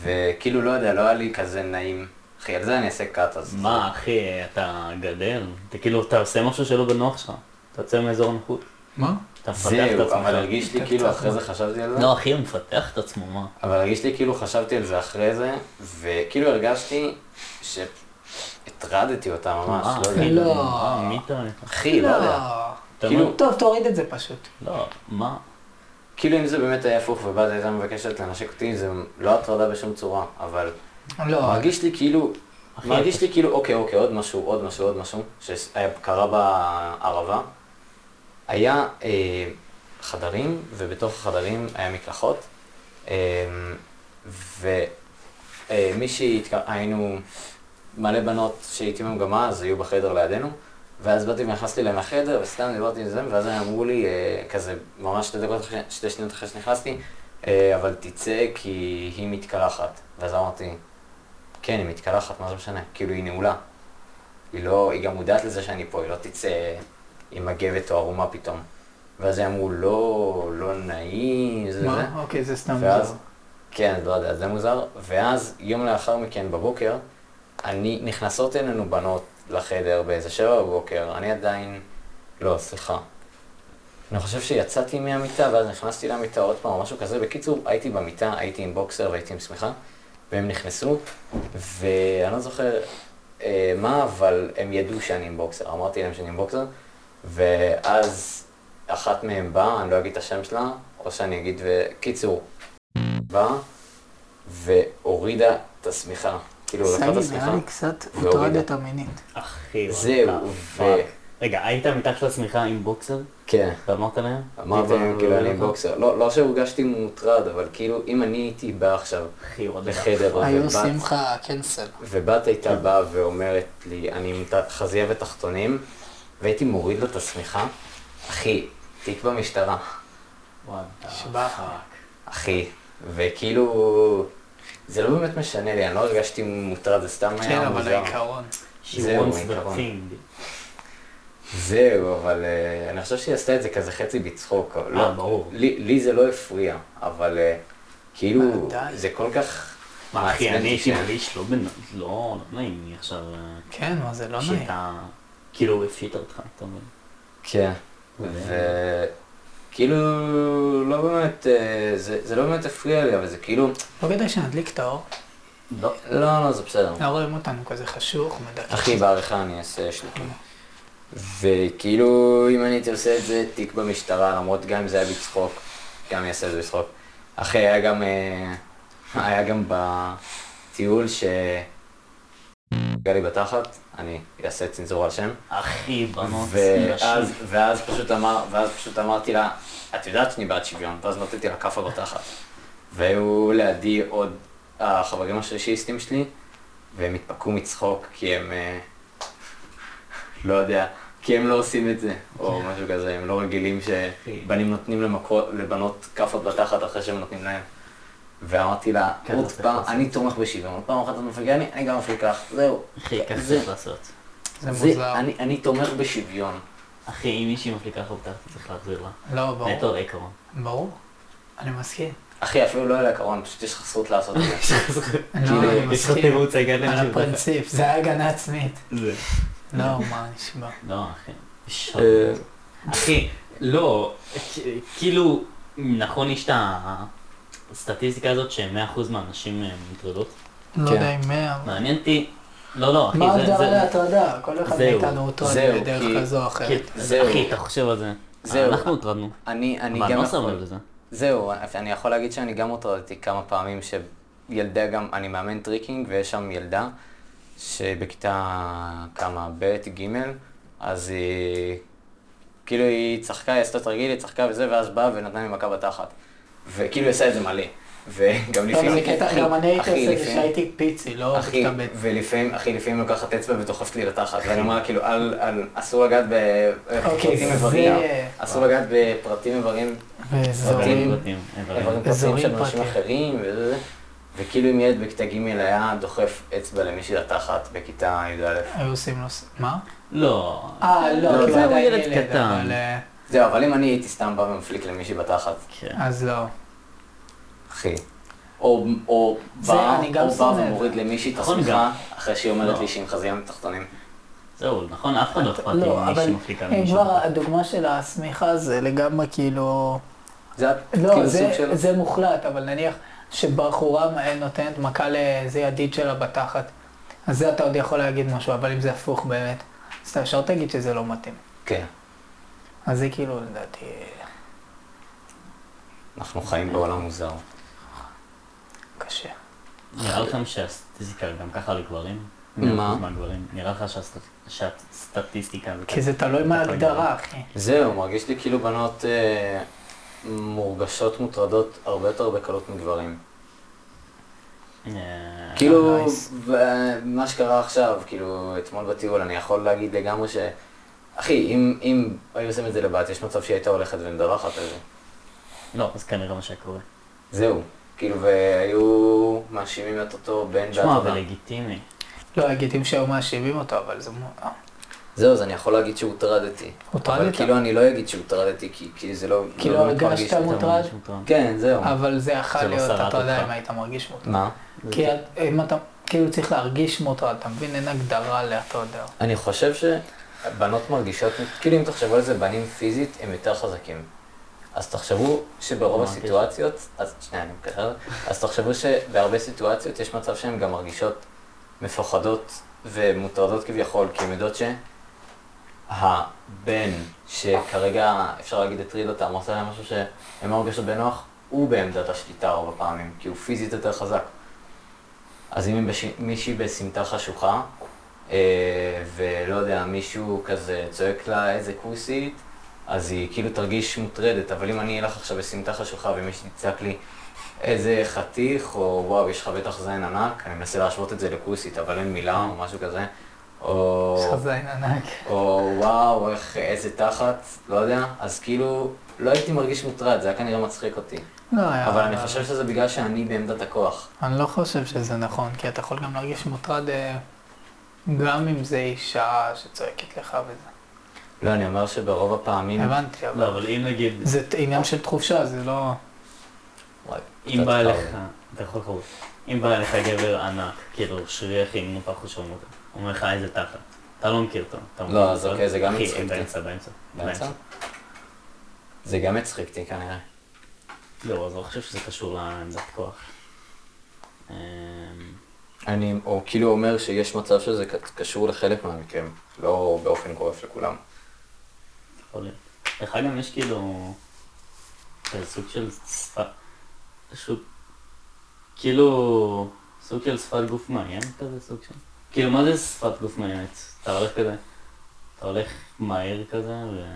Speaker 4: וכאילו, לא יודע, לא היה לי כזה נעים. אחי, על זה אני אעשה קאט, אז...
Speaker 3: מה אחי, אתה גדל? אתה כאילו, אתה עושה משהו שלא בנוח שלך. אתה יוצא מאזור הנוחות.
Speaker 2: מה?
Speaker 3: אתה מפתח את
Speaker 4: זהו, אבל
Speaker 3: עצמך.
Speaker 4: הרגיש לי כאילו אחרי זה חשבתי על זה.
Speaker 3: לא אחי, הוא מפתח את עצמו, מה?
Speaker 4: אבל הרגיש לי כאילו חשבתי על זה אחרי זה, וכאילו הרגשתי שהטרדתי אותה ממש,
Speaker 3: אה,
Speaker 4: לא
Speaker 3: אחי,
Speaker 4: יודע.
Speaker 2: לא.
Speaker 3: אה, מי אתה?
Speaker 4: אחי, לא יודע.
Speaker 3: אתה
Speaker 4: כאילו-
Speaker 3: מה?
Speaker 2: טוב, תוריד את זה פשוט.
Speaker 3: לא, מה?
Speaker 4: כאילו אם זה באמת היה הפוך ובת הייתה מבקשת לנשק אותי, זה לא הטרדה בשום צורה, אבל
Speaker 2: לא,
Speaker 4: מרגיש לי כאילו,
Speaker 3: אחי,
Speaker 4: מרגיש
Speaker 3: אתה-
Speaker 4: לי כאילו, אוקיי, אוקיי, עוד משהו, עוד משהו, עוד משהו, שקרה בערבה. היה אה, חדרים, ובתוך החדרים היה מקלחות, אה, ומישהי, היינו מלא בנות שהייתי בהן גם אז, היו בחדר לידינו, ואז באתי ונכנסתי להם לחדר, וסתם דיברתי עם זה, ואז הם אמרו לי, אה, כזה, ממש שתי דקות, אחרי- שתי שניות אחרי שנכנסתי, אה, אבל תצא כי היא מתקלחת. ואז אמרתי, כן, היא מתקלחת, מה זה משנה? כאילו, היא נעולה. היא לא, היא גם מודעת לזה שאני פה, היא לא תצא עם מגבת או ערומה פתאום. ואז הם אמרו, לא, לא נעים, זה זה.
Speaker 2: מה? אוקיי, זה סתם
Speaker 4: ואז,
Speaker 2: מוזר.
Speaker 4: כן, לא יודע, זה מוזר. ואז, יום לאחר מכן בבוקר, אני, נכנסות אלינו בנות לחדר באיזה שבע בבוקר, אני עדיין, לא, סליחה. אני חושב שיצאתי מהמיטה, ואז נכנסתי למיטה עוד פעם, או משהו כזה. בקיצור, הייתי במיטה, הייתי עם בוקסר והייתי עם שמיכה, והם נכנסו, ואני לא זוכר אה, מה, אבל הם ידעו שאני עם בוקסר. אמרתי להם שאני עם בוקסר, ואז אחת מהם באה, אני לא אגיד את השם שלה, או שאני אגיד, ו... קיצור, באה, והורידה את השמיכה. כאילו, לקחה את
Speaker 2: סעיד,
Speaker 4: השמיכה.
Speaker 2: נראה לי קצת
Speaker 4: והורידה.
Speaker 2: הוטרדת מינית.
Speaker 3: אחי,
Speaker 4: זהו,
Speaker 3: what the
Speaker 4: ו-
Speaker 3: fuck. רגע, היית מתחת לשמיכה עם בוקסר?
Speaker 4: כן.
Speaker 3: ואמרת להם?
Speaker 4: אמרתי
Speaker 2: אה,
Speaker 4: להם,
Speaker 3: היית-
Speaker 4: כאילו, אני עם בוקסר. לא, לא שהורגשתי מוטרד, אבל כאילו, אם אני הייתי בא עכשיו
Speaker 3: אחי, what the fuck.
Speaker 4: לחדר,
Speaker 2: היו
Speaker 4: ובת-
Speaker 2: עושים לך קנסל.
Speaker 4: כן, ובת הייתה באה ואומרת לי, אני עם ת- חזייה ותחתונים, והייתי מוריד לו את השמיכה, אחי, תיק במשטרה,
Speaker 3: What the
Speaker 2: שבח.
Speaker 3: fuck.
Speaker 4: אחי, וכאילו, זה לא באמת משנה לי, אני לא הרגשתי מוטרד, זה סתם
Speaker 2: כן,
Speaker 4: היה
Speaker 2: אבל
Speaker 4: מוזר.
Speaker 2: העיקרון.
Speaker 3: She
Speaker 4: זהו, נכון.
Speaker 3: wants the
Speaker 4: העיקרון.
Speaker 3: thing.
Speaker 4: זהו, אבל אה, אני חושב שהיא עשתה את זה כזה חצי בצחוק, אבל
Speaker 3: אה,
Speaker 4: לא,
Speaker 3: ברור.
Speaker 4: לי לי זה לא הפריע, אבל אה, כאילו,
Speaker 2: אבל די.
Speaker 4: זה כל כך
Speaker 3: מה, אחי,
Speaker 4: מעצבן
Speaker 3: אני
Speaker 4: אותי כן.
Speaker 3: הייתי
Speaker 4: ש-
Speaker 3: מרגיש לא בנ- לא לא נעים לי עכשיו. אה,
Speaker 2: כן, מה זה לא נעים.
Speaker 3: שאתה... כאילו, הוא הפשיט אותך, אתה מבין?
Speaker 4: כן.
Speaker 3: אה.
Speaker 4: וכאילו, לא באמת, אה, זה זה לא באמת הפריע לי, אבל זה כאילו,
Speaker 2: לא כדאי שנדליק את האור.
Speaker 3: לא.
Speaker 4: לא, לא, זה בסדר.
Speaker 2: לא רואים אותנו כזה חשוך, מדכא.
Speaker 4: אחי, בעריכה אני אעשה שליטים. וכאילו, אם אני הייתי עושה את זה, תיק במשטרה, למרות גם אם זה היה בצחוק, גם אני אעשה את זה בצחוק. אחי, היה גם, אה, היה גם בטיול ש... היה לי בתחת, אני אעשה צנזור על שם.
Speaker 3: אחי, בנות,
Speaker 4: ואז,
Speaker 3: נשים.
Speaker 4: ואז, פשוט אמר, ואז פשוט אמרתי לה, את יודעת שאני בעד שוויון, ואז נתתי לה כאפה בתחת. והיו לידי עוד החברים השלישיסטים שלי, והם התפקעו מצחוק כי הם, אה, לא יודע, כי הם לא עושים את זה, או משהו כזה, הם לא רגילים שבנים נותנים למקו, לבנות כאפות בתחת אחרי שהם נותנים להם. ואמרתי לה,
Speaker 3: כן,
Speaker 4: עוד
Speaker 3: זה
Speaker 4: פעם,
Speaker 3: חסר.
Speaker 4: אני תומך בשוויון, עוד פעם אחת את מפגע לי, אני גם מפליג לך, זהו.
Speaker 3: אחי, ככה
Speaker 4: זה-
Speaker 3: צריך לעשות.
Speaker 2: זה
Speaker 4: זה-
Speaker 2: מוזר.
Speaker 4: אני- אני תומך בשוויון.
Speaker 3: אחי, אם מישהי מפליקה לך אותה, אתה צריך להחזיר לה.
Speaker 2: לא, ברור.
Speaker 3: נטו לעיקרון.
Speaker 2: ברור. אני מסכים.
Speaker 4: אחי, אפילו לא על העיקרון, פשוט יש לך זכות לעשות את זה.
Speaker 2: לא, אני
Speaker 3: כאילו, יש לך
Speaker 2: מסכים.
Speaker 3: תירוץ הגנה
Speaker 2: על הפרינציפ, זה היה הגנה עצמית. לא,
Speaker 4: כן.
Speaker 2: מה נשמע.
Speaker 3: לא, אחי. שוב.
Speaker 2: אה,
Speaker 3: אחי, לא, כ- כאילו, נכון יש את הסטטיסטיקה הזאת ש-100% מהנשים אה, מוטרדות?
Speaker 2: לא
Speaker 4: כן.
Speaker 2: יודע אם מאה. אבל-
Speaker 3: מעניין אותי, לא, לא, אחי,
Speaker 2: מה
Speaker 3: זה-
Speaker 2: ההגדרה
Speaker 3: זה...
Speaker 2: להטרדה? כל אחד
Speaker 3: זהו,
Speaker 2: מאיתנו הוטרד
Speaker 4: זהו,
Speaker 2: בדרך
Speaker 4: כי-
Speaker 2: כזו או אחרת.
Speaker 3: כן,
Speaker 4: זהו.
Speaker 3: אחי, אתה חושב על זה.
Speaker 4: זהו.
Speaker 3: אנחנו הוטרדנו.
Speaker 4: אני, אני
Speaker 3: אבל
Speaker 4: גם
Speaker 3: לא שמנו לב
Speaker 4: יכול...
Speaker 3: לזה.
Speaker 4: זהו, אני יכול להגיד שאני גם הוטרדתי כמה פעמים שילדה גם, אני מאמן טריקינג ויש שם ילדה שבכיתה כמה, ב', ג', אז היא... כאילו היא צחקה, היא עשתה תרגיל, היא צחקה וזה, ואז באה ונתנה לי מכה בתחת. וכאילו היא עשה את זה מלא. וגם
Speaker 2: לא,
Speaker 4: לפעמים...
Speaker 2: זה קטע,
Speaker 4: אחי,
Speaker 2: גם אני הייתי
Speaker 4: אחי,
Speaker 2: עושה את זה
Speaker 4: לפעמים-
Speaker 2: שהייתי פיצי, לא
Speaker 4: אחי,
Speaker 2: מתאבד.
Speaker 4: ולפעמים, אחי, לפעמים לוקחת אצבע ודוחפת לי לתחת, ואני אומר לה, כאילו, אל, אל, אסור לגעת בפרטים
Speaker 2: אוקיי, זה-
Speaker 4: איברים, אסור לגעת בפרטים איברים,
Speaker 2: ואזורים.
Speaker 3: פרטים,
Speaker 4: איברים
Speaker 2: אה,
Speaker 3: איברים.
Speaker 4: פרטיים של
Speaker 2: אזורים
Speaker 4: אנשים
Speaker 2: פרטיים.
Speaker 4: אחרים, וזה, וכאילו אם ילד בכיתה ג' היה דוחף אצבע למישהי לתחת בכיתה י"א.
Speaker 2: היו עושים לו... ס- מה?
Speaker 3: לא.
Speaker 2: אה, לא,
Speaker 4: לא,
Speaker 2: כי
Speaker 4: זה
Speaker 2: הוא עדיין
Speaker 3: ילד קטן.
Speaker 2: אבל, אה,
Speaker 4: זהו, אבל אם אני הייתי סתם בא ומפליק למישהי בתחת,
Speaker 3: כן.
Speaker 2: אז לא.
Speaker 4: אחי. או, או
Speaker 2: זה
Speaker 4: בא,
Speaker 2: אני גם
Speaker 4: או בא
Speaker 2: שונא.
Speaker 4: ומוריד למישהי את
Speaker 3: נכון,
Speaker 4: השמיכה,
Speaker 3: גם.
Speaker 4: אחרי שהיא אומרת
Speaker 3: לא.
Speaker 4: לי שהיא עם חזייה מתחתונים.
Speaker 3: זהו, נכון, אף אחד לא אכפת לי
Speaker 2: לא,
Speaker 3: אם
Speaker 2: אבל
Speaker 3: מישהי מפליקה
Speaker 2: אה,
Speaker 3: למישהו.
Speaker 2: כבר הדוגמה של השמיכה זה לגמרי כאילו...
Speaker 4: זה
Speaker 2: לא,
Speaker 4: כאילו
Speaker 2: זה,
Speaker 4: סוג של...
Speaker 2: זה מוחלט, אבל נניח שבחורה נותנת מכה לאיזה ידיד שלה בתחת, אז זה אתה עוד יכול להגיד משהו, אבל אם זה הפוך באמת, אז אתה ישר תגיד שזה לא מתאים.
Speaker 4: כן.
Speaker 2: אז זה כאילו, לדעתי...
Speaker 4: אנחנו חיים בעולם מוזר.
Speaker 2: קשה.
Speaker 3: נראה לכם שהסטטיסטיקה גם ככה לגברים?
Speaker 4: מה?
Speaker 3: 100% מהגברים. נראה לך שהסטט- שהסטטיסטיקה...
Speaker 2: כי זה תלוי מה ההגדרה, אחי.
Speaker 4: זהו, מרגיש לי כאילו בנות אה, מורגשות מוטרדות הרבה יותר בקלות מגברים.
Speaker 3: אה,
Speaker 4: כאילו,
Speaker 2: nice.
Speaker 4: ו- מה שקרה עכשיו, כאילו, אתמול בטיול, אני יכול להגיד לגמרי ש... אחי, אם, אם היו עושים את זה לבת, יש מצב שהיא הייתה הולכת ומדרכת על זה.
Speaker 3: לא, זה כנראה מה שקורה.
Speaker 4: זהו. כאילו, והיו מאשימים את אותו בן
Speaker 3: תשמע, אבל
Speaker 4: והטבה.
Speaker 3: לגיטימי.
Speaker 2: לא הגידים שהיו מאשימים אותו, אבל זה... מו- אה,
Speaker 4: זהו, אז אני יכול להגיד שהוטרדתי.
Speaker 2: הוטרדת?
Speaker 4: אבל כאילו, אני לא אגיד שהוטרדתי, כי, כי זה לא...
Speaker 2: כאילו,
Speaker 4: לא באמת
Speaker 2: הרגשת
Speaker 4: מרגיש לי טוב.
Speaker 2: מוטרד?
Speaker 3: אתה מרגיש מוטרד.
Speaker 4: כן, זהו.
Speaker 2: אבל זה יכול
Speaker 3: זה לא
Speaker 2: להיות
Speaker 3: שרט
Speaker 2: הטרדה
Speaker 3: אותך.
Speaker 2: אם היית מרגיש מוטרד.
Speaker 4: מה?
Speaker 2: כי את- אם אתה... כאילו צריך להרגיש מוטרד, אתה מבין? אין הגדרה להטרדה.
Speaker 4: אני חושב שבנות מרגישות, כאילו אם תחשבו על זה, בנים פיזית הם יותר חזקים. אז תחשבו שברוב
Speaker 3: מה
Speaker 4: הסיטואציות, אז שנייה, אני מקשר, אז תחשבו שבהרבה סיטואציות יש מצב שהן גם מרגישות מפוחדות ומוטרדות כביכול, כי הן יודעות שהבן, שכרגע אפשר להגיד הטריד אותם, עושה להם משהו שהן לא מרגישות בנוח, הוא בעמדת השליטה הרבה פעמים, כי הוא פיזית יותר חזק. אז אם בש... מישהי בסמטה חשוכה, אה, ולא יודע, מישהו כזה צועק לה איזה כוסית, אז היא כאילו תרגיש מוטרדת, אבל אם אני אלך עכשיו בסמטה חשוכה ומישהי תצעק לי איזה חתיך, או וואו, יש לך בטח זין ענק, אני מנסה להשוות את זה לכוסית, אבל אין מילה או משהו כזה, או...
Speaker 2: יש לך זין ענק.
Speaker 4: או וואו, איך, איזה תחת, לא יודע, אז כאילו, לא הייתי מרגיש מוטרד, זה היה כנראה מצחיק אותי.
Speaker 2: לא, היה-
Speaker 4: אבל אני חושב שזה בגלל שאני בעמדת הכוח.
Speaker 2: אני לא חושב שזה נכון, כי אתה יכול גם להרגיש מוטרד אה, גם אם זה אישה שצועקת לך וזה.
Speaker 4: לא, אני אומר שברוב הפעמים...
Speaker 2: הבנתי, אבל...
Speaker 3: לא, אבל אם נגיד,
Speaker 2: זה ת- עניין של תחושה, זה לא...
Speaker 4: וואי,
Speaker 3: אם
Speaker 4: קצת
Speaker 3: בא
Speaker 4: חר.
Speaker 3: לך, אתה יכול לקרוא, אם בא לך גבר ענק, כאילו שריח עם נופח ושרמוט, אומר לך איזה תחת, אתה לא מכיר אותו. אתה מכיר
Speaker 4: אז
Speaker 3: אותו?
Speaker 4: אוקיי, זה גם
Speaker 3: אחי,
Speaker 4: מצחיק.
Speaker 3: באמצע, באמצע.
Speaker 4: באמצע? זה גם הצחיק אותי כנראה.
Speaker 3: לא, אז אני חושב שזה קשור לעמדת כוח. אמ,
Speaker 4: אני או כאילו אומר שיש מצב שזה ק- קשור לחלק מהמקרים, לא באופן גורף לכולם.
Speaker 3: יכול להיות. לך גם יש כאילו, כזה סוג של שפת, פשוט, כאילו, סוג של שפת גוף מאיימת כזה סוג של, כאילו מה זה שפת גוף מאיימת? אתה הולך כזה, אתה הולך מהר כזה ו...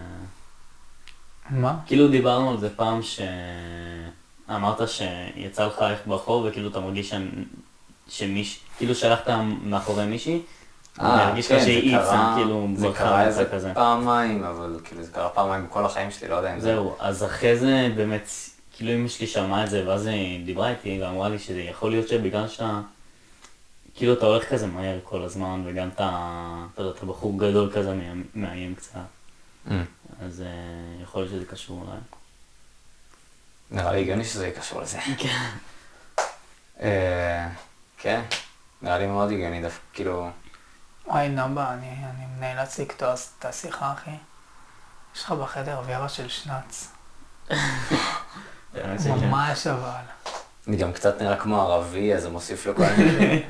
Speaker 2: מה?
Speaker 3: כאילו דיברנו על זה פעם ש... אמרת שיצא לך ללכת ברחוב וכאילו אתה מרגיש ש... שמיש... כאילו שהלכת מאחורי מישהי, מרגיש לך שהיא האיצה, כאילו,
Speaker 4: כן, זה
Speaker 3: ברחה
Speaker 4: אה, קרה
Speaker 3: לך
Speaker 4: איזה
Speaker 3: כזה.
Speaker 4: פעמיים, אבל כאילו זה קרה פעמיים בכל החיים שלי, לא יודע אם זה...
Speaker 3: זהו, אז אחרי זה באמת, כאילו אמא שלי שמעה את זה ואז היא דיברה איתי ואמרה לי שזה יכול להיות שבגלל שאתה... כאילו אתה הולך כזה מהר כל הזמן וגם אתה, אתה יודע, אתה בחור גדול כזה מאיים- מאיים קצת,
Speaker 4: Mm.
Speaker 3: אז אה, יכול להיות שזה קשור אולי.
Speaker 4: נראה לי הגיוני שזה יהיה קשור לזה.
Speaker 3: *laughs* כן.
Speaker 4: אה, כן, נראה לי מאוד הגיוני דווקא, כאילו...
Speaker 2: וואי, נאבה, אני, אני נאלץ לקטוע ס- את השיחה, אחי. יש לך בחדר אווירה של שנץ.
Speaker 3: האמת שכן.
Speaker 2: ממש אבל.
Speaker 4: אני גם קצת נראה כמו ערבי, אז זה מוסיף לכל *laughs* מיני...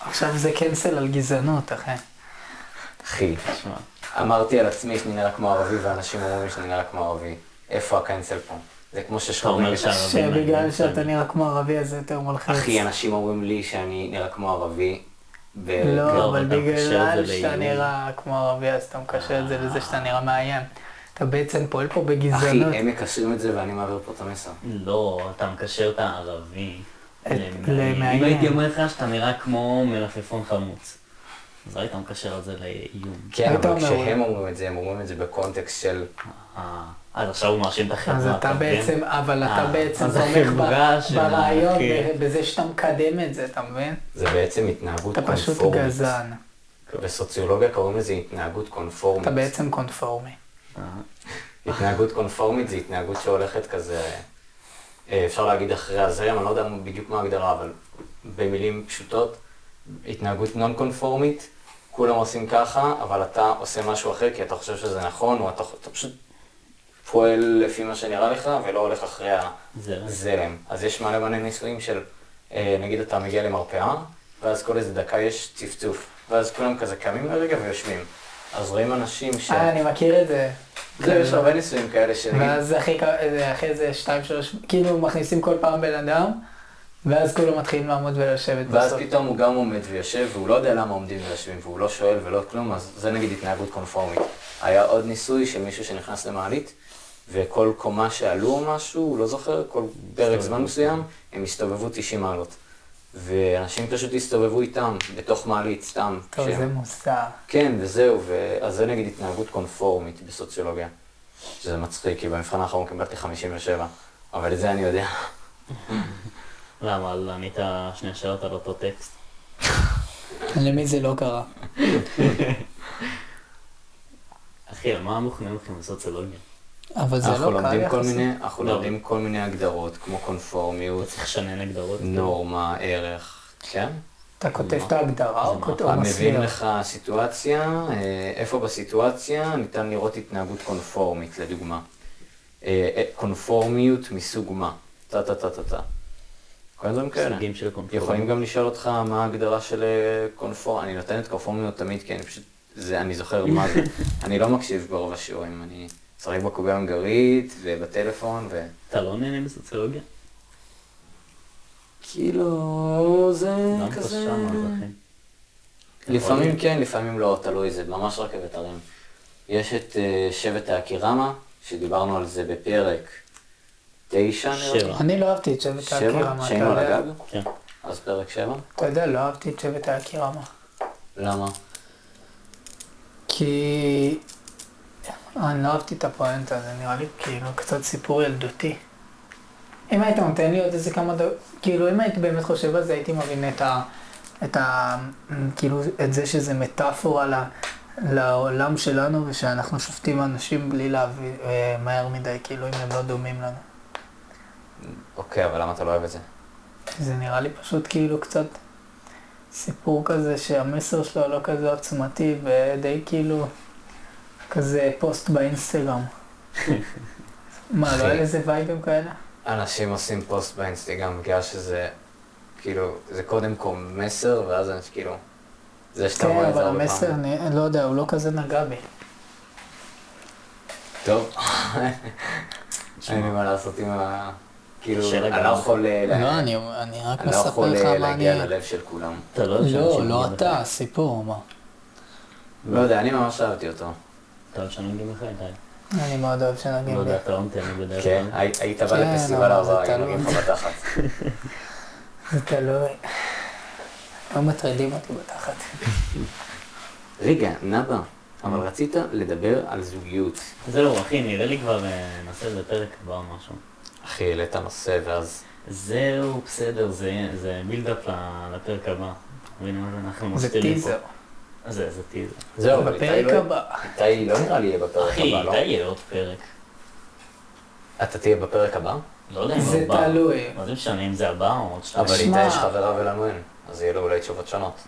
Speaker 2: עכשיו זה קנסל על גזענות, אחי.
Speaker 4: אחי,
Speaker 3: תשמע,
Speaker 4: אמרתי על עצמי שאני נראה כמו ערבי, ואנשים אומרים שאני נראה כמו ערבי. איפה הקנסל פה? זה כמו ששחורים...
Speaker 3: אומר שהערבים
Speaker 2: שבגלל
Speaker 3: מעניינים,
Speaker 2: שאתה
Speaker 3: בסדר.
Speaker 2: נראה כמו ערבי אז זה יותר מלחיץ.
Speaker 4: אחי, אנשים אומרים לי שאני נראה כמו ערבי. ב-
Speaker 2: לא,
Speaker 3: לא,
Speaker 2: אבל
Speaker 3: אתה מקשר
Speaker 2: בגלל
Speaker 3: את זה
Speaker 2: שאתה
Speaker 3: לאיום.
Speaker 2: נראה כמו ערבי, אז אתה מקשר את זה לזה שאתה נראה מאיים. אתה בעצם פועל פה
Speaker 4: אחי,
Speaker 2: בגזענות.
Speaker 4: הם מקשרים את זה ואני מעביר פה את המסר.
Speaker 3: לא, אתה מקשר את הערבי.
Speaker 2: את-
Speaker 3: למאיים.
Speaker 2: למאיים.
Speaker 3: אם הייתי אומר לך שאתה נראה כמו מלפפון חמוץ, אז היית מקשר את זה לאיום.
Speaker 4: כן,
Speaker 2: אתה
Speaker 4: אבל
Speaker 2: אומר,
Speaker 4: כשהם אומרים את זה, הם אומרים את זה בקונטקסט של...
Speaker 3: אה, אז עכשיו הוא מאשים את החברה.
Speaker 2: אז אתה
Speaker 3: מבין?
Speaker 2: בעצם, אבל אתה
Speaker 3: כן? אה,
Speaker 2: בעצם
Speaker 3: אז
Speaker 2: תומך ב-
Speaker 3: החברה של כן.
Speaker 2: ברעיון,
Speaker 3: האחי.
Speaker 2: ב- בזה שאתה מקדם את זה, אתה מבין?
Speaker 4: זה בעצם התנהגות
Speaker 2: אתה
Speaker 4: קונפורמית.
Speaker 2: פשוט גזען.
Speaker 4: בסוציולוגיה קוראים לזה התנהגות קונפורמית.
Speaker 2: אתה בעצם קונפורמי.
Speaker 3: אה,
Speaker 4: התנהגות קונפורמית זה התנהגות שהולכת כזה, אה, אפשר להגיד אחרי הזרם, אני לא יודע בדיוק מה ההגדרה, אבל במילים פשוטות, התנהגות נון קונפורמית, כולם עושים ככה, אבל אתה עושה משהו אחר כי אתה חושב שזה נכון, או אתה, אתה פשוט פועל לפי מה שנראה לך, ולא הולך אחרי
Speaker 3: זרם.
Speaker 4: הזרם. אז יש מלא מלא ניסויים של, אה, נגיד אתה מגיע למרפאה, ואז כל איזה דקה יש צפצוף, ואז כולם כזה קמים לרגע ויושבים. אז רואים אנשים ש...
Speaker 2: אה, אני מכיר את זה.
Speaker 4: זהו, יש הרבה ניסויים כאלה שנגיד,
Speaker 2: ואז הכי ק- זה- אחרי זה שתיים, שלוש, כאילו מכניסים כל פעם בן אדם, ואז כולם מתחילים לעמוד ולשבת
Speaker 4: ואז
Speaker 2: בסוף.
Speaker 4: פתאום הוא גם עומד ויושב, והוא לא יודע למה עומדים ויושבים, והוא לא שואל ולא כלום, אז זה נגיד התנהגות קונפורמית. היה עוד ניסוי של מישהו שנכנס למעלית, וכל קומה שעלו או משהו, הוא לא זוכר, כל פרק זמן מסוים, הם הסתובבו 90 מעלות. ואנשים פשוט הסתובבו איתם, בתוך מעלית, סתם.
Speaker 2: טוב,
Speaker 4: שהם-
Speaker 2: זה מוסר.
Speaker 4: כן, וזהו, ו- אז זה נגיד התנהגות קונפורמית בסוציולוגיה. שזה מצחיק, כי במבחן האחרון קיבלתי 57, אבל את זה אני יודע.
Speaker 3: למה, אבל ענית שני שאלות על אותו טקסט?
Speaker 2: למי זה לא קרה?
Speaker 3: אחי, על מה המוכנים לכם בסוציולוגיה?
Speaker 2: אבל זה
Speaker 4: אנחנו
Speaker 2: לא קל
Speaker 4: לומדים כל
Speaker 2: יחסית.
Speaker 4: מיני, אנחנו
Speaker 3: לא.
Speaker 4: לומדים כל מיני הגדרות, כמו
Speaker 3: אתה
Speaker 4: קונפורמיות,
Speaker 3: צריך לשנן הגדרות?
Speaker 4: נורמה, ערך, כן?
Speaker 2: אתה כותב את ההגדרה או כותב או
Speaker 4: מביאים
Speaker 2: מסביר?
Speaker 4: לך סיטואציה, אה, איפה בסיטואציה ניתן לראות התנהגות קונפורמית, לדוגמה. אה, אה, קונפורמיות מסוג מה? טה טה טה טה טה. כל הדברים כאלה.
Speaker 3: סוגים של קונפורמיות.
Speaker 4: יכולים גם לשאול אותך מה ההגדרה של אה, קונפורם, אני נותן את קונפורמיות תמיד, כי אני פשוט, זה, אני זוכר מה
Speaker 2: *laughs*
Speaker 4: זה. אני לא מקשיב ברוב השיעורים, אני משחק בקובייה ההונגרית ובטלפון ו...
Speaker 3: אתה לא נהנה מסוציולוגיה?
Speaker 2: אה,
Speaker 4: כאילו, זה
Speaker 3: גם פה
Speaker 4: כזה...
Speaker 3: שמה, אז אחי.
Speaker 4: לפעמים כן, לפעמים לא, תלוי, זה ממש רכבת הרים. יש את אה, שבט האקירמה, שדיברנו על זה בפרק תשע, נראה לי.
Speaker 3: שבע.
Speaker 2: אני לא אהבתי את שבט
Speaker 4: שבע,
Speaker 2: האקירמה, אתה
Speaker 4: שהיינו על
Speaker 2: יודע?
Speaker 4: הגג,
Speaker 3: כן.
Speaker 4: אז פרק שבע.
Speaker 2: אתה יודע, לא אהבתי את שבט האקירמה.
Speaker 4: למה?
Speaker 2: כי... אני לא אהבתי את הפואנטה, זה נראה לי כאילו קצת סיפור ילדותי. אם היית נותן לי עוד איזה כמה דקות, כאילו אם היית באמת חושב על זה הייתי מבין את ה... את ה... כאילו את זה שזה מטאפורה ל... לעולם שלנו ושאנחנו שופטים אנשים בלי להביא אה, מהר מדי, כאילו אם הם לא דומים לנו.
Speaker 4: אוקיי, אבל למה אתה לא אוהב את זה?
Speaker 2: זה נראה לי פשוט כאילו קצת סיפור כזה שהמסר שלו לא כזה עוצמתי ודי כאילו כזה פוסט
Speaker 4: *laughs*
Speaker 2: באינסטגרם. מה, לא היה לזה וייבים כאלה?
Speaker 4: אנשים עושים פוסט באינסטגרם בגלל שזה, כאילו, זה קודם כל מסר, ואז אני כאילו, זה שאתה
Speaker 2: כן,
Speaker 4: רואה את זה
Speaker 2: אבל
Speaker 4: הרבה
Speaker 2: המסר,
Speaker 4: פעמים.
Speaker 2: אני לא יודע, הוא לא כזה נגע בי.
Speaker 4: *laughs* טוב, אין לי מה לעשות עם ה... כאילו,
Speaker 3: שאלה
Speaker 4: אני
Speaker 3: גם.
Speaker 4: לא יכול... אה,
Speaker 2: לא, אני אני רק
Speaker 4: אני לא יכול
Speaker 2: מספר
Speaker 4: אה,
Speaker 2: לך מה אני...
Speaker 4: להגיע ללב של כולם.
Speaker 3: אתה לא אוהב
Speaker 2: לא,
Speaker 3: שאנשים
Speaker 2: לא
Speaker 3: מגיעים
Speaker 2: אתה,
Speaker 3: לך.
Speaker 2: הסיפור, מה.
Speaker 4: לא יודע, אני ממש אהבתי אותו.
Speaker 3: אתה לא אוהב שנוגעים לך איתי.
Speaker 2: אני מאוד אוהב שנגיד
Speaker 3: לא
Speaker 2: בי.
Speaker 3: יודע, אתה לא נותן לי בדרך
Speaker 4: כן,
Speaker 3: כלל.
Speaker 4: הי- היית
Speaker 2: כן,
Speaker 4: בא לפסטיבל
Speaker 2: אבל זה
Speaker 4: הבא, היינו
Speaker 2: תלוי.
Speaker 4: נוגעים לך
Speaker 2: *laughs*
Speaker 4: בתחת.
Speaker 2: זה תלוי. לא מטרידים אותי בתחת.
Speaker 4: רגע, נאבה, אבל רצית לדבר על זוגיות.
Speaker 3: זהו, אחי, נראה לי כבר אה, נעשה איזה פרק הבא או משהו.
Speaker 4: אחי, העלית נושא, ואז...
Speaker 3: זהו, בסדר, זה- זה בילדאפ ל- לפרק הבא. מבין מה זה? אנחנו
Speaker 2: זה
Speaker 3: מסתירים פה.
Speaker 2: טיזר.
Speaker 3: זה, זה טיזר.
Speaker 4: זהו, אבל איתי
Speaker 2: בפרק
Speaker 4: לא-
Speaker 2: הבא.
Speaker 4: איתי לא נראה לי יהיה בפרק
Speaker 3: אחי,
Speaker 4: הבא, לא?
Speaker 3: אתה יהיה עוד פרק.
Speaker 4: אתה תהיה בפרק הבא?
Speaker 3: לא יודע אם
Speaker 2: זה
Speaker 3: הוא בא.
Speaker 2: תלוי.
Speaker 4: אוקיי.
Speaker 3: מה זה משנה אם זה הבא או עוד שניים.
Speaker 4: אבל
Speaker 2: שמע.
Speaker 4: איתי יש חברה ולנו אין, אז יהיה לו אולי תשובות שונות.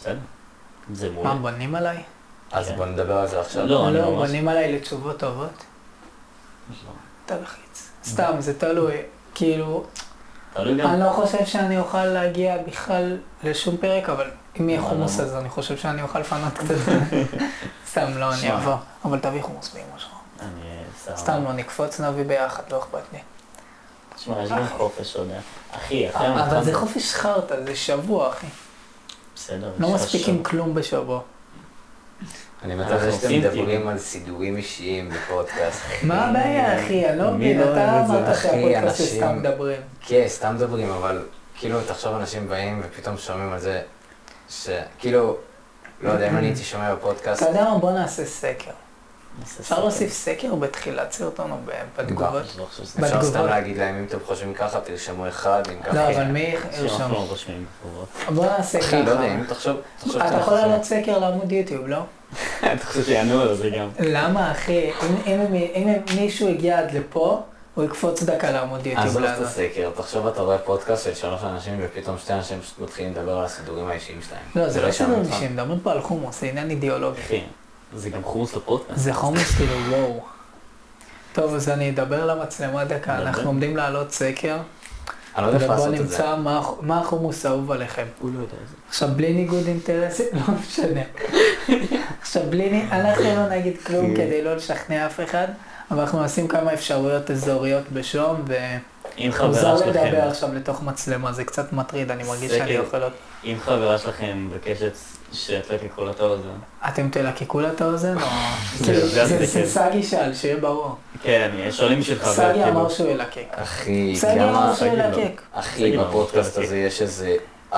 Speaker 3: בסדר. זה
Speaker 2: מה,
Speaker 3: מעולה.
Speaker 2: בונים עליי?
Speaker 4: אז
Speaker 3: כן.
Speaker 4: בוא נדבר על זה עכשיו.
Speaker 3: לא, אני
Speaker 2: לא,
Speaker 3: ממש-
Speaker 2: בונים עליי לתשובות טובות?
Speaker 3: לא.
Speaker 2: תלחיץ. סתם, זה תלוי. כאילו,
Speaker 3: תלוי גם.
Speaker 2: אני לא חושב שאני אוכל להגיע בכלל לשום פרק, אבל אם יהיה
Speaker 3: לא,
Speaker 2: חומוס
Speaker 3: למה?
Speaker 2: אז אני חושב שאני אוכל
Speaker 3: *laughs*
Speaker 2: לפנות קצת. סתם, לא, אני
Speaker 3: שמע.
Speaker 2: אעבור. אבל תביא חומוס באמא שלך.
Speaker 3: אני... סבבה.
Speaker 2: סתם, לא נקפוץ, נביא ביחד, לא אכפת לי.
Speaker 3: כן, תשמע, יש גם חופש עוד. אחי, אחרי
Speaker 2: אבל
Speaker 3: המתחם-
Speaker 2: זה חופש חרטא, זה שבוע, אחי.
Speaker 3: בסדר.
Speaker 2: לא
Speaker 3: יש
Speaker 2: מספיקים כלום בשבוע.
Speaker 4: אני
Speaker 3: אנחנו
Speaker 4: מתאר שאתם
Speaker 3: עושים
Speaker 4: מדברים
Speaker 3: טיול.
Speaker 4: על סידורים אישיים בפודקאסט.
Speaker 2: מה הבעיה, אחי? אני לא
Speaker 3: מי
Speaker 2: מבין,
Speaker 3: לא
Speaker 2: אתה
Speaker 3: אוהב את זה?
Speaker 2: אמרת
Speaker 4: אחי,
Speaker 2: שהפודקאסט זה
Speaker 4: אנשים-
Speaker 2: סתם מדברים.
Speaker 4: כן, סתם מדברים, אבל כאילו, תחשוב אנשים באים ופתאום שומעים על זה, שכאילו, לא יודע, אם אני הייתי שומע בפודקאסט,
Speaker 2: אתה יודע מה? בוא נעשה סקר.
Speaker 3: נעשה
Speaker 2: אפשר
Speaker 3: סרטון.
Speaker 2: להוסיף סקר בתחילת סרטון או בתגובות?
Speaker 3: לא חושב *laughs* שזה...
Speaker 4: אפשר
Speaker 2: בתגובות.
Speaker 4: סתם להגיד להם, אם אתם חושבים ככה, תרשמו אחד, אם ככה.
Speaker 2: לא, אבל מי
Speaker 3: אנחנו
Speaker 2: ירשום?
Speaker 3: לא רושמים
Speaker 2: *laughs*
Speaker 3: תגובות.
Speaker 2: בוא נעשה ככה.
Speaker 4: אוקיי. אחי, לא יודע, אם תחשוב, תחשוב
Speaker 2: אתה
Speaker 4: שאתם
Speaker 2: יכול
Speaker 4: חושבים.
Speaker 2: לעלות סקר לעמוד יוטיוב, לא?
Speaker 3: אתה חושב שיענו על זה גם.
Speaker 2: למה, אחי? אם- אם הם- אם הם- מישהו הגיע עד לפה, הוא יקפוץ דקה לעמוד יוטיוב. לא,
Speaker 4: עזוב את
Speaker 2: לעלות.
Speaker 4: הסקר, תחשוב אתה רואה פודקאסט של שלוש אנשים ופתאום שתי אנשים פשוט מתחילים לדבר על הסידורים האישיים שלהם.
Speaker 2: לא, זה לא
Speaker 4: ישעמם
Speaker 2: סדר
Speaker 4: אותך?
Speaker 2: אישים, מדברים פה על חומוס, זה עניין אידיאולוגי.
Speaker 3: אחי, זה גם חומוס לפודקאסט.
Speaker 2: זה חומוס כאילו, וואו. טוב, אז אני אדבר למצלמה דקה,
Speaker 3: דבר.
Speaker 2: אנחנו עומדים לעלות סקר,
Speaker 4: אני לא יודע איך
Speaker 2: ובואו
Speaker 4: לעשות את זה.
Speaker 2: נמצא מה הח- מה החומוס האהוב עליכם.
Speaker 3: הוא לא יודע את זה.
Speaker 2: עכשיו, בלי ניגוד אינטרסים, לא משנה. עכשיו, בלי, ני- אנחנו לא נגיד
Speaker 3: כן.
Speaker 2: כלום כדי לא לשכנע אף אחד, אבל אנחנו נשים כמה אפשרויות אזוריות בשו"ם,
Speaker 3: אם חברה
Speaker 2: ומוזר לדבר
Speaker 3: שלכם,
Speaker 2: עכשיו לתוך מצלמה, זה קצת מטריד, אני מרגיש שאני
Speaker 3: סקר.
Speaker 2: אוכל עוד...
Speaker 3: אם חברה שלכם מבקשת שאת לא תקראו לה טוב, זה...
Speaker 2: אתם תלקקו לה את האוזן, או...
Speaker 3: זה- זה
Speaker 2: זה- זה
Speaker 3: הסקר.
Speaker 2: סגי שאל, שיהיה ברור.
Speaker 3: כן, שואלים בשביל חבר,
Speaker 2: סגי
Speaker 3: כאילו.
Speaker 2: אמר שהוא ילקק.
Speaker 4: אחי,
Speaker 2: סגי אמר
Speaker 4: כמה...
Speaker 2: שהוא
Speaker 3: סגי לא.
Speaker 2: ילקק.
Speaker 4: אחי,
Speaker 3: סגי
Speaker 4: בפודקאסט
Speaker 3: אמר,
Speaker 4: הזה יש איזה 4-5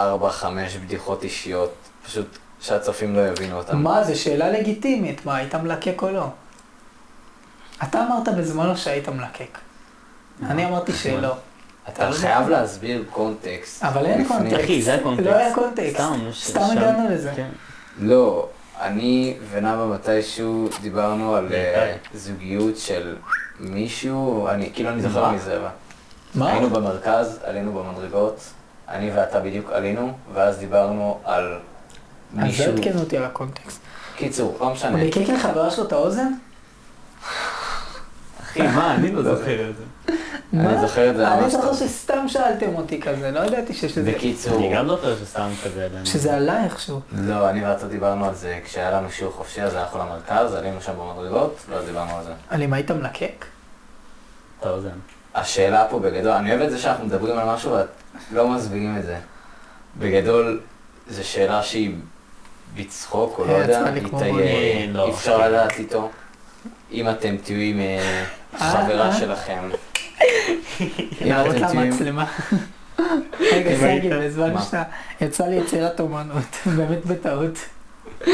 Speaker 4: בדיחות אישיות, פשוט שהצופים לא יבינו אותן.
Speaker 2: מה, זו שאלה לגיטימית, מה, היית מלקק או לא? אתה אמרת בזמנו שהיית מלקק. אני אמרתי שלא.
Speaker 4: אתה חייב להסביר קונטקסט.
Speaker 2: אבל אין
Speaker 4: לפני.
Speaker 2: קונטקסט.
Speaker 3: אחי, זה הקונטקסט.
Speaker 2: לא היה קונטקסט.
Speaker 3: סתם, ש-
Speaker 2: סתם
Speaker 3: שם-
Speaker 2: הגענו לזה.
Speaker 3: כן.
Speaker 4: לא, אני ונאוה מתישהו דיברנו על אה, זוגיות של מישהו, אני כאילו אני זוכר
Speaker 3: מה?
Speaker 4: מזה. אבל-
Speaker 2: מה?
Speaker 4: היינו במרכז, עלינו במדרגות, אני ואתה בדיוק עלינו, ואז דיברנו על
Speaker 2: אז כאילו-
Speaker 4: מישהו.
Speaker 2: אל תקנו אותי על הקונטקסט. כן
Speaker 4: קיצור, לא משנה.
Speaker 2: הוא ליקק לחברה שלו את האוזן?
Speaker 3: אחי, מה, אני לא זוכר את זה.
Speaker 4: אני
Speaker 2: מה? לא
Speaker 4: זוכר את זה
Speaker 2: אני
Speaker 4: ממש
Speaker 2: זוכר
Speaker 4: טוב.
Speaker 2: שסתם שאלתם אותי כזה, לא ידעתי שיש איזה...
Speaker 4: בקיצור,
Speaker 3: אני גם לא זוכר שסתם כזה עלינו.
Speaker 2: שזה עלה איכשהו.
Speaker 4: לא, אני ואתה דיברנו על זה כשהיה לנו שיעור חופשי, אז הלכנו למרכז, עלינו שם במדרגות, ואז דיברנו על זה.
Speaker 2: אבל אם היית מלקק?
Speaker 3: אתה אוזן.
Speaker 4: השאלה פה בגדול, אני אוהב את זה שאנחנו מדברים על משהו ואת לא מסבירים את זה. בגדול, זו שאלה שהיא בצחוק או לא
Speaker 2: היה
Speaker 4: יודע,
Speaker 2: עצמה אה, לי
Speaker 4: היא
Speaker 2: כמו
Speaker 4: תהיה,
Speaker 3: בולבול. לא.
Speaker 4: אי אפשר לדעת איתו. אם אתם תהיו עם אה, חברה
Speaker 2: אה. *laughs* לא
Speaker 4: שלכם. אם
Speaker 2: להראות
Speaker 4: אתם
Speaker 2: לה
Speaker 4: תהיו עם- *laughs*
Speaker 2: מצלמה. רגע,
Speaker 4: אם
Speaker 2: סגי,
Speaker 4: היית-
Speaker 2: בזמן
Speaker 4: מה?
Speaker 2: שאתה... יצא לי יצירת אומנות, *laughs* באמת בטעות. *laughs*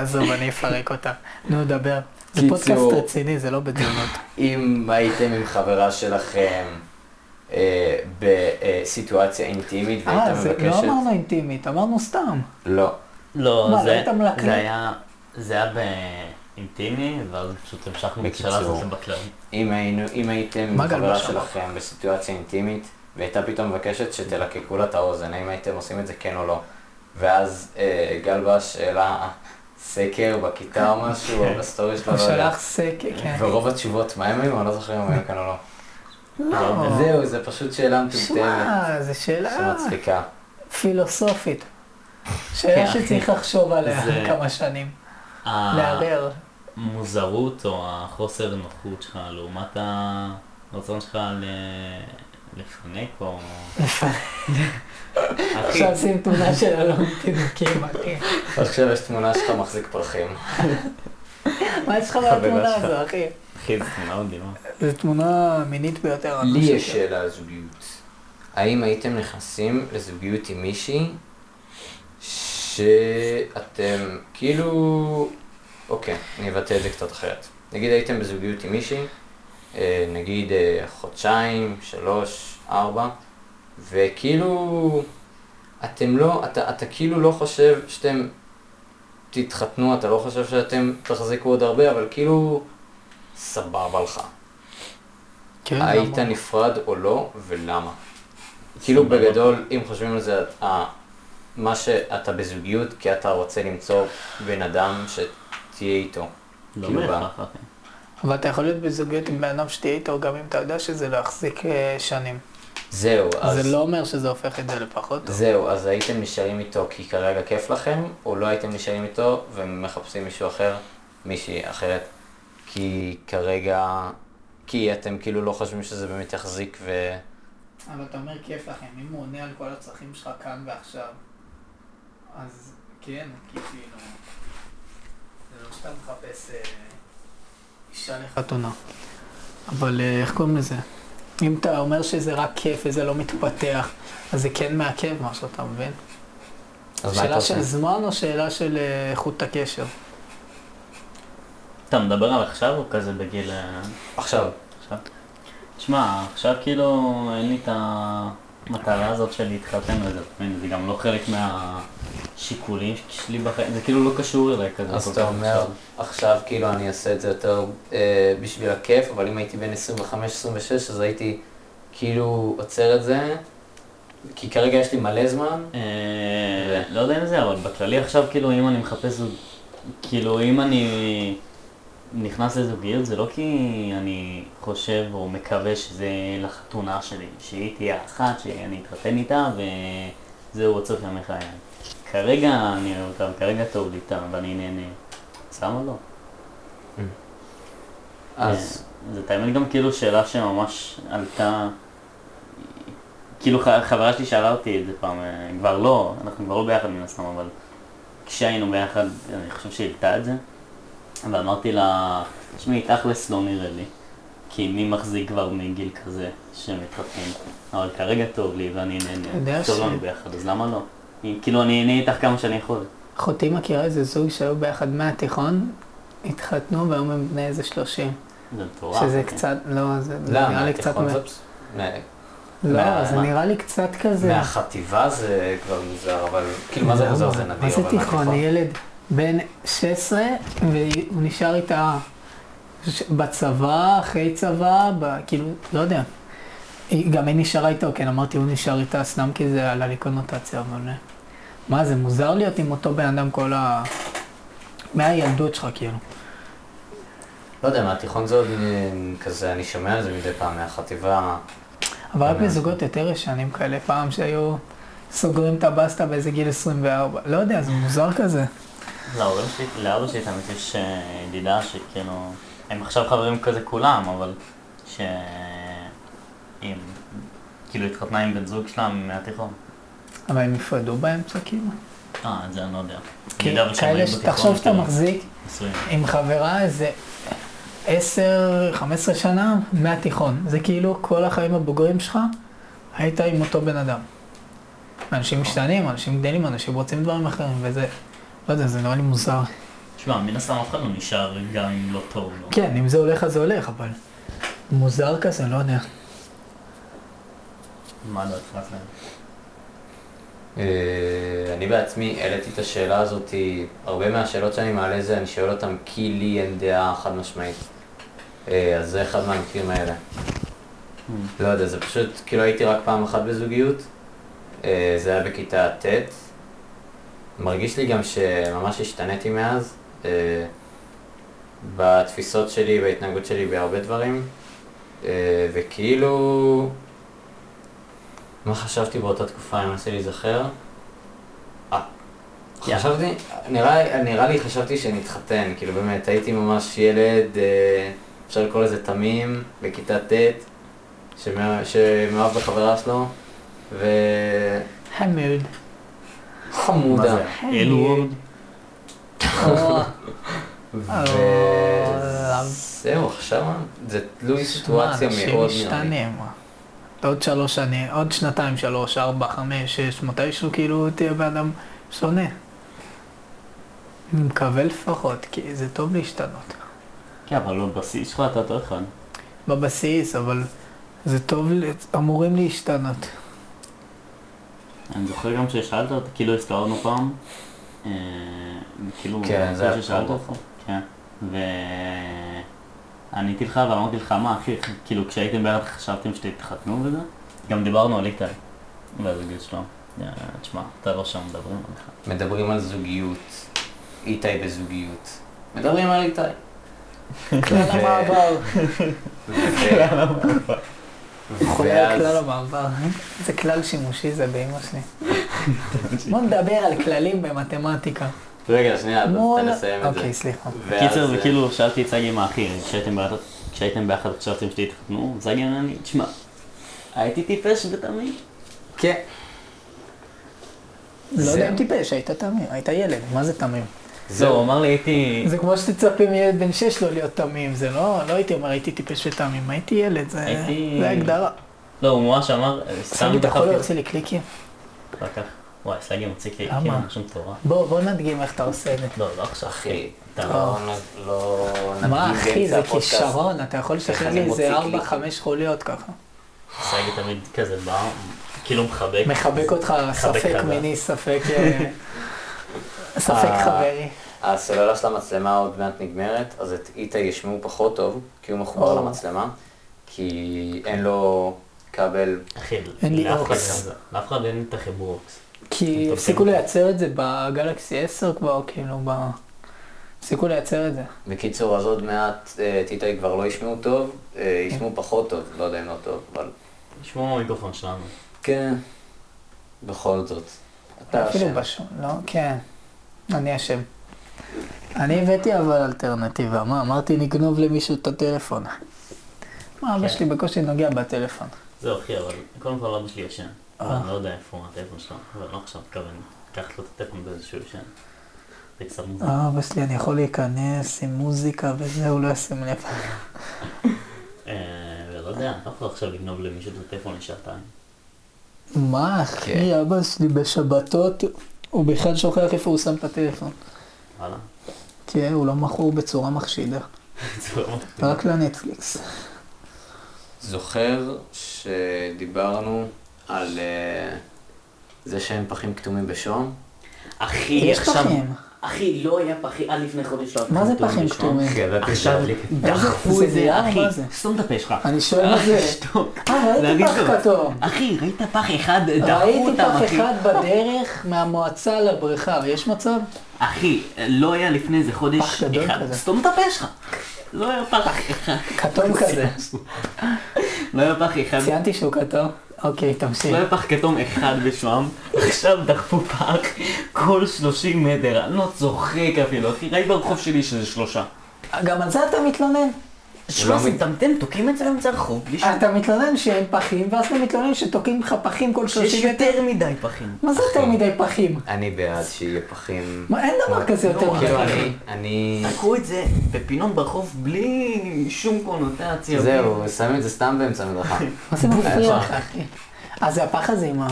Speaker 2: עזוב, אני אפרק אותה. נו, דבר. זה
Speaker 4: קיצור.
Speaker 2: פודקאסט רציני, זה לא
Speaker 4: *laughs*
Speaker 2: בדיונות.
Speaker 4: אם הייתם עם חברה שלכם אה, בסיטואציה אינטימית
Speaker 2: אה,
Speaker 4: והייתה
Speaker 2: זה לא
Speaker 4: מבקשת...
Speaker 2: אמרנו אינטימית, אמרנו סתם.
Speaker 4: לא.
Speaker 3: לא,
Speaker 2: מה,
Speaker 3: זה
Speaker 2: ראית מלקק?
Speaker 3: זה היה... זה היה באינטימי, ואז פשוט המשכנו
Speaker 4: בקיצור.
Speaker 3: בשלב הזה בכללי.
Speaker 4: אם, היינו, אם הייתם עם
Speaker 2: מה לא גל,
Speaker 4: חברה
Speaker 2: מה שאמרת?
Speaker 4: שלכם בסיטואציה אינטימית, והייתה פתאום מבקשת שתלקקו לה את האוזן, האם הייתם עושים את זה כן או לא. ואז אה, גל בש העלה סקר בכיתה או משהו, או בסטורי שלו,
Speaker 2: הוא
Speaker 4: לא יודע.
Speaker 2: שלח סקר, כן.
Speaker 4: ורוב התשובות, מה הם היו? אני לא זוכר אם היו כאן או לא.
Speaker 2: לא.
Speaker 4: זהו, זה פשוט שאלה מטומטמת,
Speaker 2: שמע, לא. זו שאלה
Speaker 4: שמצחיקה. *laughs*
Speaker 2: פילוסופית. שאלה
Speaker 3: כן, אחי.
Speaker 2: שצריך לחשוב עליה
Speaker 3: זה-
Speaker 2: *laughs* כמה שנים.
Speaker 4: אה.
Speaker 2: לערער.
Speaker 3: המוזרות או החוסר נוחות שלך לעומת הרצון שלך ל... לפנק או... אחי,
Speaker 2: עכשיו שים תמונה של אלון
Speaker 4: *laughs*
Speaker 2: תינוקים, אחי.
Speaker 4: עכשיו יש תמונה שלך מחזיק פרחים.
Speaker 2: מה יש לך
Speaker 4: חברה
Speaker 2: בתמונה
Speaker 4: שלך.
Speaker 2: הזו, אחי?
Speaker 3: אחי, זו תמונה מדהימה.
Speaker 2: זו תמונה מינית ביותר. אני
Speaker 4: לי
Speaker 2: חושב.
Speaker 4: יש שאלה על זוגיות. האם הייתם נכנסים לזוגיות עם מישהי שאתם כאילו... אוקיי, אני אבטא את זה קצת אחרת. נגיד הייתם בזוגיות עם מישהי, אה, נגיד אה, חודשיים, שלוש, ארבע, וכאילו... אתם לא, אתה, אתה כאילו לא חושב שאתם תתחתנו, אתה לא חושב שאתם תחזיקו עוד הרבה, אבל כאילו סבבה לך.
Speaker 2: כן,
Speaker 4: היית
Speaker 2: למה?
Speaker 4: נפרד או לא, ולמה? כאילו בגדול, אם חושבים על זה, אה, מה שאתה בזוגיות, כי אתה רוצה למצוא בן אדם שתהיה איתו.
Speaker 3: לא
Speaker 4: כאילו,
Speaker 3: בהכרח, אחי.
Speaker 2: אבל אתה יכול להיות בזוגיות עם בן אדם שתהיה איתו, גם אם אתה יודע שזה לא יחזיק אה, שנים.
Speaker 4: זהו, אז... לא.
Speaker 2: זה לא אומר שזה הופך את זה לפחות טוב.
Speaker 4: זהו, אז הייתם נשארים איתו כי כרגע כיף לכם, או לא הייתם נשארים איתו ומחפשים מישהו אחר, מישהי אחרת, כי כרגע... כי אתם כאילו לא חושבים שזה באמת יחזיק ו...
Speaker 2: אבל אתה אומר כיף לכם, אם הוא עונה על כל הצרכים שלך כאן ועכשיו, אז כן, כי כאילו... זה לא שאתה מחפש אה, אישה לחתונה. אבל אה, איך קוראים לזה? אם אתה אומר שזה רק כיף וזה לא מתפתח, אז זה כן מעכב משהו, אתה מבין?
Speaker 4: אז מה אתה
Speaker 2: שאלה
Speaker 4: עושה?
Speaker 2: של זמן או שאלה של אה, איכות הקשר?
Speaker 3: אתה מדבר על עכשיו או כזה בגיל... אה,
Speaker 4: עכשיו,
Speaker 3: עכשיו? תשמע, עכשיו כאילו אין לי את המטרה הזאת של להתחתן וזה, אתה מבין? זה גם לא חלק מהשיקולים שלי בחיים, זה כאילו לא קשור אליי כזה.
Speaker 4: אז
Speaker 3: כל
Speaker 4: אתה
Speaker 3: כך
Speaker 4: אומר,
Speaker 3: עכשיו.
Speaker 4: עכשיו כאילו אני אעשה את זה יותר אה, בשביל הכיף, אבל אם הייתי בן 25-26, אז הייתי כאילו עוצר את זה, כי כרגע יש לי מלא זמן.
Speaker 3: אה, לא יודע אם זה, אבל בכללי עכשיו, כאילו, אם אני מחפש זוג... כאילו, אם אני נכנס לזוגיות, זה לא כי אני חושב או מקווה שזה לחתונה שלי, שהיא תהיה אחת, שאני אתחתן איתה, וזהו עד סוף ימי חיי. כרגע אני אוהב אותה, כרגע טוב לי איתה, ואני נהנה. אז למה לא?
Speaker 4: אז
Speaker 2: אה,
Speaker 3: זה את האמת גם כאילו שאלה שממש עלתה, כאילו ח- חברה שלי שאלה אותי את זה פעם, אה, כבר לא, אנחנו כבר לא ביחד מן הסתם, אבל כשהיינו ביחד, אני חושב שהיא העלתה את זה, ואמרתי לה, תשמעי, תכלס לא נראה לי, כי מי מחזיק כבר מגיל כזה שמתחתן, אבל כרגע טוב לי ואני
Speaker 2: אתה יודע
Speaker 3: נהנה, טוב
Speaker 2: ש-
Speaker 3: לנו ביחד, אז למה לא? היא- כאילו אני אהנה איתך כמה שאני יכול.
Speaker 2: אחותי מכירה איזה זוג שהיו ביחד מהתיכון, התחתנו והיום הם בני איזה 30.
Speaker 3: זה מטורף.
Speaker 2: שזה
Speaker 3: כן.
Speaker 2: קצת, לא, זה זה
Speaker 4: למה?
Speaker 2: נראה לי קצת... מ-
Speaker 4: התיכון זאת? מה-
Speaker 2: לא,
Speaker 4: מה-
Speaker 2: זה
Speaker 4: מה?
Speaker 2: נראה לי קצת כזה... לא,
Speaker 4: מהחטיבה זה כבר מוזר, אבל כאילו מה זה
Speaker 2: למה?
Speaker 4: מוזר? זה נדיר.
Speaker 2: מה זה
Speaker 4: אבל
Speaker 2: תיכון? ילד בן 16, והוא נשאר איתה ש- בצבא, אחרי צבא, ב- כאילו, לא יודע. היא- גם היא נשארה איתו, כן, אמרתי, הוא נשאר איתה סתם כי זה עלה לי קונוטציה, אבל... אה, מה, זה מוזר להיות עם אותו בן אדם כל ה... מהילדות שלך, כאילו.
Speaker 4: לא יודע, מהתיכון זה עוד אה, כזה, אני שומע על זה מדי פעם, מהחטיבה...
Speaker 2: אבל רק
Speaker 4: באמת.
Speaker 2: בזוגות יותר ישנים כאלה, פעם שהיו סוגרים את הבסטה באיזה גיל 24. לא יודע, זה מוזר כזה.
Speaker 3: להורים שלי, לא, לאבא שלי תמיד יש אה, ידידה שכאילו, הם עכשיו חברים כזה כולם, אבל שהם, כאילו התחתנה עם בן זוג שלה מהתיכון.
Speaker 2: אבל הם נפרדו באמצע כאילו.
Speaker 3: אה, את זה אני לא יודע.
Speaker 2: כי
Speaker 3: ידידה ושם
Speaker 2: כאלה
Speaker 3: היו
Speaker 2: ש-
Speaker 3: בתיכון,
Speaker 2: תחשוב שאתה
Speaker 3: כאילו,
Speaker 2: מחזיק
Speaker 3: נשואים.
Speaker 2: עם חברה איזה 10-15 שנה מהתיכון. זה כאילו כל החיים הבוגרים שלך, היית עם אותו בן אדם. אנשים משתנים, אנשים גדלים, אנשים רוצים דברים אחרים, וזה, לא יודע, זה נראה לי מוזר.
Speaker 3: תשמע, מן הסתם אף אחד לא נשאר גם אם לא טוב לו.
Speaker 2: כן, אם זה הולך אז זה הולך, אבל מוזר כזה, לא יודע.
Speaker 3: מה דעתך על זה?
Speaker 4: אה, אני בעצמי העליתי את השאלה הזאת, הרבה מהשאלות שאני מעלה זה, אני שואל אותם כי לי אין דעה חד משמעית. אה, אז זה אחד מהמקרים האלה. לא יודע, זה פשוט, כאילו הייתי רק פעם אחת בזוגיות, אה, זה היה בכיתה ט', מרגיש לי גם שממש השתניתי מאז, אה, בתפיסות שלי, בהתנהגות שלי, בהרבה דברים, אה, וכאילו, מה חשבתי באותה תקופה, אני מנסה להיזכר? אה,
Speaker 3: יאללה.
Speaker 4: חשבתי, נראה, נראה לי חשבתי שנתחתן, כאילו באמת, הייתי ממש ילד, אה, אפשר לקרוא לזה תמים, בכיתה ט', שמא- שמאוהב בחברה שלו,
Speaker 2: חמוד.
Speaker 3: מה
Speaker 4: וחמודה.
Speaker 3: זה? אלו וורד?
Speaker 2: אה, לא, אוהב.
Speaker 4: וזהו, עכשיו זה תלוי
Speaker 2: אה, שמע,
Speaker 4: סיטואציה
Speaker 2: אנשים
Speaker 4: מאוד נראה לי.
Speaker 2: משתנים. עוד שלוש שנים, עוד שנתיים, שלוש, ארבע, חמש, שש, מתישהו כאילו תהיה בן אדם שונה. אני מקווה לפחות, כי זה טוב להשתנות.
Speaker 3: כן, אבל לא בסיס שלך אתה אותו אחד.
Speaker 2: בבסיס, אבל זה טוב, ל-
Speaker 4: *laughs*
Speaker 2: אמורים להשתנות.
Speaker 3: אני זוכר גם ששאלת אותי, כאילו הסתערנו פעם, אה, כאילו,
Speaker 4: כן, זה היה
Speaker 3: ששאלת
Speaker 4: פה.
Speaker 3: אותי, כן, ועניתי לך ואמרתי לך, מה אחי, כאילו כשהייתם ביחד חשבתם שתתחתנו וזה? גם דיברנו על איתי, ואז הגיל שלו, אה, תשמע, אתה לא שם מדברים עליך.
Speaker 4: מדברים על זוגיות, איתי בזוגיות. מדברים על
Speaker 2: *laughs*
Speaker 4: איתי.
Speaker 2: כלל המעבר.
Speaker 4: ו-
Speaker 2: חולה
Speaker 4: ואז-
Speaker 2: על כלל המעבר. זה כלל שימושי זה באמא
Speaker 4: *laughs*
Speaker 2: שלי. בוא נדבר על כללים במתמטיקה.
Speaker 4: רגע, שנייה, אה, אז
Speaker 2: מול-
Speaker 4: תן לסיים את זה.
Speaker 2: אוקיי, סליחה.
Speaker 4: ואז-
Speaker 3: קיצר, כאילו- וכאילו שאלתי את סגי מה אחי, כשהייתם ביחד- כשהייתם ביחד חשבתם שתתחתנו, סגי אמר לי, תשמע, הייתי טיפש ותמיד.
Speaker 4: כן.
Speaker 2: לא
Speaker 4: זה-
Speaker 2: יודע אם טיפש, היית תמים, היית ילד, מה זה תמים?
Speaker 3: זהו, הוא אמר לי, הייתי...
Speaker 2: זה כמו שתצפי מילד בן 6 לא להיות תמים, זה לא, לא הייתי אומר הייתי טיפש ותמים, הייתי ילד, זה
Speaker 3: הייתי-
Speaker 2: זה הגדרה.
Speaker 3: לא, הוא ממש אמר, סתם
Speaker 2: סגי, אתה יכול
Speaker 3: דחפתי
Speaker 2: להוציא לי קליקים?
Speaker 3: אחר כך, וואי, סגי מוציא לי
Speaker 2: למה?
Speaker 3: כאילו משום תורה.
Speaker 2: בוא, בוא נדגים איך אתה עושה את זה.
Speaker 3: לא, לא עכשיו, אחי.
Speaker 4: אחי,
Speaker 3: אתה
Speaker 4: לא
Speaker 3: לא...
Speaker 4: נ- לא נדגים
Speaker 2: מה אחי,
Speaker 4: באמצע
Speaker 2: זה
Speaker 4: הפודקאסט.
Speaker 2: כישרון, אתה יכול לשחרר
Speaker 4: איך
Speaker 2: לי
Speaker 4: אני
Speaker 2: איזה
Speaker 4: מוציא קליקים?
Speaker 2: 4-5 חוליות ככה.
Speaker 3: סגי תמיד כזה בא, כאילו מחבק.
Speaker 2: מחבק אותך ספק
Speaker 3: חזק.
Speaker 2: מיני, ספק...
Speaker 4: *laughs*
Speaker 2: אה, ספק
Speaker 4: אה.
Speaker 2: חברי.
Speaker 4: הסוללה של המצלמה עוד מעט נגמרת, אז את איתי ישמעו פחות טוב, כי הוא מחובר
Speaker 2: או.
Speaker 4: למצלמה, כי אין לו כבל,
Speaker 3: אחי,
Speaker 2: אין לי
Speaker 3: לאף אחד
Speaker 2: אוקס.
Speaker 3: כזה- לאף אחד אין את החיבור אוקס.
Speaker 2: כי
Speaker 3: טוב,
Speaker 2: הפסיקו
Speaker 3: כן.
Speaker 2: לייצר את זה בגלקסי 10 כבר, כאילו, ב... הפסיקו לייצר את זה.
Speaker 4: בקיצור, אז עוד מעט אה, את איתי כבר לא ישמעו טוב, אה, ישמעו פחות טוב, לא יודע אם לא טוב, אבל...
Speaker 3: תשמעו מהמיקרופון שלנו.
Speaker 4: כן, בכל זאת. אתה
Speaker 2: אפילו
Speaker 4: אשם.
Speaker 2: בשום, לא? כן. אני אשם. אני הבאתי אבל אלטרנטיבה, מה? אמרתי נגנוב למישהו את הטלפון. מה, אבא
Speaker 3: כן.
Speaker 2: שלי בקושי נוגע בטלפון.
Speaker 3: זהו, אחי, אבל קודם כל אבא שלי ישן.
Speaker 2: אה.
Speaker 3: אני לא יודע איפה הוא הטלפון שלו, אבל לא עכשיו מתכוון. לקחת לו את הטלפון באיזשהו ישן. זה קצת מוזר.
Speaker 2: אה, אבא שלי, אני יכול להיכנס עם מוזיקה וזה, הוא לא ישים לב.
Speaker 3: אה, ולא יודע, אני לא יכול עכשיו לגנוב למישהו את הטלפון לשעתיים.
Speaker 2: מה, אחי, אבא שלי בשבתות, הוא בכלל שוכח איפה הוא שם את הטלפון.
Speaker 3: וואלה. *laughs*
Speaker 2: כן, הוא לא מכור בצורה מחשידה.
Speaker 3: זה לא-
Speaker 2: רק לנטפליקס.
Speaker 4: זוכר שדיברנו על אה, זה שאין פחים כתומים בשוהם?
Speaker 3: אחי,
Speaker 2: יש
Speaker 3: עכשיו-
Speaker 2: פחים.
Speaker 3: אחי, לא היה פחים, עד לפני חודש לא היה
Speaker 2: מה זה
Speaker 3: כתומים
Speaker 2: פחים
Speaker 3: בשמם.
Speaker 2: כתומים?
Speaker 3: עכשיו דחפו
Speaker 2: זה
Speaker 3: את זה,
Speaker 2: נייר? מה
Speaker 3: אחי,
Speaker 2: זה?
Speaker 3: סתום את הפה שלך.
Speaker 2: אני שואל מה
Speaker 3: אחי,
Speaker 2: זה.
Speaker 3: שתוק.
Speaker 2: אה,
Speaker 3: זה
Speaker 2: ראיתי
Speaker 3: אני טוב.
Speaker 2: פח כתום.
Speaker 3: אחי, ראית פח אחד, דחפו
Speaker 2: ראיתי
Speaker 3: אותם,
Speaker 2: פח
Speaker 3: אחי.
Speaker 2: אחד בדרך מהמועצה לבריכה, יש מצב?
Speaker 3: אחי, לא היה לפני איזה חודש
Speaker 2: פח גדול
Speaker 3: אחד.
Speaker 2: כזה.
Speaker 3: סתום את הפה שלך. לא הרפח אחד.
Speaker 2: *laughs* כתום כזה.
Speaker 3: לא הרפח אחד.
Speaker 2: ציינתי שהוא כתום. אוקיי,
Speaker 3: לא
Speaker 2: תמשיך.
Speaker 3: היה פח כתום אחד בשוהם, עכשיו דחפו פח כל 30 מטר, אני לא צוחק אפילו, אחי, ראי ברחוב שלי שזה שלושה.
Speaker 2: גם על זה אתה מתלונן.
Speaker 3: שלוש מטמטם, תוקעים את זה באמצע הרחוב, בלי ש...
Speaker 2: אה, אתה מתלונן שאין פחים, ואז אתה מתלונן שתוקעים לך פחים כל
Speaker 3: יש
Speaker 2: 30 מטר.
Speaker 3: יותר מדי פחים.
Speaker 2: מה זה יותר מדי פחים?
Speaker 1: אני בעד שיהיה פחים.
Speaker 2: מה, אין דבר כזה יותר מדי.
Speaker 1: כאילו אני, אני...
Speaker 3: תקעו את זה בפינות ברחוב בלי שום קונוטציה.
Speaker 4: זהו, שמים את זה סתם באמצע המדרכה.
Speaker 2: מה זה מפריע לך, אחי? אז זה הפח הזה עם ה...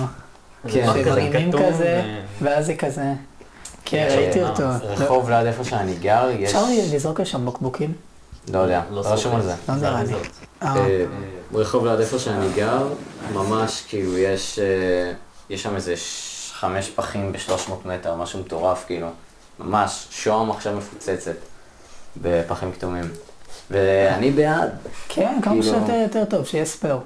Speaker 4: כן,
Speaker 3: פח כזה
Speaker 2: שמרימים
Speaker 3: כתום,
Speaker 2: כזה,
Speaker 3: אה.
Speaker 2: ואז זה כזה. *laughs* כן, ראיתי אותו.
Speaker 4: אה, רחוב ליד איפה שאני גר, יש...
Speaker 2: אפשר לזרוק לשם בקבוקים?
Speaker 4: לא יודע,
Speaker 3: לא
Speaker 4: לא
Speaker 3: זוכר.
Speaker 4: רשום על זה.
Speaker 2: לא נראה לי. אה,
Speaker 4: אה, ברחוב ליד איפה שאני גר, ממש כאילו יש, אה, יש שם איזה ש- חמש פחים ב-300 מטר, משהו מטורף כאילו, ממש, שוהם עכשיו מפוצצת בפחים כתומים. ואני בעד.
Speaker 2: כן, כמה
Speaker 4: כאילו-
Speaker 2: שיותר יותר טוב, שיהיה ספייר.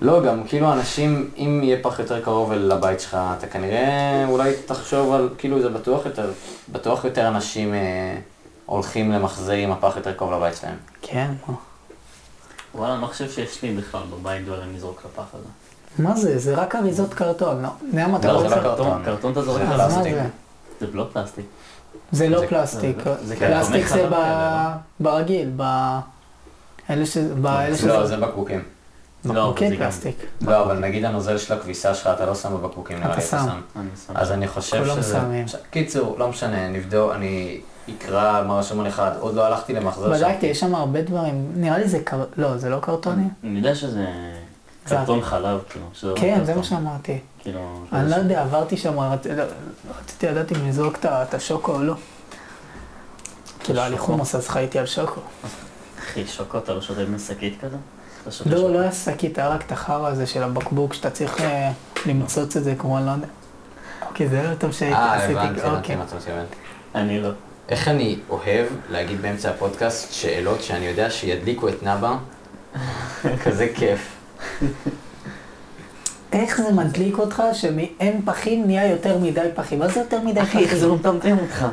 Speaker 4: לא, גם כאילו אנשים, אם יהיה פח יותר קרוב אל הבית שלך, אתה כנראה אולי תחשוב על, כאילו זה בטוח יותר, בטוח יותר אנשים אה, הולכים למחזר עם הפח יותר קרוב לבית שלהם.
Speaker 2: כן, מה.
Speaker 3: וואלה, אני לא חושב שיש לי בכלל בבית דברים לזרוק לפח הזה.
Speaker 2: מה זה? זה רק אריזות קרטון, לא. נעם, אתה
Speaker 4: לא,
Speaker 2: רוצה?
Speaker 4: זה לא קרטון.
Speaker 3: קרטון אתה זורק
Speaker 4: זה לא-
Speaker 3: על
Speaker 2: אז מה
Speaker 3: הפלסטיק.
Speaker 2: זה?
Speaker 3: זה לא פלסטיק.
Speaker 2: זה לא
Speaker 4: זה-
Speaker 2: פלסטיק.
Speaker 3: זה קרטון
Speaker 2: פלסטיק
Speaker 3: אחד
Speaker 2: זה
Speaker 3: על
Speaker 2: ב-
Speaker 3: כאלה,
Speaker 2: ברגיל, ב... אלה ש... באלה ש...
Speaker 4: לא, זה בקבוקים.
Speaker 3: לא, אבל זה
Speaker 2: כן,
Speaker 3: גם...
Speaker 2: פלסטיק.
Speaker 4: לא, אבל נגיד הנוזל של הכביסה שלך, אתה לא שם בבקבוקים, נראה לי
Speaker 2: אתה
Speaker 4: אתה
Speaker 2: שם.
Speaker 4: שם.
Speaker 3: אני שם.
Speaker 4: אז אני חושב
Speaker 2: כולם
Speaker 4: שזה...
Speaker 2: שמים.
Speaker 4: ש- קיצור, לא משנה, נבדוק, אני אקרא מה רשום על אחד, עוד לא הלכתי למחזר שם.
Speaker 2: בדקתי, יש שם הרבה דברים. נראה לי זה קר... לא, זה לא קרטוני?
Speaker 3: אני יודע שזה
Speaker 2: זה-
Speaker 3: קרטון חלב, כאילו. שזה לא
Speaker 2: כן, זה
Speaker 3: קרטון.
Speaker 2: מה שאמרתי.
Speaker 3: כאילו...
Speaker 2: אני לא יודע, עברתי שם, רצ- לא, רציתי לדעת אם לזרוק את ה- את השוקו או לא. כאילו, היה לי
Speaker 3: שוקו?
Speaker 2: חומוס, אז חייתי על שוקו.
Speaker 3: אחי, שוקו, אתה לא שותה משקית כזה? אתה שותה שוקו?
Speaker 2: לא, לא היה שקית, היה רק את החרא הזה של הבקבוק, שאתה צריך אה, למצוץ את זה כמו, אני לא יודע. אוקיי, זה היה טוב שהייתי,
Speaker 4: אה,
Speaker 2: עשיתי,
Speaker 4: הבנתי, הבנתי
Speaker 2: אוקיי.
Speaker 4: מה אתה מתכוון.
Speaker 3: אני לא.
Speaker 4: איך אני אוהב להגיד באמצע הפודקאסט שאלות שאני יודע שידליקו את
Speaker 3: *laughs*
Speaker 4: נאבה? כזה כיף.
Speaker 2: איך זה מדליק אותך שמאין פחים נהיה יותר מדי פחים? מה זה יותר מדי פחים?
Speaker 3: לא מטמטם אותך?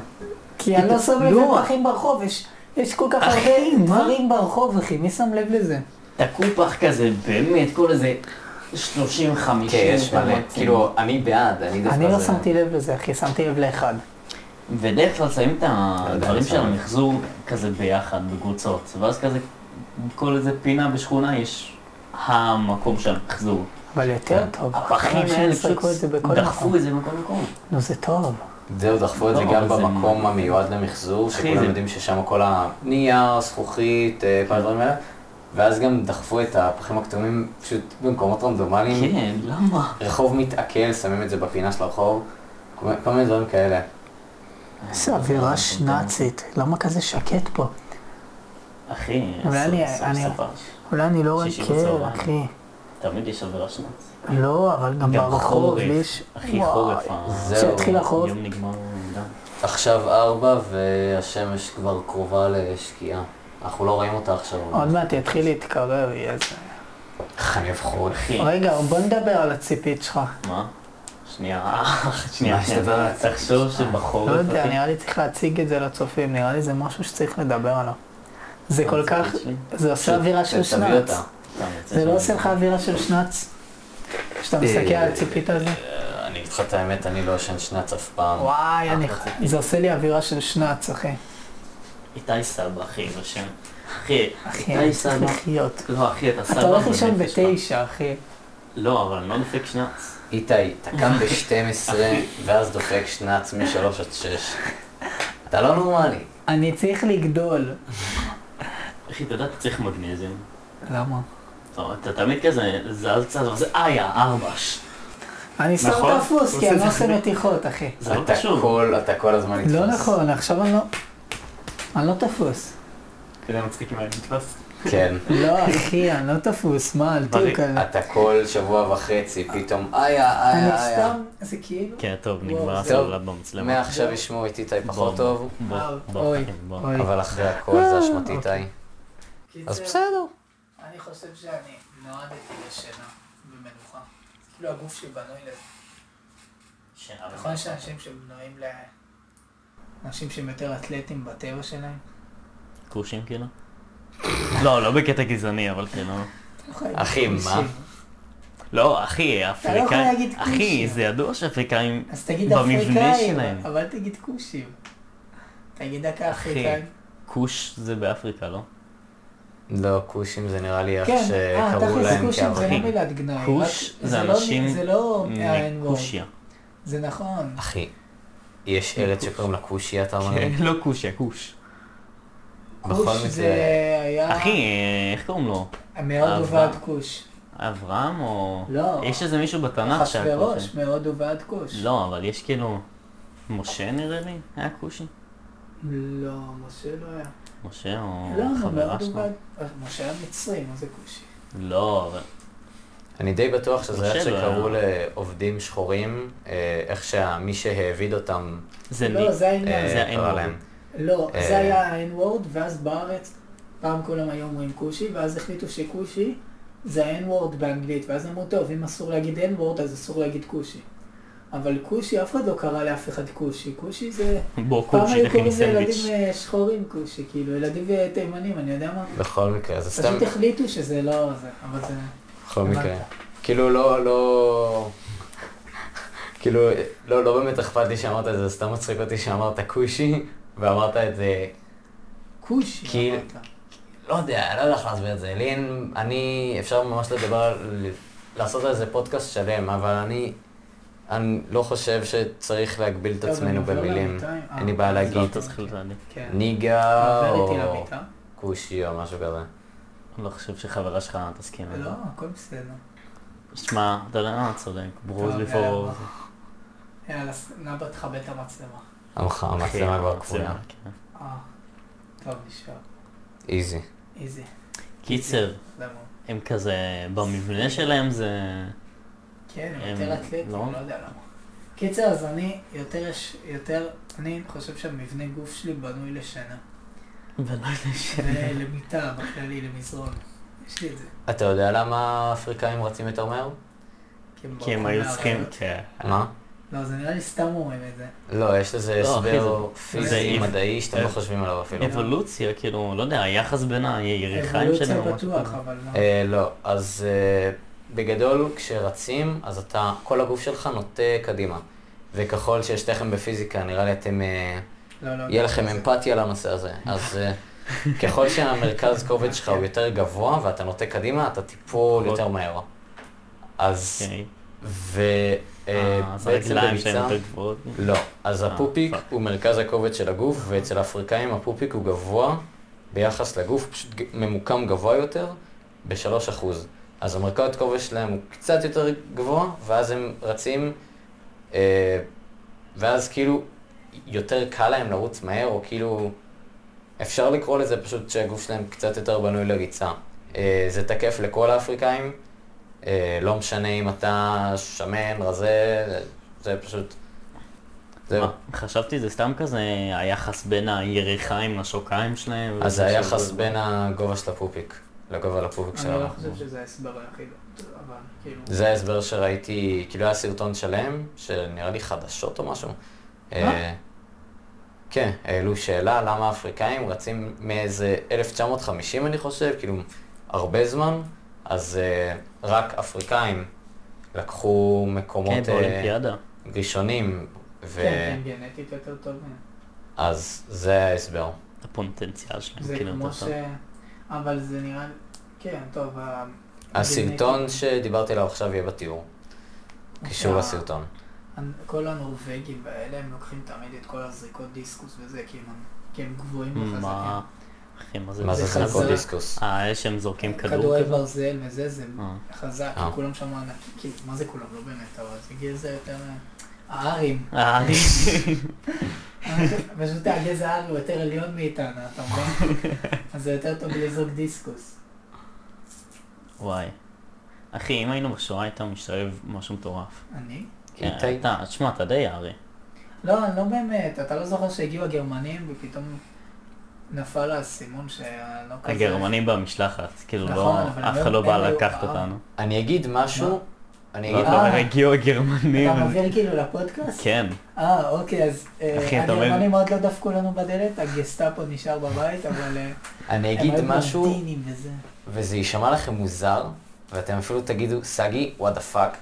Speaker 2: כי אני לא שם לב
Speaker 3: לא.
Speaker 2: לפחים ברחוב, יש- יש כל כך הרבה
Speaker 3: אחי, מה?
Speaker 2: דברים ברחוב, אחי, מי שם לב לזה?
Speaker 3: תקופח כזה, באמת, כל איזה 30, 50.
Speaker 4: כן, יש מלא.
Speaker 3: מקסימום.
Speaker 4: כאילו, אני בעד, אני דווקא...
Speaker 2: אני לא
Speaker 4: זה-
Speaker 2: שמתי לב לזה, אחי, שמתי לב לאחד.
Speaker 3: בדרך כלל שמים את
Speaker 4: לא יודע,
Speaker 3: הדברים
Speaker 4: אני
Speaker 3: של
Speaker 4: שם.
Speaker 3: המחזור כזה ביחד, בקבוצות. ואז כזה, כל איזה פינה בשכונה יש המקום של המחזור.
Speaker 2: אבל יותר טוב.
Speaker 3: הפחים
Speaker 2: אנשים
Speaker 3: האלה
Speaker 2: יזרקו אוקיי, את זה
Speaker 3: פשוט
Speaker 2: בכל
Speaker 3: דחפו
Speaker 2: מקום.
Speaker 3: את זה בכל מקום.
Speaker 2: נו, זה טוב.
Speaker 4: זהו, דחפו את זה
Speaker 3: לא,
Speaker 4: גם
Speaker 3: אבל זה-
Speaker 4: במקום המיועד למחזור,
Speaker 3: אחי,
Speaker 4: שכולם
Speaker 3: זה-
Speaker 4: יודעים ששם כל הנייר, זכוכית, אה, כל הדברים האלה, ואז גם דחפו את הפחים הכתומים פשוט במקומות רנדומליים.
Speaker 3: כן, למה?
Speaker 4: רחוב מתעכל, שמים את זה בפינה של הרחוב, כל מיני- כל מיני דברים כאלה.
Speaker 2: איזה
Speaker 3: אה,
Speaker 2: אווירה שנאצית, למה כזה שקט פה?
Speaker 3: אחי,
Speaker 2: אבל אני- אני- אולי אני לא רואה
Speaker 3: שישי
Speaker 2: קר,
Speaker 3: בצהריים.
Speaker 2: אחי.
Speaker 3: תמיד יש עבירה שנאצית.
Speaker 2: לא, אבל גם
Speaker 3: גם
Speaker 2: ברחוב
Speaker 3: חורף.
Speaker 2: יש...
Speaker 3: אחי,
Speaker 2: וואי.
Speaker 3: חורף. ה-
Speaker 4: זהו.
Speaker 2: כשהתחיל החורף,
Speaker 3: יום נגמר מוקדם.
Speaker 4: עכשיו ארבע והשמש כבר קרובה לשקיעה. אנחנו לא רואים אותה עכשיו.
Speaker 2: עוד מעט יתחיל להתקרב, יהיה זה.
Speaker 4: חייב חול.
Speaker 3: אחי,
Speaker 2: רגע, בוא נדבר על הציפית שלך. לא
Speaker 3: מה? שנייה, שנייה,
Speaker 4: מה, שתדבר על
Speaker 3: שנייה. תחשוב שבחורף...
Speaker 2: לא יודע,
Speaker 3: אחי,
Speaker 2: נראה לי צריך להציג את זה לצופים, נראה לי זה משהו שצריך לדבר עליו. זה כל
Speaker 3: הציפית
Speaker 2: כך,
Speaker 3: שלי?
Speaker 2: זה עושה אווירה של
Speaker 4: תביא
Speaker 2: שנץ.
Speaker 4: אותה.
Speaker 3: אתה מוצא
Speaker 2: זה לא
Speaker 3: שם-
Speaker 2: עושה לך אווירה של שנץ? כשאתה
Speaker 4: אה,
Speaker 2: מסתכל על הציפית הזה?
Speaker 4: אה, אני אגיד לך את האמת, אני לא ישן שנץ אף פעם.
Speaker 3: אה,
Speaker 2: וואי, אני...
Speaker 3: ציפית.
Speaker 2: זה עושה לי אווירה של שנץ, אחי.
Speaker 3: איתי סבא, אחי, זה שם. אחי,
Speaker 2: אחי, אני
Speaker 3: איתי
Speaker 2: צריך
Speaker 3: סבא.
Speaker 2: לחיות.
Speaker 3: לא, אחי, אתה סבא.
Speaker 2: אתה הולך לישון
Speaker 3: בנפש שלך.
Speaker 2: בתשע, אחי.
Speaker 3: לא, אבל אני לא דופק שנץ.
Speaker 4: איתי, אתה קם ב-12
Speaker 2: *laughs*
Speaker 4: ואז דופק שנץ מ-3 עד 6. אתה לא נורמלי.
Speaker 2: אני צריך לגדול.
Speaker 3: אחי, אתה יודע, אתה צריך מגנזיום.
Speaker 2: למה?
Speaker 3: לא, אתה תמיד כזה, זז קצת, וזה איה, ארבע. ש-".
Speaker 2: אני סתם
Speaker 3: נכון?
Speaker 2: תפוס, כי
Speaker 3: עושה
Speaker 2: אני
Speaker 3: את
Speaker 2: לא
Speaker 3: זה
Speaker 2: עושה
Speaker 3: לפני.
Speaker 2: מתיחות, אחי.
Speaker 3: זה לא
Speaker 4: אתה
Speaker 3: קשור.
Speaker 4: כל, אתה כל הזמן נתפס.
Speaker 2: לא נכון, עכשיו אני לא... אני לא תפוס.
Speaker 3: אתה יודע, מצחיק אם היה נתפס.
Speaker 4: כן.
Speaker 2: לא, אחי, אני לא תפוס, מה, אל תהיו
Speaker 3: בריא.
Speaker 2: כאלה.
Speaker 4: אתה כל שבוע וחצי פתאום, איה,
Speaker 2: אני
Speaker 4: איה, איה.
Speaker 2: סתם, זה כאילו...
Speaker 3: אה, כן, טוב,
Speaker 2: וואו,
Speaker 3: נגמר
Speaker 2: זה-
Speaker 3: הסלולה במצלמה.
Speaker 4: מעכשיו ישמעו את איתי
Speaker 3: בוא,
Speaker 4: פחות טוב,
Speaker 3: בוא, בוא,
Speaker 2: אוי,
Speaker 3: אחי, בוא.
Speaker 2: אוי.
Speaker 4: אבל אחרי הכל
Speaker 2: אה,
Speaker 4: זה אשמת
Speaker 2: אוקיי.
Speaker 4: איתי. אז בסדר.
Speaker 2: אני חושב שאני נועדתי לשינה ומנוחה. כאילו הגוף שלי בנוי לזה.
Speaker 3: שינה
Speaker 2: נכון
Speaker 3: במצלמה.
Speaker 2: שאנשים שבנויים ל... אנשים שהם יותר אתלטים בטבע שלהם?
Speaker 3: כרושים כאילו? לא, לא בקטע גזעני, אבל כאילו...
Speaker 4: אחי, מה?
Speaker 3: לא, אחי,
Speaker 2: יכול
Speaker 3: אפריקאים...
Speaker 2: להגיד
Speaker 3: אחי,
Speaker 2: כושים.
Speaker 3: זה ידוע שאפריקאים...
Speaker 2: אז תגיד
Speaker 3: במבנה
Speaker 2: אפריקאים,
Speaker 3: שלהם.
Speaker 2: אבל תגיד כושים. תגיד רק
Speaker 3: אחי,
Speaker 2: אפריקאים.
Speaker 3: כוש זה באפריקה, לא?
Speaker 4: לא, כושים זה נראה לי איך
Speaker 2: כן, אה,
Speaker 4: שקראו
Speaker 2: תכלס
Speaker 4: להם
Speaker 2: כושים זה לא
Speaker 4: כאברכים.
Speaker 2: מילת גנאי.
Speaker 3: כוש
Speaker 2: רק-
Speaker 3: זה
Speaker 2: לא-
Speaker 3: אנשים Mm,
Speaker 2: זה לא
Speaker 3: אה,
Speaker 2: ה-N-word.
Speaker 3: מקושיה.
Speaker 2: זה נכון.
Speaker 4: אחי, יש
Speaker 2: כן,
Speaker 4: ארץ שקוראים לה כושי, אתה אומר? לי?
Speaker 3: כן, לא קושיה, כוש.
Speaker 4: בכל
Speaker 2: כוש
Speaker 4: מקרה-
Speaker 2: זה היה...
Speaker 3: אחי, איך קוראים לו?
Speaker 2: מהודו
Speaker 3: אהבה.
Speaker 2: ועד כוש.
Speaker 3: אברהם או...
Speaker 2: לא.
Speaker 3: יש איזה מישהו בתנ"ך שהיה
Speaker 2: אחשוורוש,
Speaker 3: כושי.
Speaker 2: מהודו ועד כוש.
Speaker 3: לא, אבל יש כאילו... משה נראה לי היה כושי.
Speaker 2: לא, משה לא היה.
Speaker 3: משה או
Speaker 2: לא, אבל
Speaker 3: אה, חברה
Speaker 2: מהודו
Speaker 3: שלו.
Speaker 2: ועד... משה היה מצרי, מה זה כושי?
Speaker 3: לא, אבל...
Speaker 4: אני די בטוח שזה איך
Speaker 3: משה לא
Speaker 4: שקראו לעובדים שחורים, אה, איך שמי שהעביד אותם,
Speaker 3: זה לי.
Speaker 2: לא, זה העניין.
Speaker 3: זה
Speaker 4: אה, קרא
Speaker 3: ה-N-word.
Speaker 4: להם.
Speaker 2: לא,
Speaker 4: אה,
Speaker 2: זה היה ה-N-word, ואז בארץ פעם כולם היו אומרים כושי, ואז החליטו שכושי זה ה-N-word באנגלית, ואז אמרו, טוב, אם אסור להגיד N-word, אז אסור להגיד כושי. אבל כושי, אף אחד לא קרא לאף אחד כושי. כושי זה...
Speaker 3: בוא,
Speaker 2: פעם
Speaker 3: כושי,
Speaker 2: היו
Speaker 3: תכין
Speaker 2: קוראים
Speaker 4: כאילו
Speaker 3: לי
Speaker 2: לזה
Speaker 3: סנדוויץ'.
Speaker 2: ילדים אה, שחורים כושי, כאילו, ילדים אה, תימנים, אני יודע מה.
Speaker 4: בכל מקרה, זה סתם,
Speaker 2: פשוט החליטו שזה לא זה, אבל זה...
Speaker 4: בכל
Speaker 2: הבנת.
Speaker 4: מקרה. כאילו לא, לא... כאילו, לא, לא באמת אכפת לי שאמרת את זה, זה סתם מצחיק אותי שאמרת כושי, ואמרת את זה,
Speaker 2: כושי,
Speaker 4: כאילו-
Speaker 2: אמרת.
Speaker 4: לא יודע, לא יודע איך להסביר את זה. לי אין, אני, אפשר ממש לדבר, על- לעשות על זה פודקאסט שלם, אבל אני, אני לא חושב שצריך להגביל את
Speaker 2: טוב, אני
Speaker 4: עצמנו
Speaker 2: עובר
Speaker 4: במילים.
Speaker 2: למיטה, אה.
Speaker 4: אין לי בעיה
Speaker 3: אז לא
Speaker 4: להגיד
Speaker 3: תצחיק אותי.
Speaker 2: כן.
Speaker 4: ניגה
Speaker 2: עברתי
Speaker 4: או
Speaker 2: למיטה.
Speaker 4: כושי או משהו כזה.
Speaker 3: אני לא חושב שחברה שלך תסכים לזה.
Speaker 2: לא, הכל בסדר.
Speaker 3: שמע, אתה יודע מה, צודק. ברוז
Speaker 2: טוב,
Speaker 3: לפור...
Speaker 2: יאללה, יאללה, ס- נאבא תכבה את המצלמה.
Speaker 4: המח- המצלמה כבר כפולה.
Speaker 2: אה, טוב, נשאר.
Speaker 3: לא.
Speaker 4: איזי.
Speaker 2: איזי.
Speaker 3: קיצר,
Speaker 2: למה?
Speaker 3: הם כזה, במבנה שלהם זה...
Speaker 2: כן,
Speaker 3: הם-
Speaker 2: הם יותר אתלטים,
Speaker 3: לא?
Speaker 2: לא יודע למה. קיצר, אז אני יותר, יש- יותר, אני חושב שהמבנה גוף שלי בנוי לשינה.
Speaker 3: *laughs* בנוי לשם.
Speaker 2: למיטה, בכללי, למזרון. יש לי את זה.
Speaker 4: אתה יודע למה האפריקאים רצים יותר מהר?
Speaker 3: כי הם
Speaker 2: ברחו
Speaker 3: היו
Speaker 2: מהרעיון.
Speaker 3: צריכים... כן.
Speaker 4: מה?
Speaker 2: לא, זה נראה לי סתם אומרים את זה.
Speaker 4: לא, יש לזה
Speaker 3: לא, אחי,
Speaker 4: הסבר
Speaker 3: זה-
Speaker 4: פיזי,
Speaker 3: זה-
Speaker 4: מדעי, שאתם לא
Speaker 3: אה,
Speaker 4: חושבים עליו אפילו.
Speaker 3: אבולוציה, כאילו, לא יודע, היחס בין היריחיים
Speaker 2: אבולוציה
Speaker 3: שלהם או משהו
Speaker 2: אה, בטוח,
Speaker 3: כזה.
Speaker 2: אבל מה?
Speaker 4: אה, לא, אז אה, בגדול כשרצים, אז אתה, כל הגוף שלך נוטה קדימה. וככל שיש לכם בפיזיקה, נראה לי אתם, אה,
Speaker 2: לא, לא.
Speaker 4: יהיה לכם אמפתיה לנושא הזה. אז אה, ככל שהמרכז כובד שלך הוא יותר גבוה ואתה נוטה קדימה, אתה תיפול יותר מהר. אז,
Speaker 3: אוקיי. אה, אז
Speaker 4: ובעצם
Speaker 3: הרגליים שלהם
Speaker 4: בביצה...
Speaker 3: יותר גבוהות.
Speaker 4: לא, אז הפופיק
Speaker 3: אה, פאק.
Speaker 4: הוא מרכז הכובד של הגוף, ואצל האפריקאים הפופיק הוא גבוה ביחס לגוף, פשוט ג- ממוקם גבוה יותר, ב-3%. אז המרכז כובד שלהם הוא קצת יותר גבוה, ואז הם רצים, אה, ואז כאילו יותר קל להם לרוץ מהר, או כאילו... אפשר לקרוא לזה פשוט שהגוף שלהם קצת יותר בנוי לריצה. אה, זה תקף לכל האפריקאים, אה, לא משנה אם אתה שמן, רזה, זה פשוט... זהו.
Speaker 3: מה, חשבתי זה סתם כזה היחס בין היריחיים לשוקיים שלהם.
Speaker 4: אז זה
Speaker 3: וזה
Speaker 4: היחס
Speaker 3: שזה-
Speaker 4: בין הגובה של הפופיק לגובה לפופיק
Speaker 2: אני לא
Speaker 4: שלנו.
Speaker 2: חושב שזה ההסבר היחיד, אבל כאילו...
Speaker 4: זה ההסבר שראיתי, כאילו היה סרטון שלם, שנראה לי חדשות או משהו. אה, כן, העלו שאלה למה האפריקאים רצים מאיזה 1950 אני חושב, כאילו הרבה זמן, אז אה, רק אפריקאים לקחו
Speaker 3: כן,
Speaker 4: מקומות אה,
Speaker 3: באולימפיאדה.
Speaker 4: ראשונים, ו-
Speaker 2: כן, הם גנטית יותר טוב מהם.
Speaker 4: אז זה ההסבר.
Speaker 3: הפוטנציאל שלהם.
Speaker 2: זה
Speaker 3: כאילו,
Speaker 2: כמו
Speaker 3: אתה-
Speaker 2: ש... אבל זה נראה... לי- כן, טוב. ה-
Speaker 4: הסרטון
Speaker 2: הגנטית-
Speaker 4: שדיברתי עליו עכשיו יהיה בתיאור, קישור
Speaker 2: שה-
Speaker 4: לסרטון.
Speaker 2: הנ- כל הנורבגים והאלה, הם לוקחים תמיד את כל הזריקות דיסקוס וזה, כי הם, כי הם גבוהים
Speaker 3: מה?
Speaker 2: וחזקים.
Speaker 3: אחי, מה זה?
Speaker 4: מה זה
Speaker 2: זה חזק.
Speaker 4: זריקות דיסקוס?
Speaker 3: אה, אלה שהם זורקים כדור
Speaker 2: כדורי
Speaker 3: כזה?
Speaker 2: ברזל וזה, זה
Speaker 3: אה.
Speaker 2: חזק,
Speaker 4: אה.
Speaker 2: כולם שם ענקים, כאילו, מה זה כולם? לא באמת, אבל זה גזע יותר... אה, הארים. *laughs*
Speaker 3: אה, אני-
Speaker 2: פשוט הגזע הארי הוא יותר עליון מאיתנו, אתה מבין?
Speaker 3: *laughs*
Speaker 2: אז זה יותר טוב לזרוק דיסקוס.
Speaker 3: וואי. אחי, אם היינו בשואה היית משתלב משהו מטורף.
Speaker 2: אני?
Speaker 3: כן,
Speaker 4: איתי.
Speaker 3: אתה, תשמע, אתה די הארי.
Speaker 2: לא, אני לא באמת, אתה לא זוכר שהגיעו הגרמנים ופתאום נפל האסימון שהיה לא כזה...
Speaker 3: הגרמנים במשלחת, כאילו
Speaker 2: נכון,
Speaker 3: לא,
Speaker 2: אבל
Speaker 3: אף
Speaker 2: הם-
Speaker 3: אחד לא
Speaker 2: הם
Speaker 3: בא
Speaker 2: היו
Speaker 3: לקחת
Speaker 2: עם.
Speaker 3: אותנו.
Speaker 4: אני אגיד משהו אני
Speaker 3: לא,
Speaker 4: אגיד לו,
Speaker 3: אתה אומר הגיעו הגרמנים.
Speaker 2: אתה מעביר כאילו לפודקאסט?
Speaker 3: כן.
Speaker 2: אה, אוקיי, אז אה,
Speaker 3: אחי, אתה אומר-
Speaker 2: הגרמנים עוד לא דפקו לנו בדלת, הגסטאפו נשאר בבית, אבל אה,
Speaker 4: אני
Speaker 2: הם
Speaker 4: אגיד
Speaker 2: היו
Speaker 4: משהו,
Speaker 2: בלונדינים וזה.
Speaker 4: וזה יישמע לכם מוזר, ואתם אפילו תגידו, סגי, וואט דה פאק,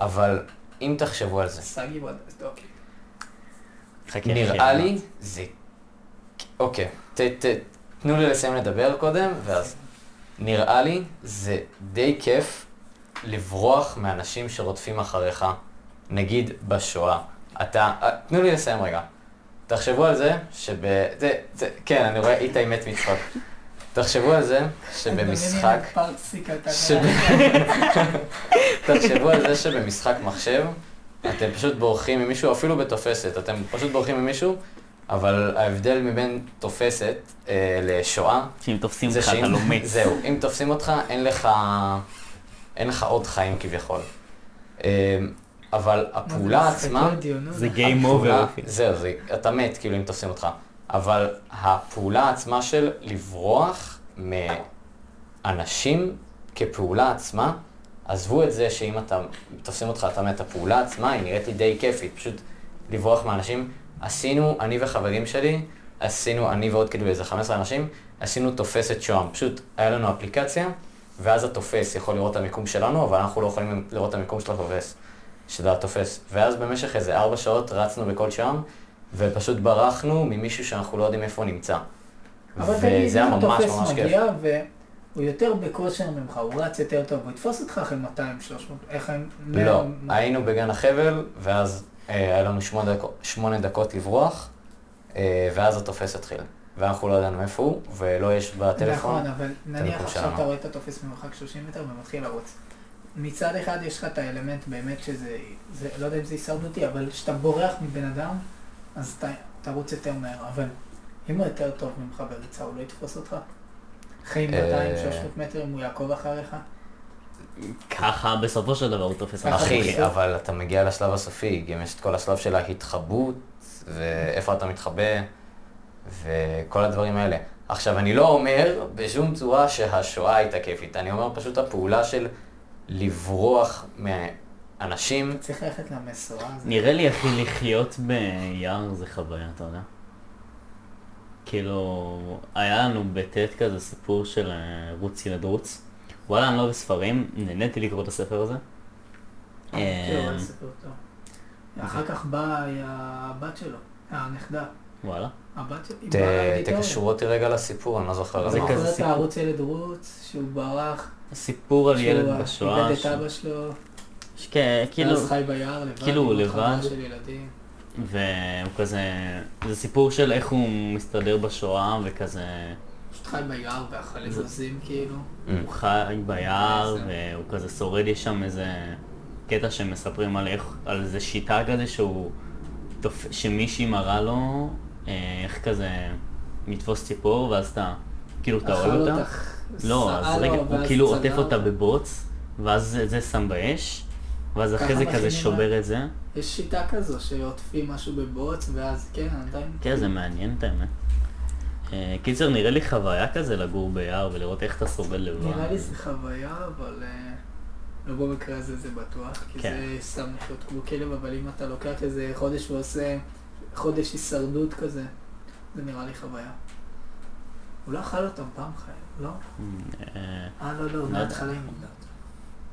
Speaker 4: אבל אם תחשבו על זה,
Speaker 2: סגי וואט, אוקיי.
Speaker 3: חכה,
Speaker 4: נראה
Speaker 3: אחי,
Speaker 4: לי זה... אוקיי, ת- ת- תנו לי לסיים לדבר קודם, ואז...
Speaker 2: כן.
Speaker 4: נראה לי זה די כיף לברוח מאנשים שרודפים אחריך, נגיד בשואה. אתה... אה, תנו לי לסיים רגע. תחשבו על זה שב... זה, זה... כן, אני רואה איתי מת מצחוק. תחשבו על זה שבמשחק...
Speaker 2: מדמיינים פרסיקה, אתה
Speaker 4: שב- *laughs* תחשבו על זה שבמשחק מחשב, אתם פשוט בורחים ממישהו, אפילו בתופסת, אתם פשוט בורחים ממישהו, אבל ההבדל מבין תופסת אה, לשואה,
Speaker 3: אם תופסים
Speaker 4: זה
Speaker 3: אותך אתה
Speaker 4: שאם...
Speaker 3: לא מת.
Speaker 4: זהו, אם תופסים אותך, אין לך... אין לך עוד חיים כביכול. אה, אבל הפעולה עצמה...
Speaker 3: זה
Speaker 4: הפעולה-
Speaker 3: Game Over, אחי.
Speaker 4: זהו, זה, אתה מת, כאילו, אם תופסים אותך. אבל הפעולה עצמה של לברוח מאנשים כפעולה עצמה, עזבו את זה שאם אתה, תופסים אותך אתה מת, הפעולה עצמה היא נראית לי די כיפית, פשוט לברוח מאנשים. עשינו, אני וחברים שלי, עשינו, אני ועוד כאילו איזה 15 אנשים, עשינו תופסת שוהם. פשוט היה לנו אפליקציה, ואז התופס יכול לראות את המיקום שלנו, אבל אנחנו לא יכולים לראות את המיקום של התופס. שזה התופס. ואז במשך איזה ארבע שעות רצנו בכל שם, ופשוט ברחנו ממישהו שאנחנו לא יודעים איפה הוא נמצא.
Speaker 2: אבל תגיד,
Speaker 4: וזה
Speaker 2: אם
Speaker 4: היה ממש
Speaker 2: התופס
Speaker 4: ממש כיף.
Speaker 2: מגיע והוא יותר בכושר ממך, הוא רץ יותר טוב, הוא יתפוס אותך אחרי 200, 300, איך הם...
Speaker 4: לא,
Speaker 2: מאה-
Speaker 4: היינו בגן החבל, ואז אה, היה לנו שמונה דקו- שמונה דקות לברוח, אה, ואז התופס התחיל. ואנחנו לא ידענו איפה הוא, ולא יש בטלפון.
Speaker 2: נכון, אבל נניח
Speaker 4: טלפון
Speaker 2: עכשיו
Speaker 4: שלנו.
Speaker 2: אתה רואה את התופס ממרחק 30 מטר ומתחיל לרוץ. מצד אחד יש לך את האלמנט באמת שזה, זה, לא יודע אם זה הישרדותי, אבל כשאתה בורח מבן אדם, אז אתה תרוץ יותר מהר, אבל אם הוא יותר טוב ממך בריצה, הוא לא יתפוס אותך? אחרי
Speaker 4: אה.
Speaker 2: 200-300 מטר, אם הוא יעקוב אחריך?
Speaker 3: ככה בסופו של דבר הוא תופס אותך.
Speaker 4: אחי,
Speaker 2: בסוף.
Speaker 4: אבל אתה מגיע לשלב הסופי, גם יש את כל השלב של ההתחבאות, ואיפה אתה מתחבא, וכל הדברים האלה. עכשיו, אני לא אומר בשום צורה שהשואה הייתה כיפית, אני אומר פשוט הפעולה של לברוח מאנשים.
Speaker 2: צריך ללכת למסורה הזאת.
Speaker 3: נראה לי אחי לחיות ביער זה חוויה, אתה יודע? כאילו, היה לנו בט' כזה סיפור של אה, רוץ ילד רוץ. וואלה, אני לא בספרים, נהניתי לקרוא את הספר הזה. אה,
Speaker 2: כן, הוא היה סיפור טוב. אחר כך באה הבת שלו, הנכדה,
Speaker 3: וואלה.
Speaker 2: הבת שלו, היא
Speaker 4: ת-
Speaker 2: באה לאודיטוריום.
Speaker 4: תקשרו אותי רגע לסיפור, אני לא זוכר על
Speaker 3: זה
Speaker 4: מה.
Speaker 2: אתה
Speaker 3: כזה
Speaker 2: זוכר את
Speaker 3: סיפור.
Speaker 2: הערוץ ילד רוץ, שהוא ברח,
Speaker 3: סיפור על ילד
Speaker 2: שהוא
Speaker 3: בשואה.
Speaker 2: איבד את
Speaker 3: ש-
Speaker 2: אבא שלו,
Speaker 3: ש- כן, כאילו,
Speaker 2: ואז חי ביער לבד,
Speaker 3: כאילו,
Speaker 2: עם עוד חבורה
Speaker 3: לבד.
Speaker 2: של ילדים.
Speaker 3: והוא כזה, זה סיפור של איך הוא מסתדר בשואה וכזה,
Speaker 2: פשוט חי ביער ואכל אגוזים כאילו.
Speaker 3: הוא חי ביער
Speaker 2: כן, זה.
Speaker 3: והוא כזה שורד, יש שם איזה קטע שמספרים על איך, על איזה שיטה כזה שהוא, תופ- שמישהי מראה לו אה, איך כזה לתפוס ציפור ואז אתה, כאילו אתה
Speaker 2: אכל
Speaker 3: אוהב אותה.
Speaker 2: אותך,
Speaker 3: לא, אז
Speaker 2: סעל
Speaker 3: רגע,
Speaker 2: לו,
Speaker 3: הוא
Speaker 2: ואז
Speaker 3: כאילו
Speaker 2: צנח.
Speaker 3: עוטף אותה בבוץ, ואז את זה שם באש, ואז אחרי
Speaker 2: ככה
Speaker 3: זה כזה
Speaker 2: מכינים אה?
Speaker 3: שובר
Speaker 2: לה?
Speaker 3: את זה.
Speaker 2: יש שיטה כזו שעוטפים משהו בבוץ, ואז כן, עדיין...
Speaker 3: כן, זה מעניין את האמת. אה, קיצר, נראה לי חוויה כזה לגור ביער ולראות איך אתה שורד לבד.
Speaker 2: נראה לי זה חוויה, אבל... אה, לא במקרה הזה זה בטוח, כי
Speaker 3: כן.
Speaker 2: זה סתם לחיות כמו כלב, אבל אם אתה לוקח איזה חודש ועושה חודש הישרדות כזה, זה נראה לי חוויה. הוא לא אכל אותם פעם חיים, לא?
Speaker 3: אה,
Speaker 2: אה, לא, לא, מההתחלה עם מוגדרת.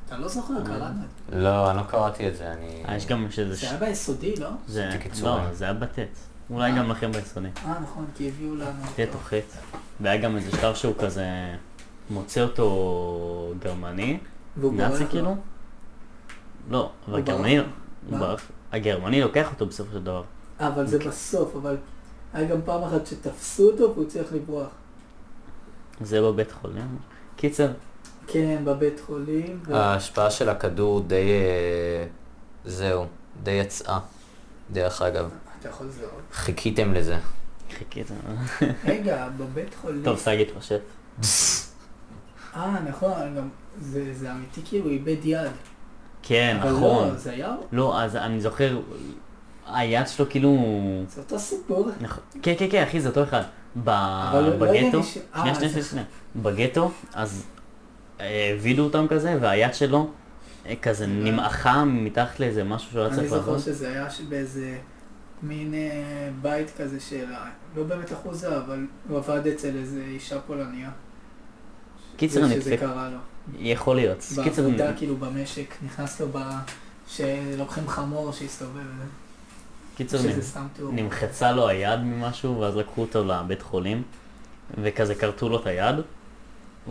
Speaker 2: אתה לא זוכר, קראנו את
Speaker 4: לא, אני לא קראתי את זה, אני...
Speaker 3: אה, יש גם שזה...
Speaker 2: זה. זה היה ביסודי, לא?
Speaker 3: זה...
Speaker 4: קיצורי.
Speaker 3: לא, זה היה בטט. אולי
Speaker 2: אה.
Speaker 3: גם לכם ביסודי.
Speaker 2: אה, נכון, כי הביאו לנו...
Speaker 3: טט או חטא. והיה גם איזה שלב שהוא כזה מוצא אותו גרמני,
Speaker 2: והוא בורח
Speaker 3: נאצי
Speaker 2: לו.
Speaker 3: כאילו. לא, אבל
Speaker 2: הוא ברח.
Speaker 3: גרמני...
Speaker 2: מה?
Speaker 3: הוא ברח. הגרמני לוקח אותו בסופו של דבר.
Speaker 2: אבל זה בסוף, אבל היה גם פעם אחת שתפסו אותו והוא הצליח לברוח.
Speaker 3: זה בבית חולים. קיצר,
Speaker 2: כן, בבית חולים. ו-
Speaker 3: אה.
Speaker 4: ההשפעה של הכדור די... אה, זהו, די יצאה. דרך אגב,
Speaker 2: אתה יכול לזהות.
Speaker 4: חיכיתם לזה.
Speaker 2: *laughs*
Speaker 3: חיכיתם.
Speaker 2: רגע, בבית חולים.
Speaker 3: טוב, סגי התפשט.
Speaker 2: אה, נכון, גם... זה זה אמיתי כי הוא איבד יד.
Speaker 3: כן,
Speaker 2: אבל
Speaker 3: נכון.
Speaker 2: לא, זה היה...
Speaker 3: לא, אז אני זוכר, היד שלו כאילו...
Speaker 2: זה אותו סיפור.
Speaker 3: נכון. כן, כן, כן, אחי, זה אותו אחד. ב...
Speaker 2: אבל לא- לא
Speaker 3: בגטו,
Speaker 2: ידעתי ש- אה,
Speaker 3: שנייה, שנייה,
Speaker 2: זה-
Speaker 3: אה, שנייה, שנייה. בגטו, אז העבידו אותם כזה, והיד שלו אה, כזה נמעכה מתחת לאיזה משהו שלא
Speaker 2: אני
Speaker 3: לא צריך לעבור.
Speaker 2: זוכר שזה היה ש- באיזה מין אה, בית כזה של, ה- לא באמת אחוזה, אבל הוא עבד אצל איזה אישה פולניה.
Speaker 3: קיצר,
Speaker 2: זה שזה
Speaker 3: נדפק.
Speaker 2: קרה לו.
Speaker 3: יכול להיות. קיצר,
Speaker 2: בעבודה, כאילו במשק, נכנס לו ב... שלוקחים חמור שיסתובב, אה,
Speaker 3: קיצר נ-
Speaker 2: שזה סתם תיאור.
Speaker 3: נמחצה לו היד ממשהו, ואז לקחו אותו לבית חולים, וכזה כרתו לו את היד.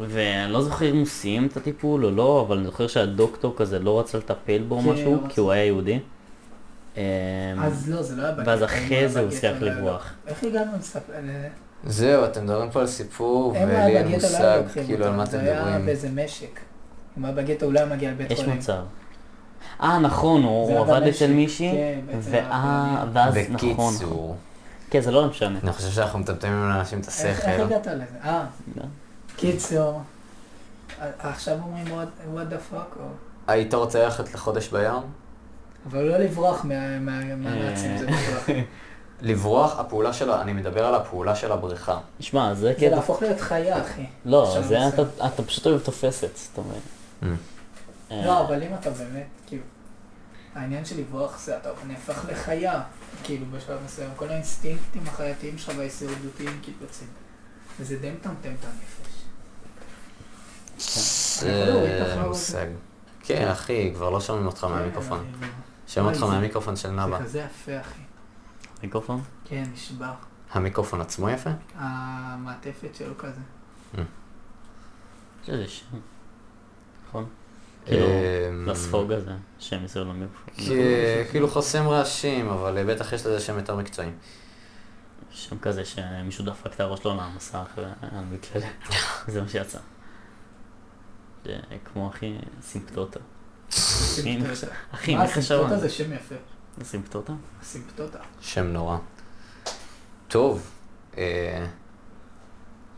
Speaker 3: ואני לא זוכר אם הוא סיים את הטיפול או לא, אבל אני זוכר שהדוקטור כזה לא רצה לטפל בו או
Speaker 2: כן,
Speaker 3: משהו,
Speaker 2: לא
Speaker 3: כי הוא היה יהודי. אה,
Speaker 2: אז לא, זה לא היה בגטו.
Speaker 3: ואז
Speaker 2: אם היה
Speaker 3: אחרי זה הוא
Speaker 2: בגטו,
Speaker 3: הצליח
Speaker 2: לא היה
Speaker 3: לברוח.
Speaker 2: לו. איך הגענו לספר?
Speaker 4: זהו, אתם מדברים פה על סיפור,
Speaker 2: אם היה
Speaker 4: ולי אין
Speaker 2: בגטו, לא היה
Speaker 4: מושג
Speaker 2: לוקחים
Speaker 4: כאילו
Speaker 2: אותו.
Speaker 4: על מה אתם
Speaker 2: זה היה
Speaker 4: מדברים.
Speaker 2: באיזה משק. אם היה בגטו, הוא לא היה מגיע לבית
Speaker 3: יש
Speaker 2: חולים.
Speaker 3: מצב. אה, נכון, הוא
Speaker 2: זה
Speaker 3: הוא
Speaker 2: היה
Speaker 3: עבד
Speaker 2: במשק,
Speaker 3: אצל מישהי,
Speaker 2: כן, אצל
Speaker 3: ואה,
Speaker 2: הפולניה.
Speaker 3: ואז נכון.
Speaker 4: בקיצור,
Speaker 3: כן, זה לא משנה.
Speaker 4: אני חושב שאנחנו מטמטמים לאנשים את
Speaker 2: איך איך
Speaker 4: השכל.
Speaker 2: הגעת לזה? אה,
Speaker 3: לא.
Speaker 2: קיצור. ע- עכשיו אומרים what- what the fuck, או...
Speaker 4: היית רוצה ללכת לחודש בים?
Speaker 2: אבל לא לברוח מה- מה- מהנאצים
Speaker 3: אה,
Speaker 2: זה
Speaker 3: כן,
Speaker 2: בטוח.
Speaker 4: לברוח, הפעולה שלה, אני מדבר על הפעולה של הבריחה.
Speaker 3: שמע, זה
Speaker 2: זה
Speaker 3: קטע...
Speaker 2: להפוך להיות חיה, אחי.
Speaker 3: לא,
Speaker 2: עכשיו
Speaker 3: זה
Speaker 2: בסדר.
Speaker 3: אתה- אתה פשוט אוהב תופסת, זאת אומרת. אה,
Speaker 2: לא, אבל אם אתה באמת, כאילו, העניין של לברוח זה, אתה נהפך לחיה, כאילו, בשלב מסוים. כל האינסטינקטים החייתיים שלך וההישרדותיים קיבוצים. וזה די מטמטם את הנפש.
Speaker 4: זה אה, מושג. כן, אחי, כבר לא שומעים אותך מהמיקרופון.
Speaker 2: כן,
Speaker 4: שומעים אותך
Speaker 2: אוי, זה-
Speaker 4: מהמיקרופון של
Speaker 2: זה
Speaker 4: נאוה.
Speaker 2: כזה יפה, אחי.
Speaker 3: מיקרופון?
Speaker 2: כן, נשבר.
Speaker 4: המיקרופון עצמו יפה?
Speaker 2: המעטפת שלו כזה.
Speaker 3: זה שם. נכון? כאילו,
Speaker 4: אמ,
Speaker 3: לספוג הזה, שם מסביב למיקרופון.
Speaker 4: כי- כאילו חוסם רעשים, אבל אה, בטח יש לזה שם יותר מקצועי.
Speaker 3: שם כזה שמישהו דפק את הראש לו למסך, ועל מקלל.
Speaker 2: *laughs*
Speaker 3: זה מה שיצא. זה כמו הכי סימפטוטה. מי חשב- אחי,
Speaker 2: מה
Speaker 3: מי חשב
Speaker 2: הסימפטוטה
Speaker 3: על
Speaker 2: זה
Speaker 3: זה?
Speaker 2: שם יפה.
Speaker 3: סימפטוטה?
Speaker 2: הסימפטוטה.
Speaker 4: שם נורא. טוב, אה,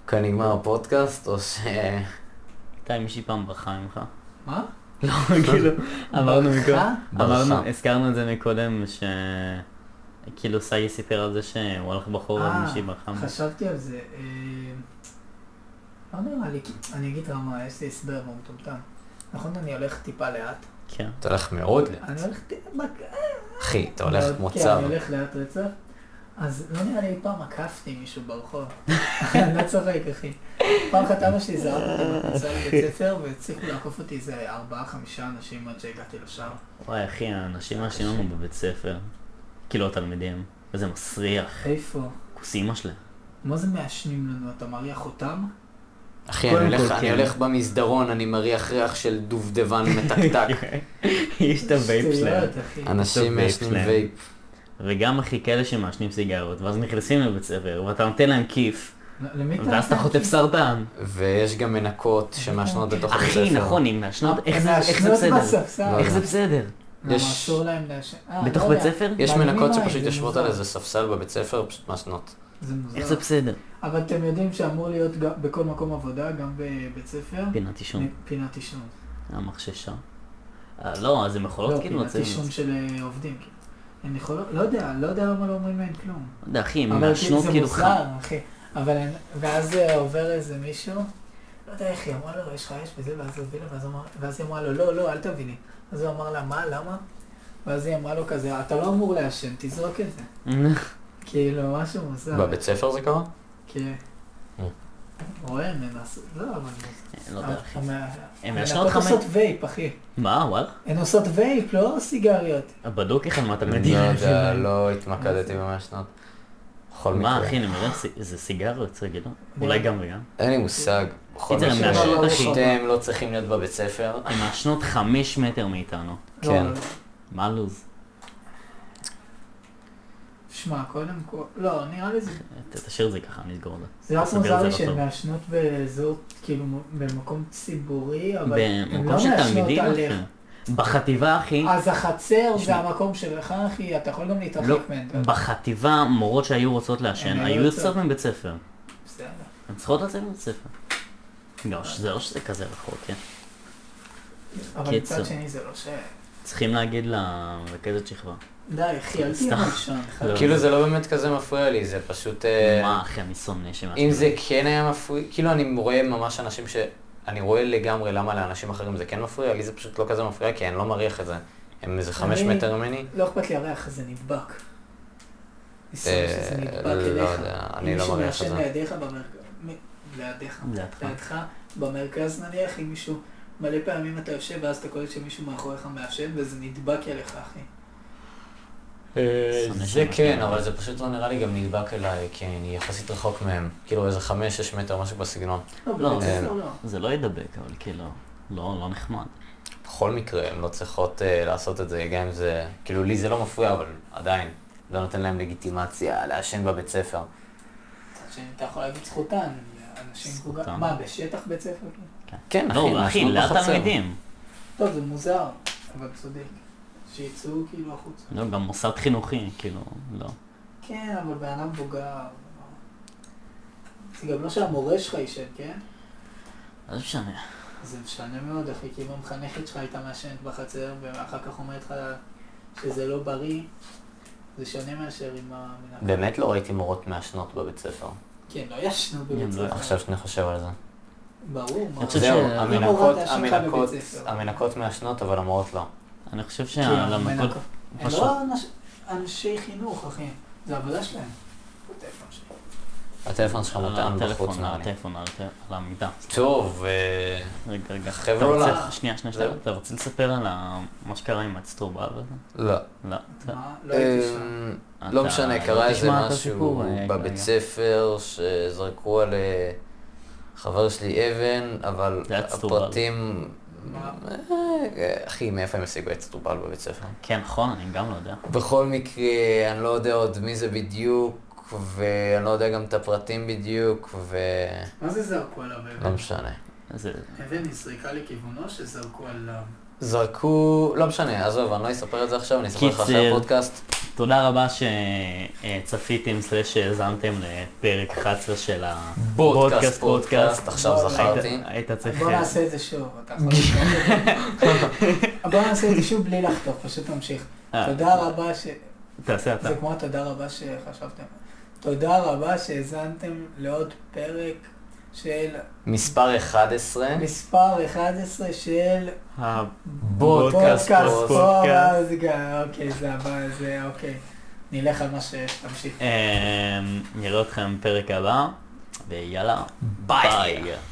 Speaker 4: כאן נגמר הפודקאסט, או ש...
Speaker 3: הייתה עם מישהי פעם ברחה ממך.
Speaker 2: מה?
Speaker 3: לא, כאילו, אמרנו מקודם,
Speaker 2: ברחה?
Speaker 3: אמרנו,
Speaker 4: ברחה.
Speaker 3: הזכרנו את זה מקודם, ש... כאילו סאי סיפר על זה שהוא הלך בחורה
Speaker 2: אה,
Speaker 3: ומישהי ברחה ממנו.
Speaker 2: חשבתי על זה. אה, לא נראה לי, כי- אני אגיד לך מה, יש לי הסבר והוא מטומטם. נכון, אני הולך טיפה לאט.
Speaker 3: כן.
Speaker 4: אתה הולך מאוד לאט.
Speaker 2: אני הולך טיפה...
Speaker 4: אחי, אתה הולך כמו
Speaker 2: כן,
Speaker 4: צב.
Speaker 2: אני הולך לאט רצף. אז לא נראה לי אי פעם עקפתי מישהו ברחוב. אני לא צוחק, אחי. פעם אחת אבא שלי זרק אותי בכניסה לבית ספר, והצליחו לעקוף אותי איזה ארבעה, חמישה אנשים עד שהגעתי לשער.
Speaker 3: וואי אחי, האנשים מאשימים לנו בבית ספר. כאילו התלמידים. וזה מסריח.
Speaker 2: איפה?
Speaker 3: כוס אימא שלה.
Speaker 2: מה זה מעשנים לנו? אתה מריח אותם?
Speaker 4: אחי,
Speaker 3: קודם
Speaker 4: אני הולך-
Speaker 3: כל,
Speaker 4: אני
Speaker 3: כן.
Speaker 4: הולך במסדרון, אני מריח ריח של
Speaker 3: *laughs*
Speaker 4: דובדבן מתקתק.
Speaker 3: כן. יש את הווייפ שלהם.
Speaker 2: שטויות, אחי.
Speaker 4: אנשים
Speaker 3: וייפ
Speaker 4: מעשנים
Speaker 3: שלהם.
Speaker 4: וייפ.
Speaker 3: וגם אחי כאלה שמעשנים סיגרות, ואז נכנסים לבית ספר, ואתה נותן להם כיף,
Speaker 2: למי אתה
Speaker 3: ואז אתה
Speaker 2: נותן
Speaker 3: חוטף
Speaker 2: כיף?
Speaker 3: סרטן.
Speaker 4: ויש גם מנקות שמעשנות
Speaker 3: כן.
Speaker 4: בתוך הבית
Speaker 3: אחי,
Speaker 4: הספר.
Speaker 3: נכון, אם מעשנות,
Speaker 2: אה,
Speaker 3: איך זה- איך זה
Speaker 2: מעשנות
Speaker 3: בסדר?
Speaker 2: בספסל.
Speaker 4: לא
Speaker 3: איך זה
Speaker 4: יודע.
Speaker 3: בסדר?
Speaker 2: למה
Speaker 4: יש-
Speaker 2: אסור להם לעשן? אה,
Speaker 3: בתוך
Speaker 2: לא
Speaker 3: בית
Speaker 2: יודע.
Speaker 3: ספר?
Speaker 4: יש
Speaker 2: מעניינים
Speaker 4: מנקות
Speaker 2: מים,
Speaker 4: שפשוט
Speaker 3: לא
Speaker 2: זה
Speaker 4: יושבות
Speaker 2: מוזר.
Speaker 4: על איזה ספסל בבית ספר, פשוט מעשנות.
Speaker 2: זה
Speaker 3: איך זה
Speaker 2: מוזר.
Speaker 3: בסדר?
Speaker 2: אבל אתם יודעים שאמור להיות גם- בכל מקום עבודה, גם בבית ספר,
Speaker 3: פינת עישון.
Speaker 2: פינת עישון.
Speaker 3: המחששה. אה, לא, אז הם יכולות
Speaker 2: לא,
Speaker 3: כאילו
Speaker 2: פינת
Speaker 3: לצאת.
Speaker 2: עישון של אה, עובדים. כאילו. הם יכולות, לא יודע, לא יודע למה לא אומרים להם כלום.
Speaker 3: לא יודע, אחי, הם
Speaker 2: אבל
Speaker 3: מעשנות
Speaker 2: זה
Speaker 3: כאילו
Speaker 2: מוזר,
Speaker 3: חם.
Speaker 2: אחי. אבל, הם- ואז אה, עובר איזה מישהו, לא יודע איך היא אמרה לו, יש לך אש וזה, ואז הוא הביא לה, ואז הוא אמר- ואז היא אמרה לו, לא, לא, אל תביא לי. אז הוא אמר לה, מה, למה? ואז היא אמרה לו כזה, אתה לא אמור לעשן, תזרוק את זה. כאילו, משהו מוזר.
Speaker 4: בבית ספר זה קרה?
Speaker 2: כן.
Speaker 4: אה.
Speaker 2: רואה, מנסו, לא, אבל...
Speaker 3: *laughs* לא יודע, אחי.
Speaker 2: הן
Speaker 3: הן מעשנות חמש.
Speaker 2: עושות וייפ, אחי.
Speaker 3: מה, וואלה?
Speaker 2: הן עושות וייפ, לא סיגריות.
Speaker 3: בדוק איך על מה אתה
Speaker 4: אני
Speaker 3: מדיח.
Speaker 4: לא
Speaker 2: *laughs*
Speaker 4: יודע, לא התמקדתי במעשנות. בכל
Speaker 3: מה
Speaker 4: מקרה.
Speaker 3: אחי, אני מראה זה סיגריות רגילות? אולי גם וגם.
Speaker 4: אין לי מושג. בכל
Speaker 3: קיצר, הם
Speaker 4: מקרה,
Speaker 2: מעשנות, אחי.
Speaker 4: שתיהם לא צריכים להיות בבית ספר.
Speaker 3: הן מעשנות חמש מטר מאיתנו.
Speaker 2: לא,
Speaker 4: כן.
Speaker 2: לא.
Speaker 3: מה הלו"ז?
Speaker 2: שמע, קודם כל, לא, נראה לי
Speaker 3: *laughs*
Speaker 2: זה...
Speaker 3: ת- תשאיר את זה ככה, אני אסגור את זה.
Speaker 2: זה רק
Speaker 3: נסגר את
Speaker 2: מוזר
Speaker 3: זה
Speaker 2: לי
Speaker 3: לא
Speaker 2: שהן
Speaker 3: טוב.
Speaker 2: מעשנות באזור, כאילו, מ- במקום ציבורי, אבל הן לא
Speaker 3: במקום של
Speaker 2: מעשנות
Speaker 3: תלמידים,
Speaker 2: עליך.
Speaker 3: אחי. בחטיבה, אחי,
Speaker 2: אז החצר זה
Speaker 3: תשמע.
Speaker 2: המקום שלך, אחי, אתה יכול גם
Speaker 3: לא,
Speaker 2: להתרחק מהן. אתה יודע.
Speaker 3: בחטיבה, מורות שהיו רוצות
Speaker 2: הן
Speaker 3: לעשן,
Speaker 2: אה, היו
Speaker 3: היו
Speaker 2: יוצאות.
Speaker 3: יוצאות מבית ספר.
Speaker 2: בסדר.
Speaker 3: הן צריכות לצאת מבית ספר. לא, שזה לא שזה כזה רחוק, כן.
Speaker 2: אבל
Speaker 3: קיצור.
Speaker 2: מצד שני זה לא ש...
Speaker 3: צריכים להגיד למרכזת שכבה.
Speaker 2: די, אחי, אל תהיה
Speaker 3: סתם.
Speaker 2: מלשון.
Speaker 3: לא.
Speaker 4: כאילו זה לא באמת כזה מפריע לי, זה פשוט... אה,
Speaker 3: מה, אחי, אני שונא שמה...
Speaker 4: אם זה כן היה מפריע, כאילו אני רואה ממש אנשים ש... אני רואה לגמרי למה לאנשים אחרים זה כן מפריע, לי זה פשוט לא כזה מפריע, כי אני לא מריח את זה. הם איזה חמש
Speaker 2: אני-
Speaker 4: מטר ממני.
Speaker 2: לא אכפת לי הריח הזה נדבק. אני שונא שזה
Speaker 4: אה,
Speaker 2: נדבק
Speaker 4: לא
Speaker 2: אליך.
Speaker 4: יודע, אני לא
Speaker 2: מישהו
Speaker 4: מריח את
Speaker 2: מעשן
Speaker 4: זה. לא.
Speaker 2: לידיך במרכז, מ- לידיך,
Speaker 3: לידך.
Speaker 2: לידך, במרכז נניח, אם מישהו, מלא פעמים אתה יושב ואז אתה קולט שמישהו מאחוריך מעשן וזה נדבק אליך, אחי.
Speaker 4: אה,
Speaker 3: שונא
Speaker 4: זה
Speaker 3: שם
Speaker 4: כן,
Speaker 3: משהו.
Speaker 4: אבל זה פשוט לא נראה לי גם נדבק אליי, כי אני יחסית רחוק מהם. כאילו איזה חמש, שש מטר, משהו בסגנון.
Speaker 2: לא,
Speaker 3: לא,
Speaker 2: בבית ספר לא.
Speaker 4: אה.
Speaker 3: זה לא ידבק, אבל כאילו, לא, לא נחמד.
Speaker 4: בכל מקרה, הן לא צריכות אה, לעשות את זה, גם אם זה... כאילו, לי זה לא מפריע, אבל עדיין. לא נותן להם לגיטימציה לעשן בבית ספר.
Speaker 2: מצד שני, אתה יכול להגיד זכותן, אנשים
Speaker 3: זכותן.
Speaker 2: מבוגרים. מה, בשטח בית ספר? כאילו?
Speaker 4: כן, אחי,
Speaker 3: לא, אחי,
Speaker 4: אנחנו בחצר.
Speaker 3: לתלמידים.
Speaker 2: טוב, זה מוזר, אבל צודק. שיצאו כאילו החוצה.
Speaker 3: לא, גם מוסד חינוכי, כאילו, לא.
Speaker 2: כן, אבל בן אדם מבוגר. זה גם לא שהמורה שלך ישן, כן?
Speaker 3: לא משנה.
Speaker 2: זה משנה מאוד, אחי, כי אם המחנכת שלך הייתה מעשנת בחצר, ואחר כך אומרת לך שזה לא בריא, זה שונה מאשר עם המנהל.
Speaker 4: באמת לא ראיתי מורות מעשנות בבית ספר.
Speaker 2: כן, לא ישנו
Speaker 3: הם
Speaker 2: בבית
Speaker 3: לא
Speaker 2: ספר.
Speaker 4: עכשיו שאני חושב על זה.
Speaker 2: ברור, מה.
Speaker 3: אני חושב
Speaker 4: זהו,
Speaker 3: ש-
Speaker 4: המנקות,
Speaker 2: לא מורה תעשן לך
Speaker 4: המנקות,
Speaker 2: בבית ספר.
Speaker 4: המנקות מעשנות, אבל המורות לא.
Speaker 3: אני חושב
Speaker 2: כן,
Speaker 3: שהלמקות...
Speaker 2: מנקות. הם
Speaker 3: פשוט-
Speaker 2: לא אנש- אנשי חינוך, אחי. זה עבודה שלהם. הטלפון שלי.
Speaker 4: הטלפון שלך מוטען בחוץ
Speaker 3: הטלפון,
Speaker 4: נראה לי.
Speaker 3: הטלפון, הטלפון, על המיטה.
Speaker 4: טוב, אה,
Speaker 3: רגע, רגע.
Speaker 4: חבר'ה,
Speaker 3: אתה רוצה-
Speaker 4: לא.
Speaker 3: שנייה,
Speaker 4: זהו.
Speaker 3: שנייה, שנייה. אתה רוצה לספר על ה- מה שקרה עם הצטורבל?
Speaker 4: לא.
Speaker 3: לא. אתה-
Speaker 2: מה? לא הייתי
Speaker 4: אה,
Speaker 2: שם.
Speaker 3: אתה-
Speaker 4: לא משנה,
Speaker 3: לא
Speaker 4: קרה איזה
Speaker 3: תשמע את
Speaker 4: משהו
Speaker 3: הסיפור, אה,
Speaker 4: בבית
Speaker 3: כרגע.
Speaker 4: ספר שזרקו על אה, חבר שלי אבן, אבל
Speaker 3: זה היה צטובל.
Speaker 4: הפרטים...
Speaker 2: מה?
Speaker 4: אה, אחי, מאיפה הם השיגו את צטובל בבית ספר?
Speaker 3: כן, נכון, אני גם לא יודע.
Speaker 4: בכל מקרה, אני לא יודע עוד מי זה בדיוק, ואני לא יודע גם את הפרטים בדיוק, ו...
Speaker 2: מה זה זרקו עליו
Speaker 4: לא
Speaker 2: אבן?
Speaker 4: משנה.
Speaker 3: זה...
Speaker 2: אבן נזרקה לכיוונו שזרקו עליו.
Speaker 4: זרקו... לא משנה, עזוב, אני לא אספר את זה עכשיו, אני אספר לך אחרי
Speaker 3: קיצר.
Speaker 4: הפודקאסט.
Speaker 3: תודה רבה שצפיתם, סלש שהאזנתם לפרק 11 של
Speaker 4: פודקאסט,
Speaker 3: הפודקאסט,
Speaker 4: פודקאסט, עכשיו
Speaker 2: בוא,
Speaker 4: זכרתי.
Speaker 3: היית- היית צריך... אה,
Speaker 2: בוא נעשה את זה שוב, אתה יכול לחתוך. בוא נעשה את זה שוב בלי לחתוך, פשוט תמשיך.
Speaker 3: אה,
Speaker 2: תודה רבה ש...
Speaker 3: תעשה אתה.
Speaker 2: זה כמו התודה רבה שחשבתם. תודה רבה שהאזנתם לעוד פרק של
Speaker 4: מספר 11.
Speaker 2: מספר 11 של
Speaker 4: פודקאסט, פודקאסט.
Speaker 2: פודקאסט. אוקיי, זה הבא, זה אוקיי. נלך על מה שתמשיך.
Speaker 3: אה, אמ, נראה אתכם בפרק הבא, ויאללה,
Speaker 4: ביי.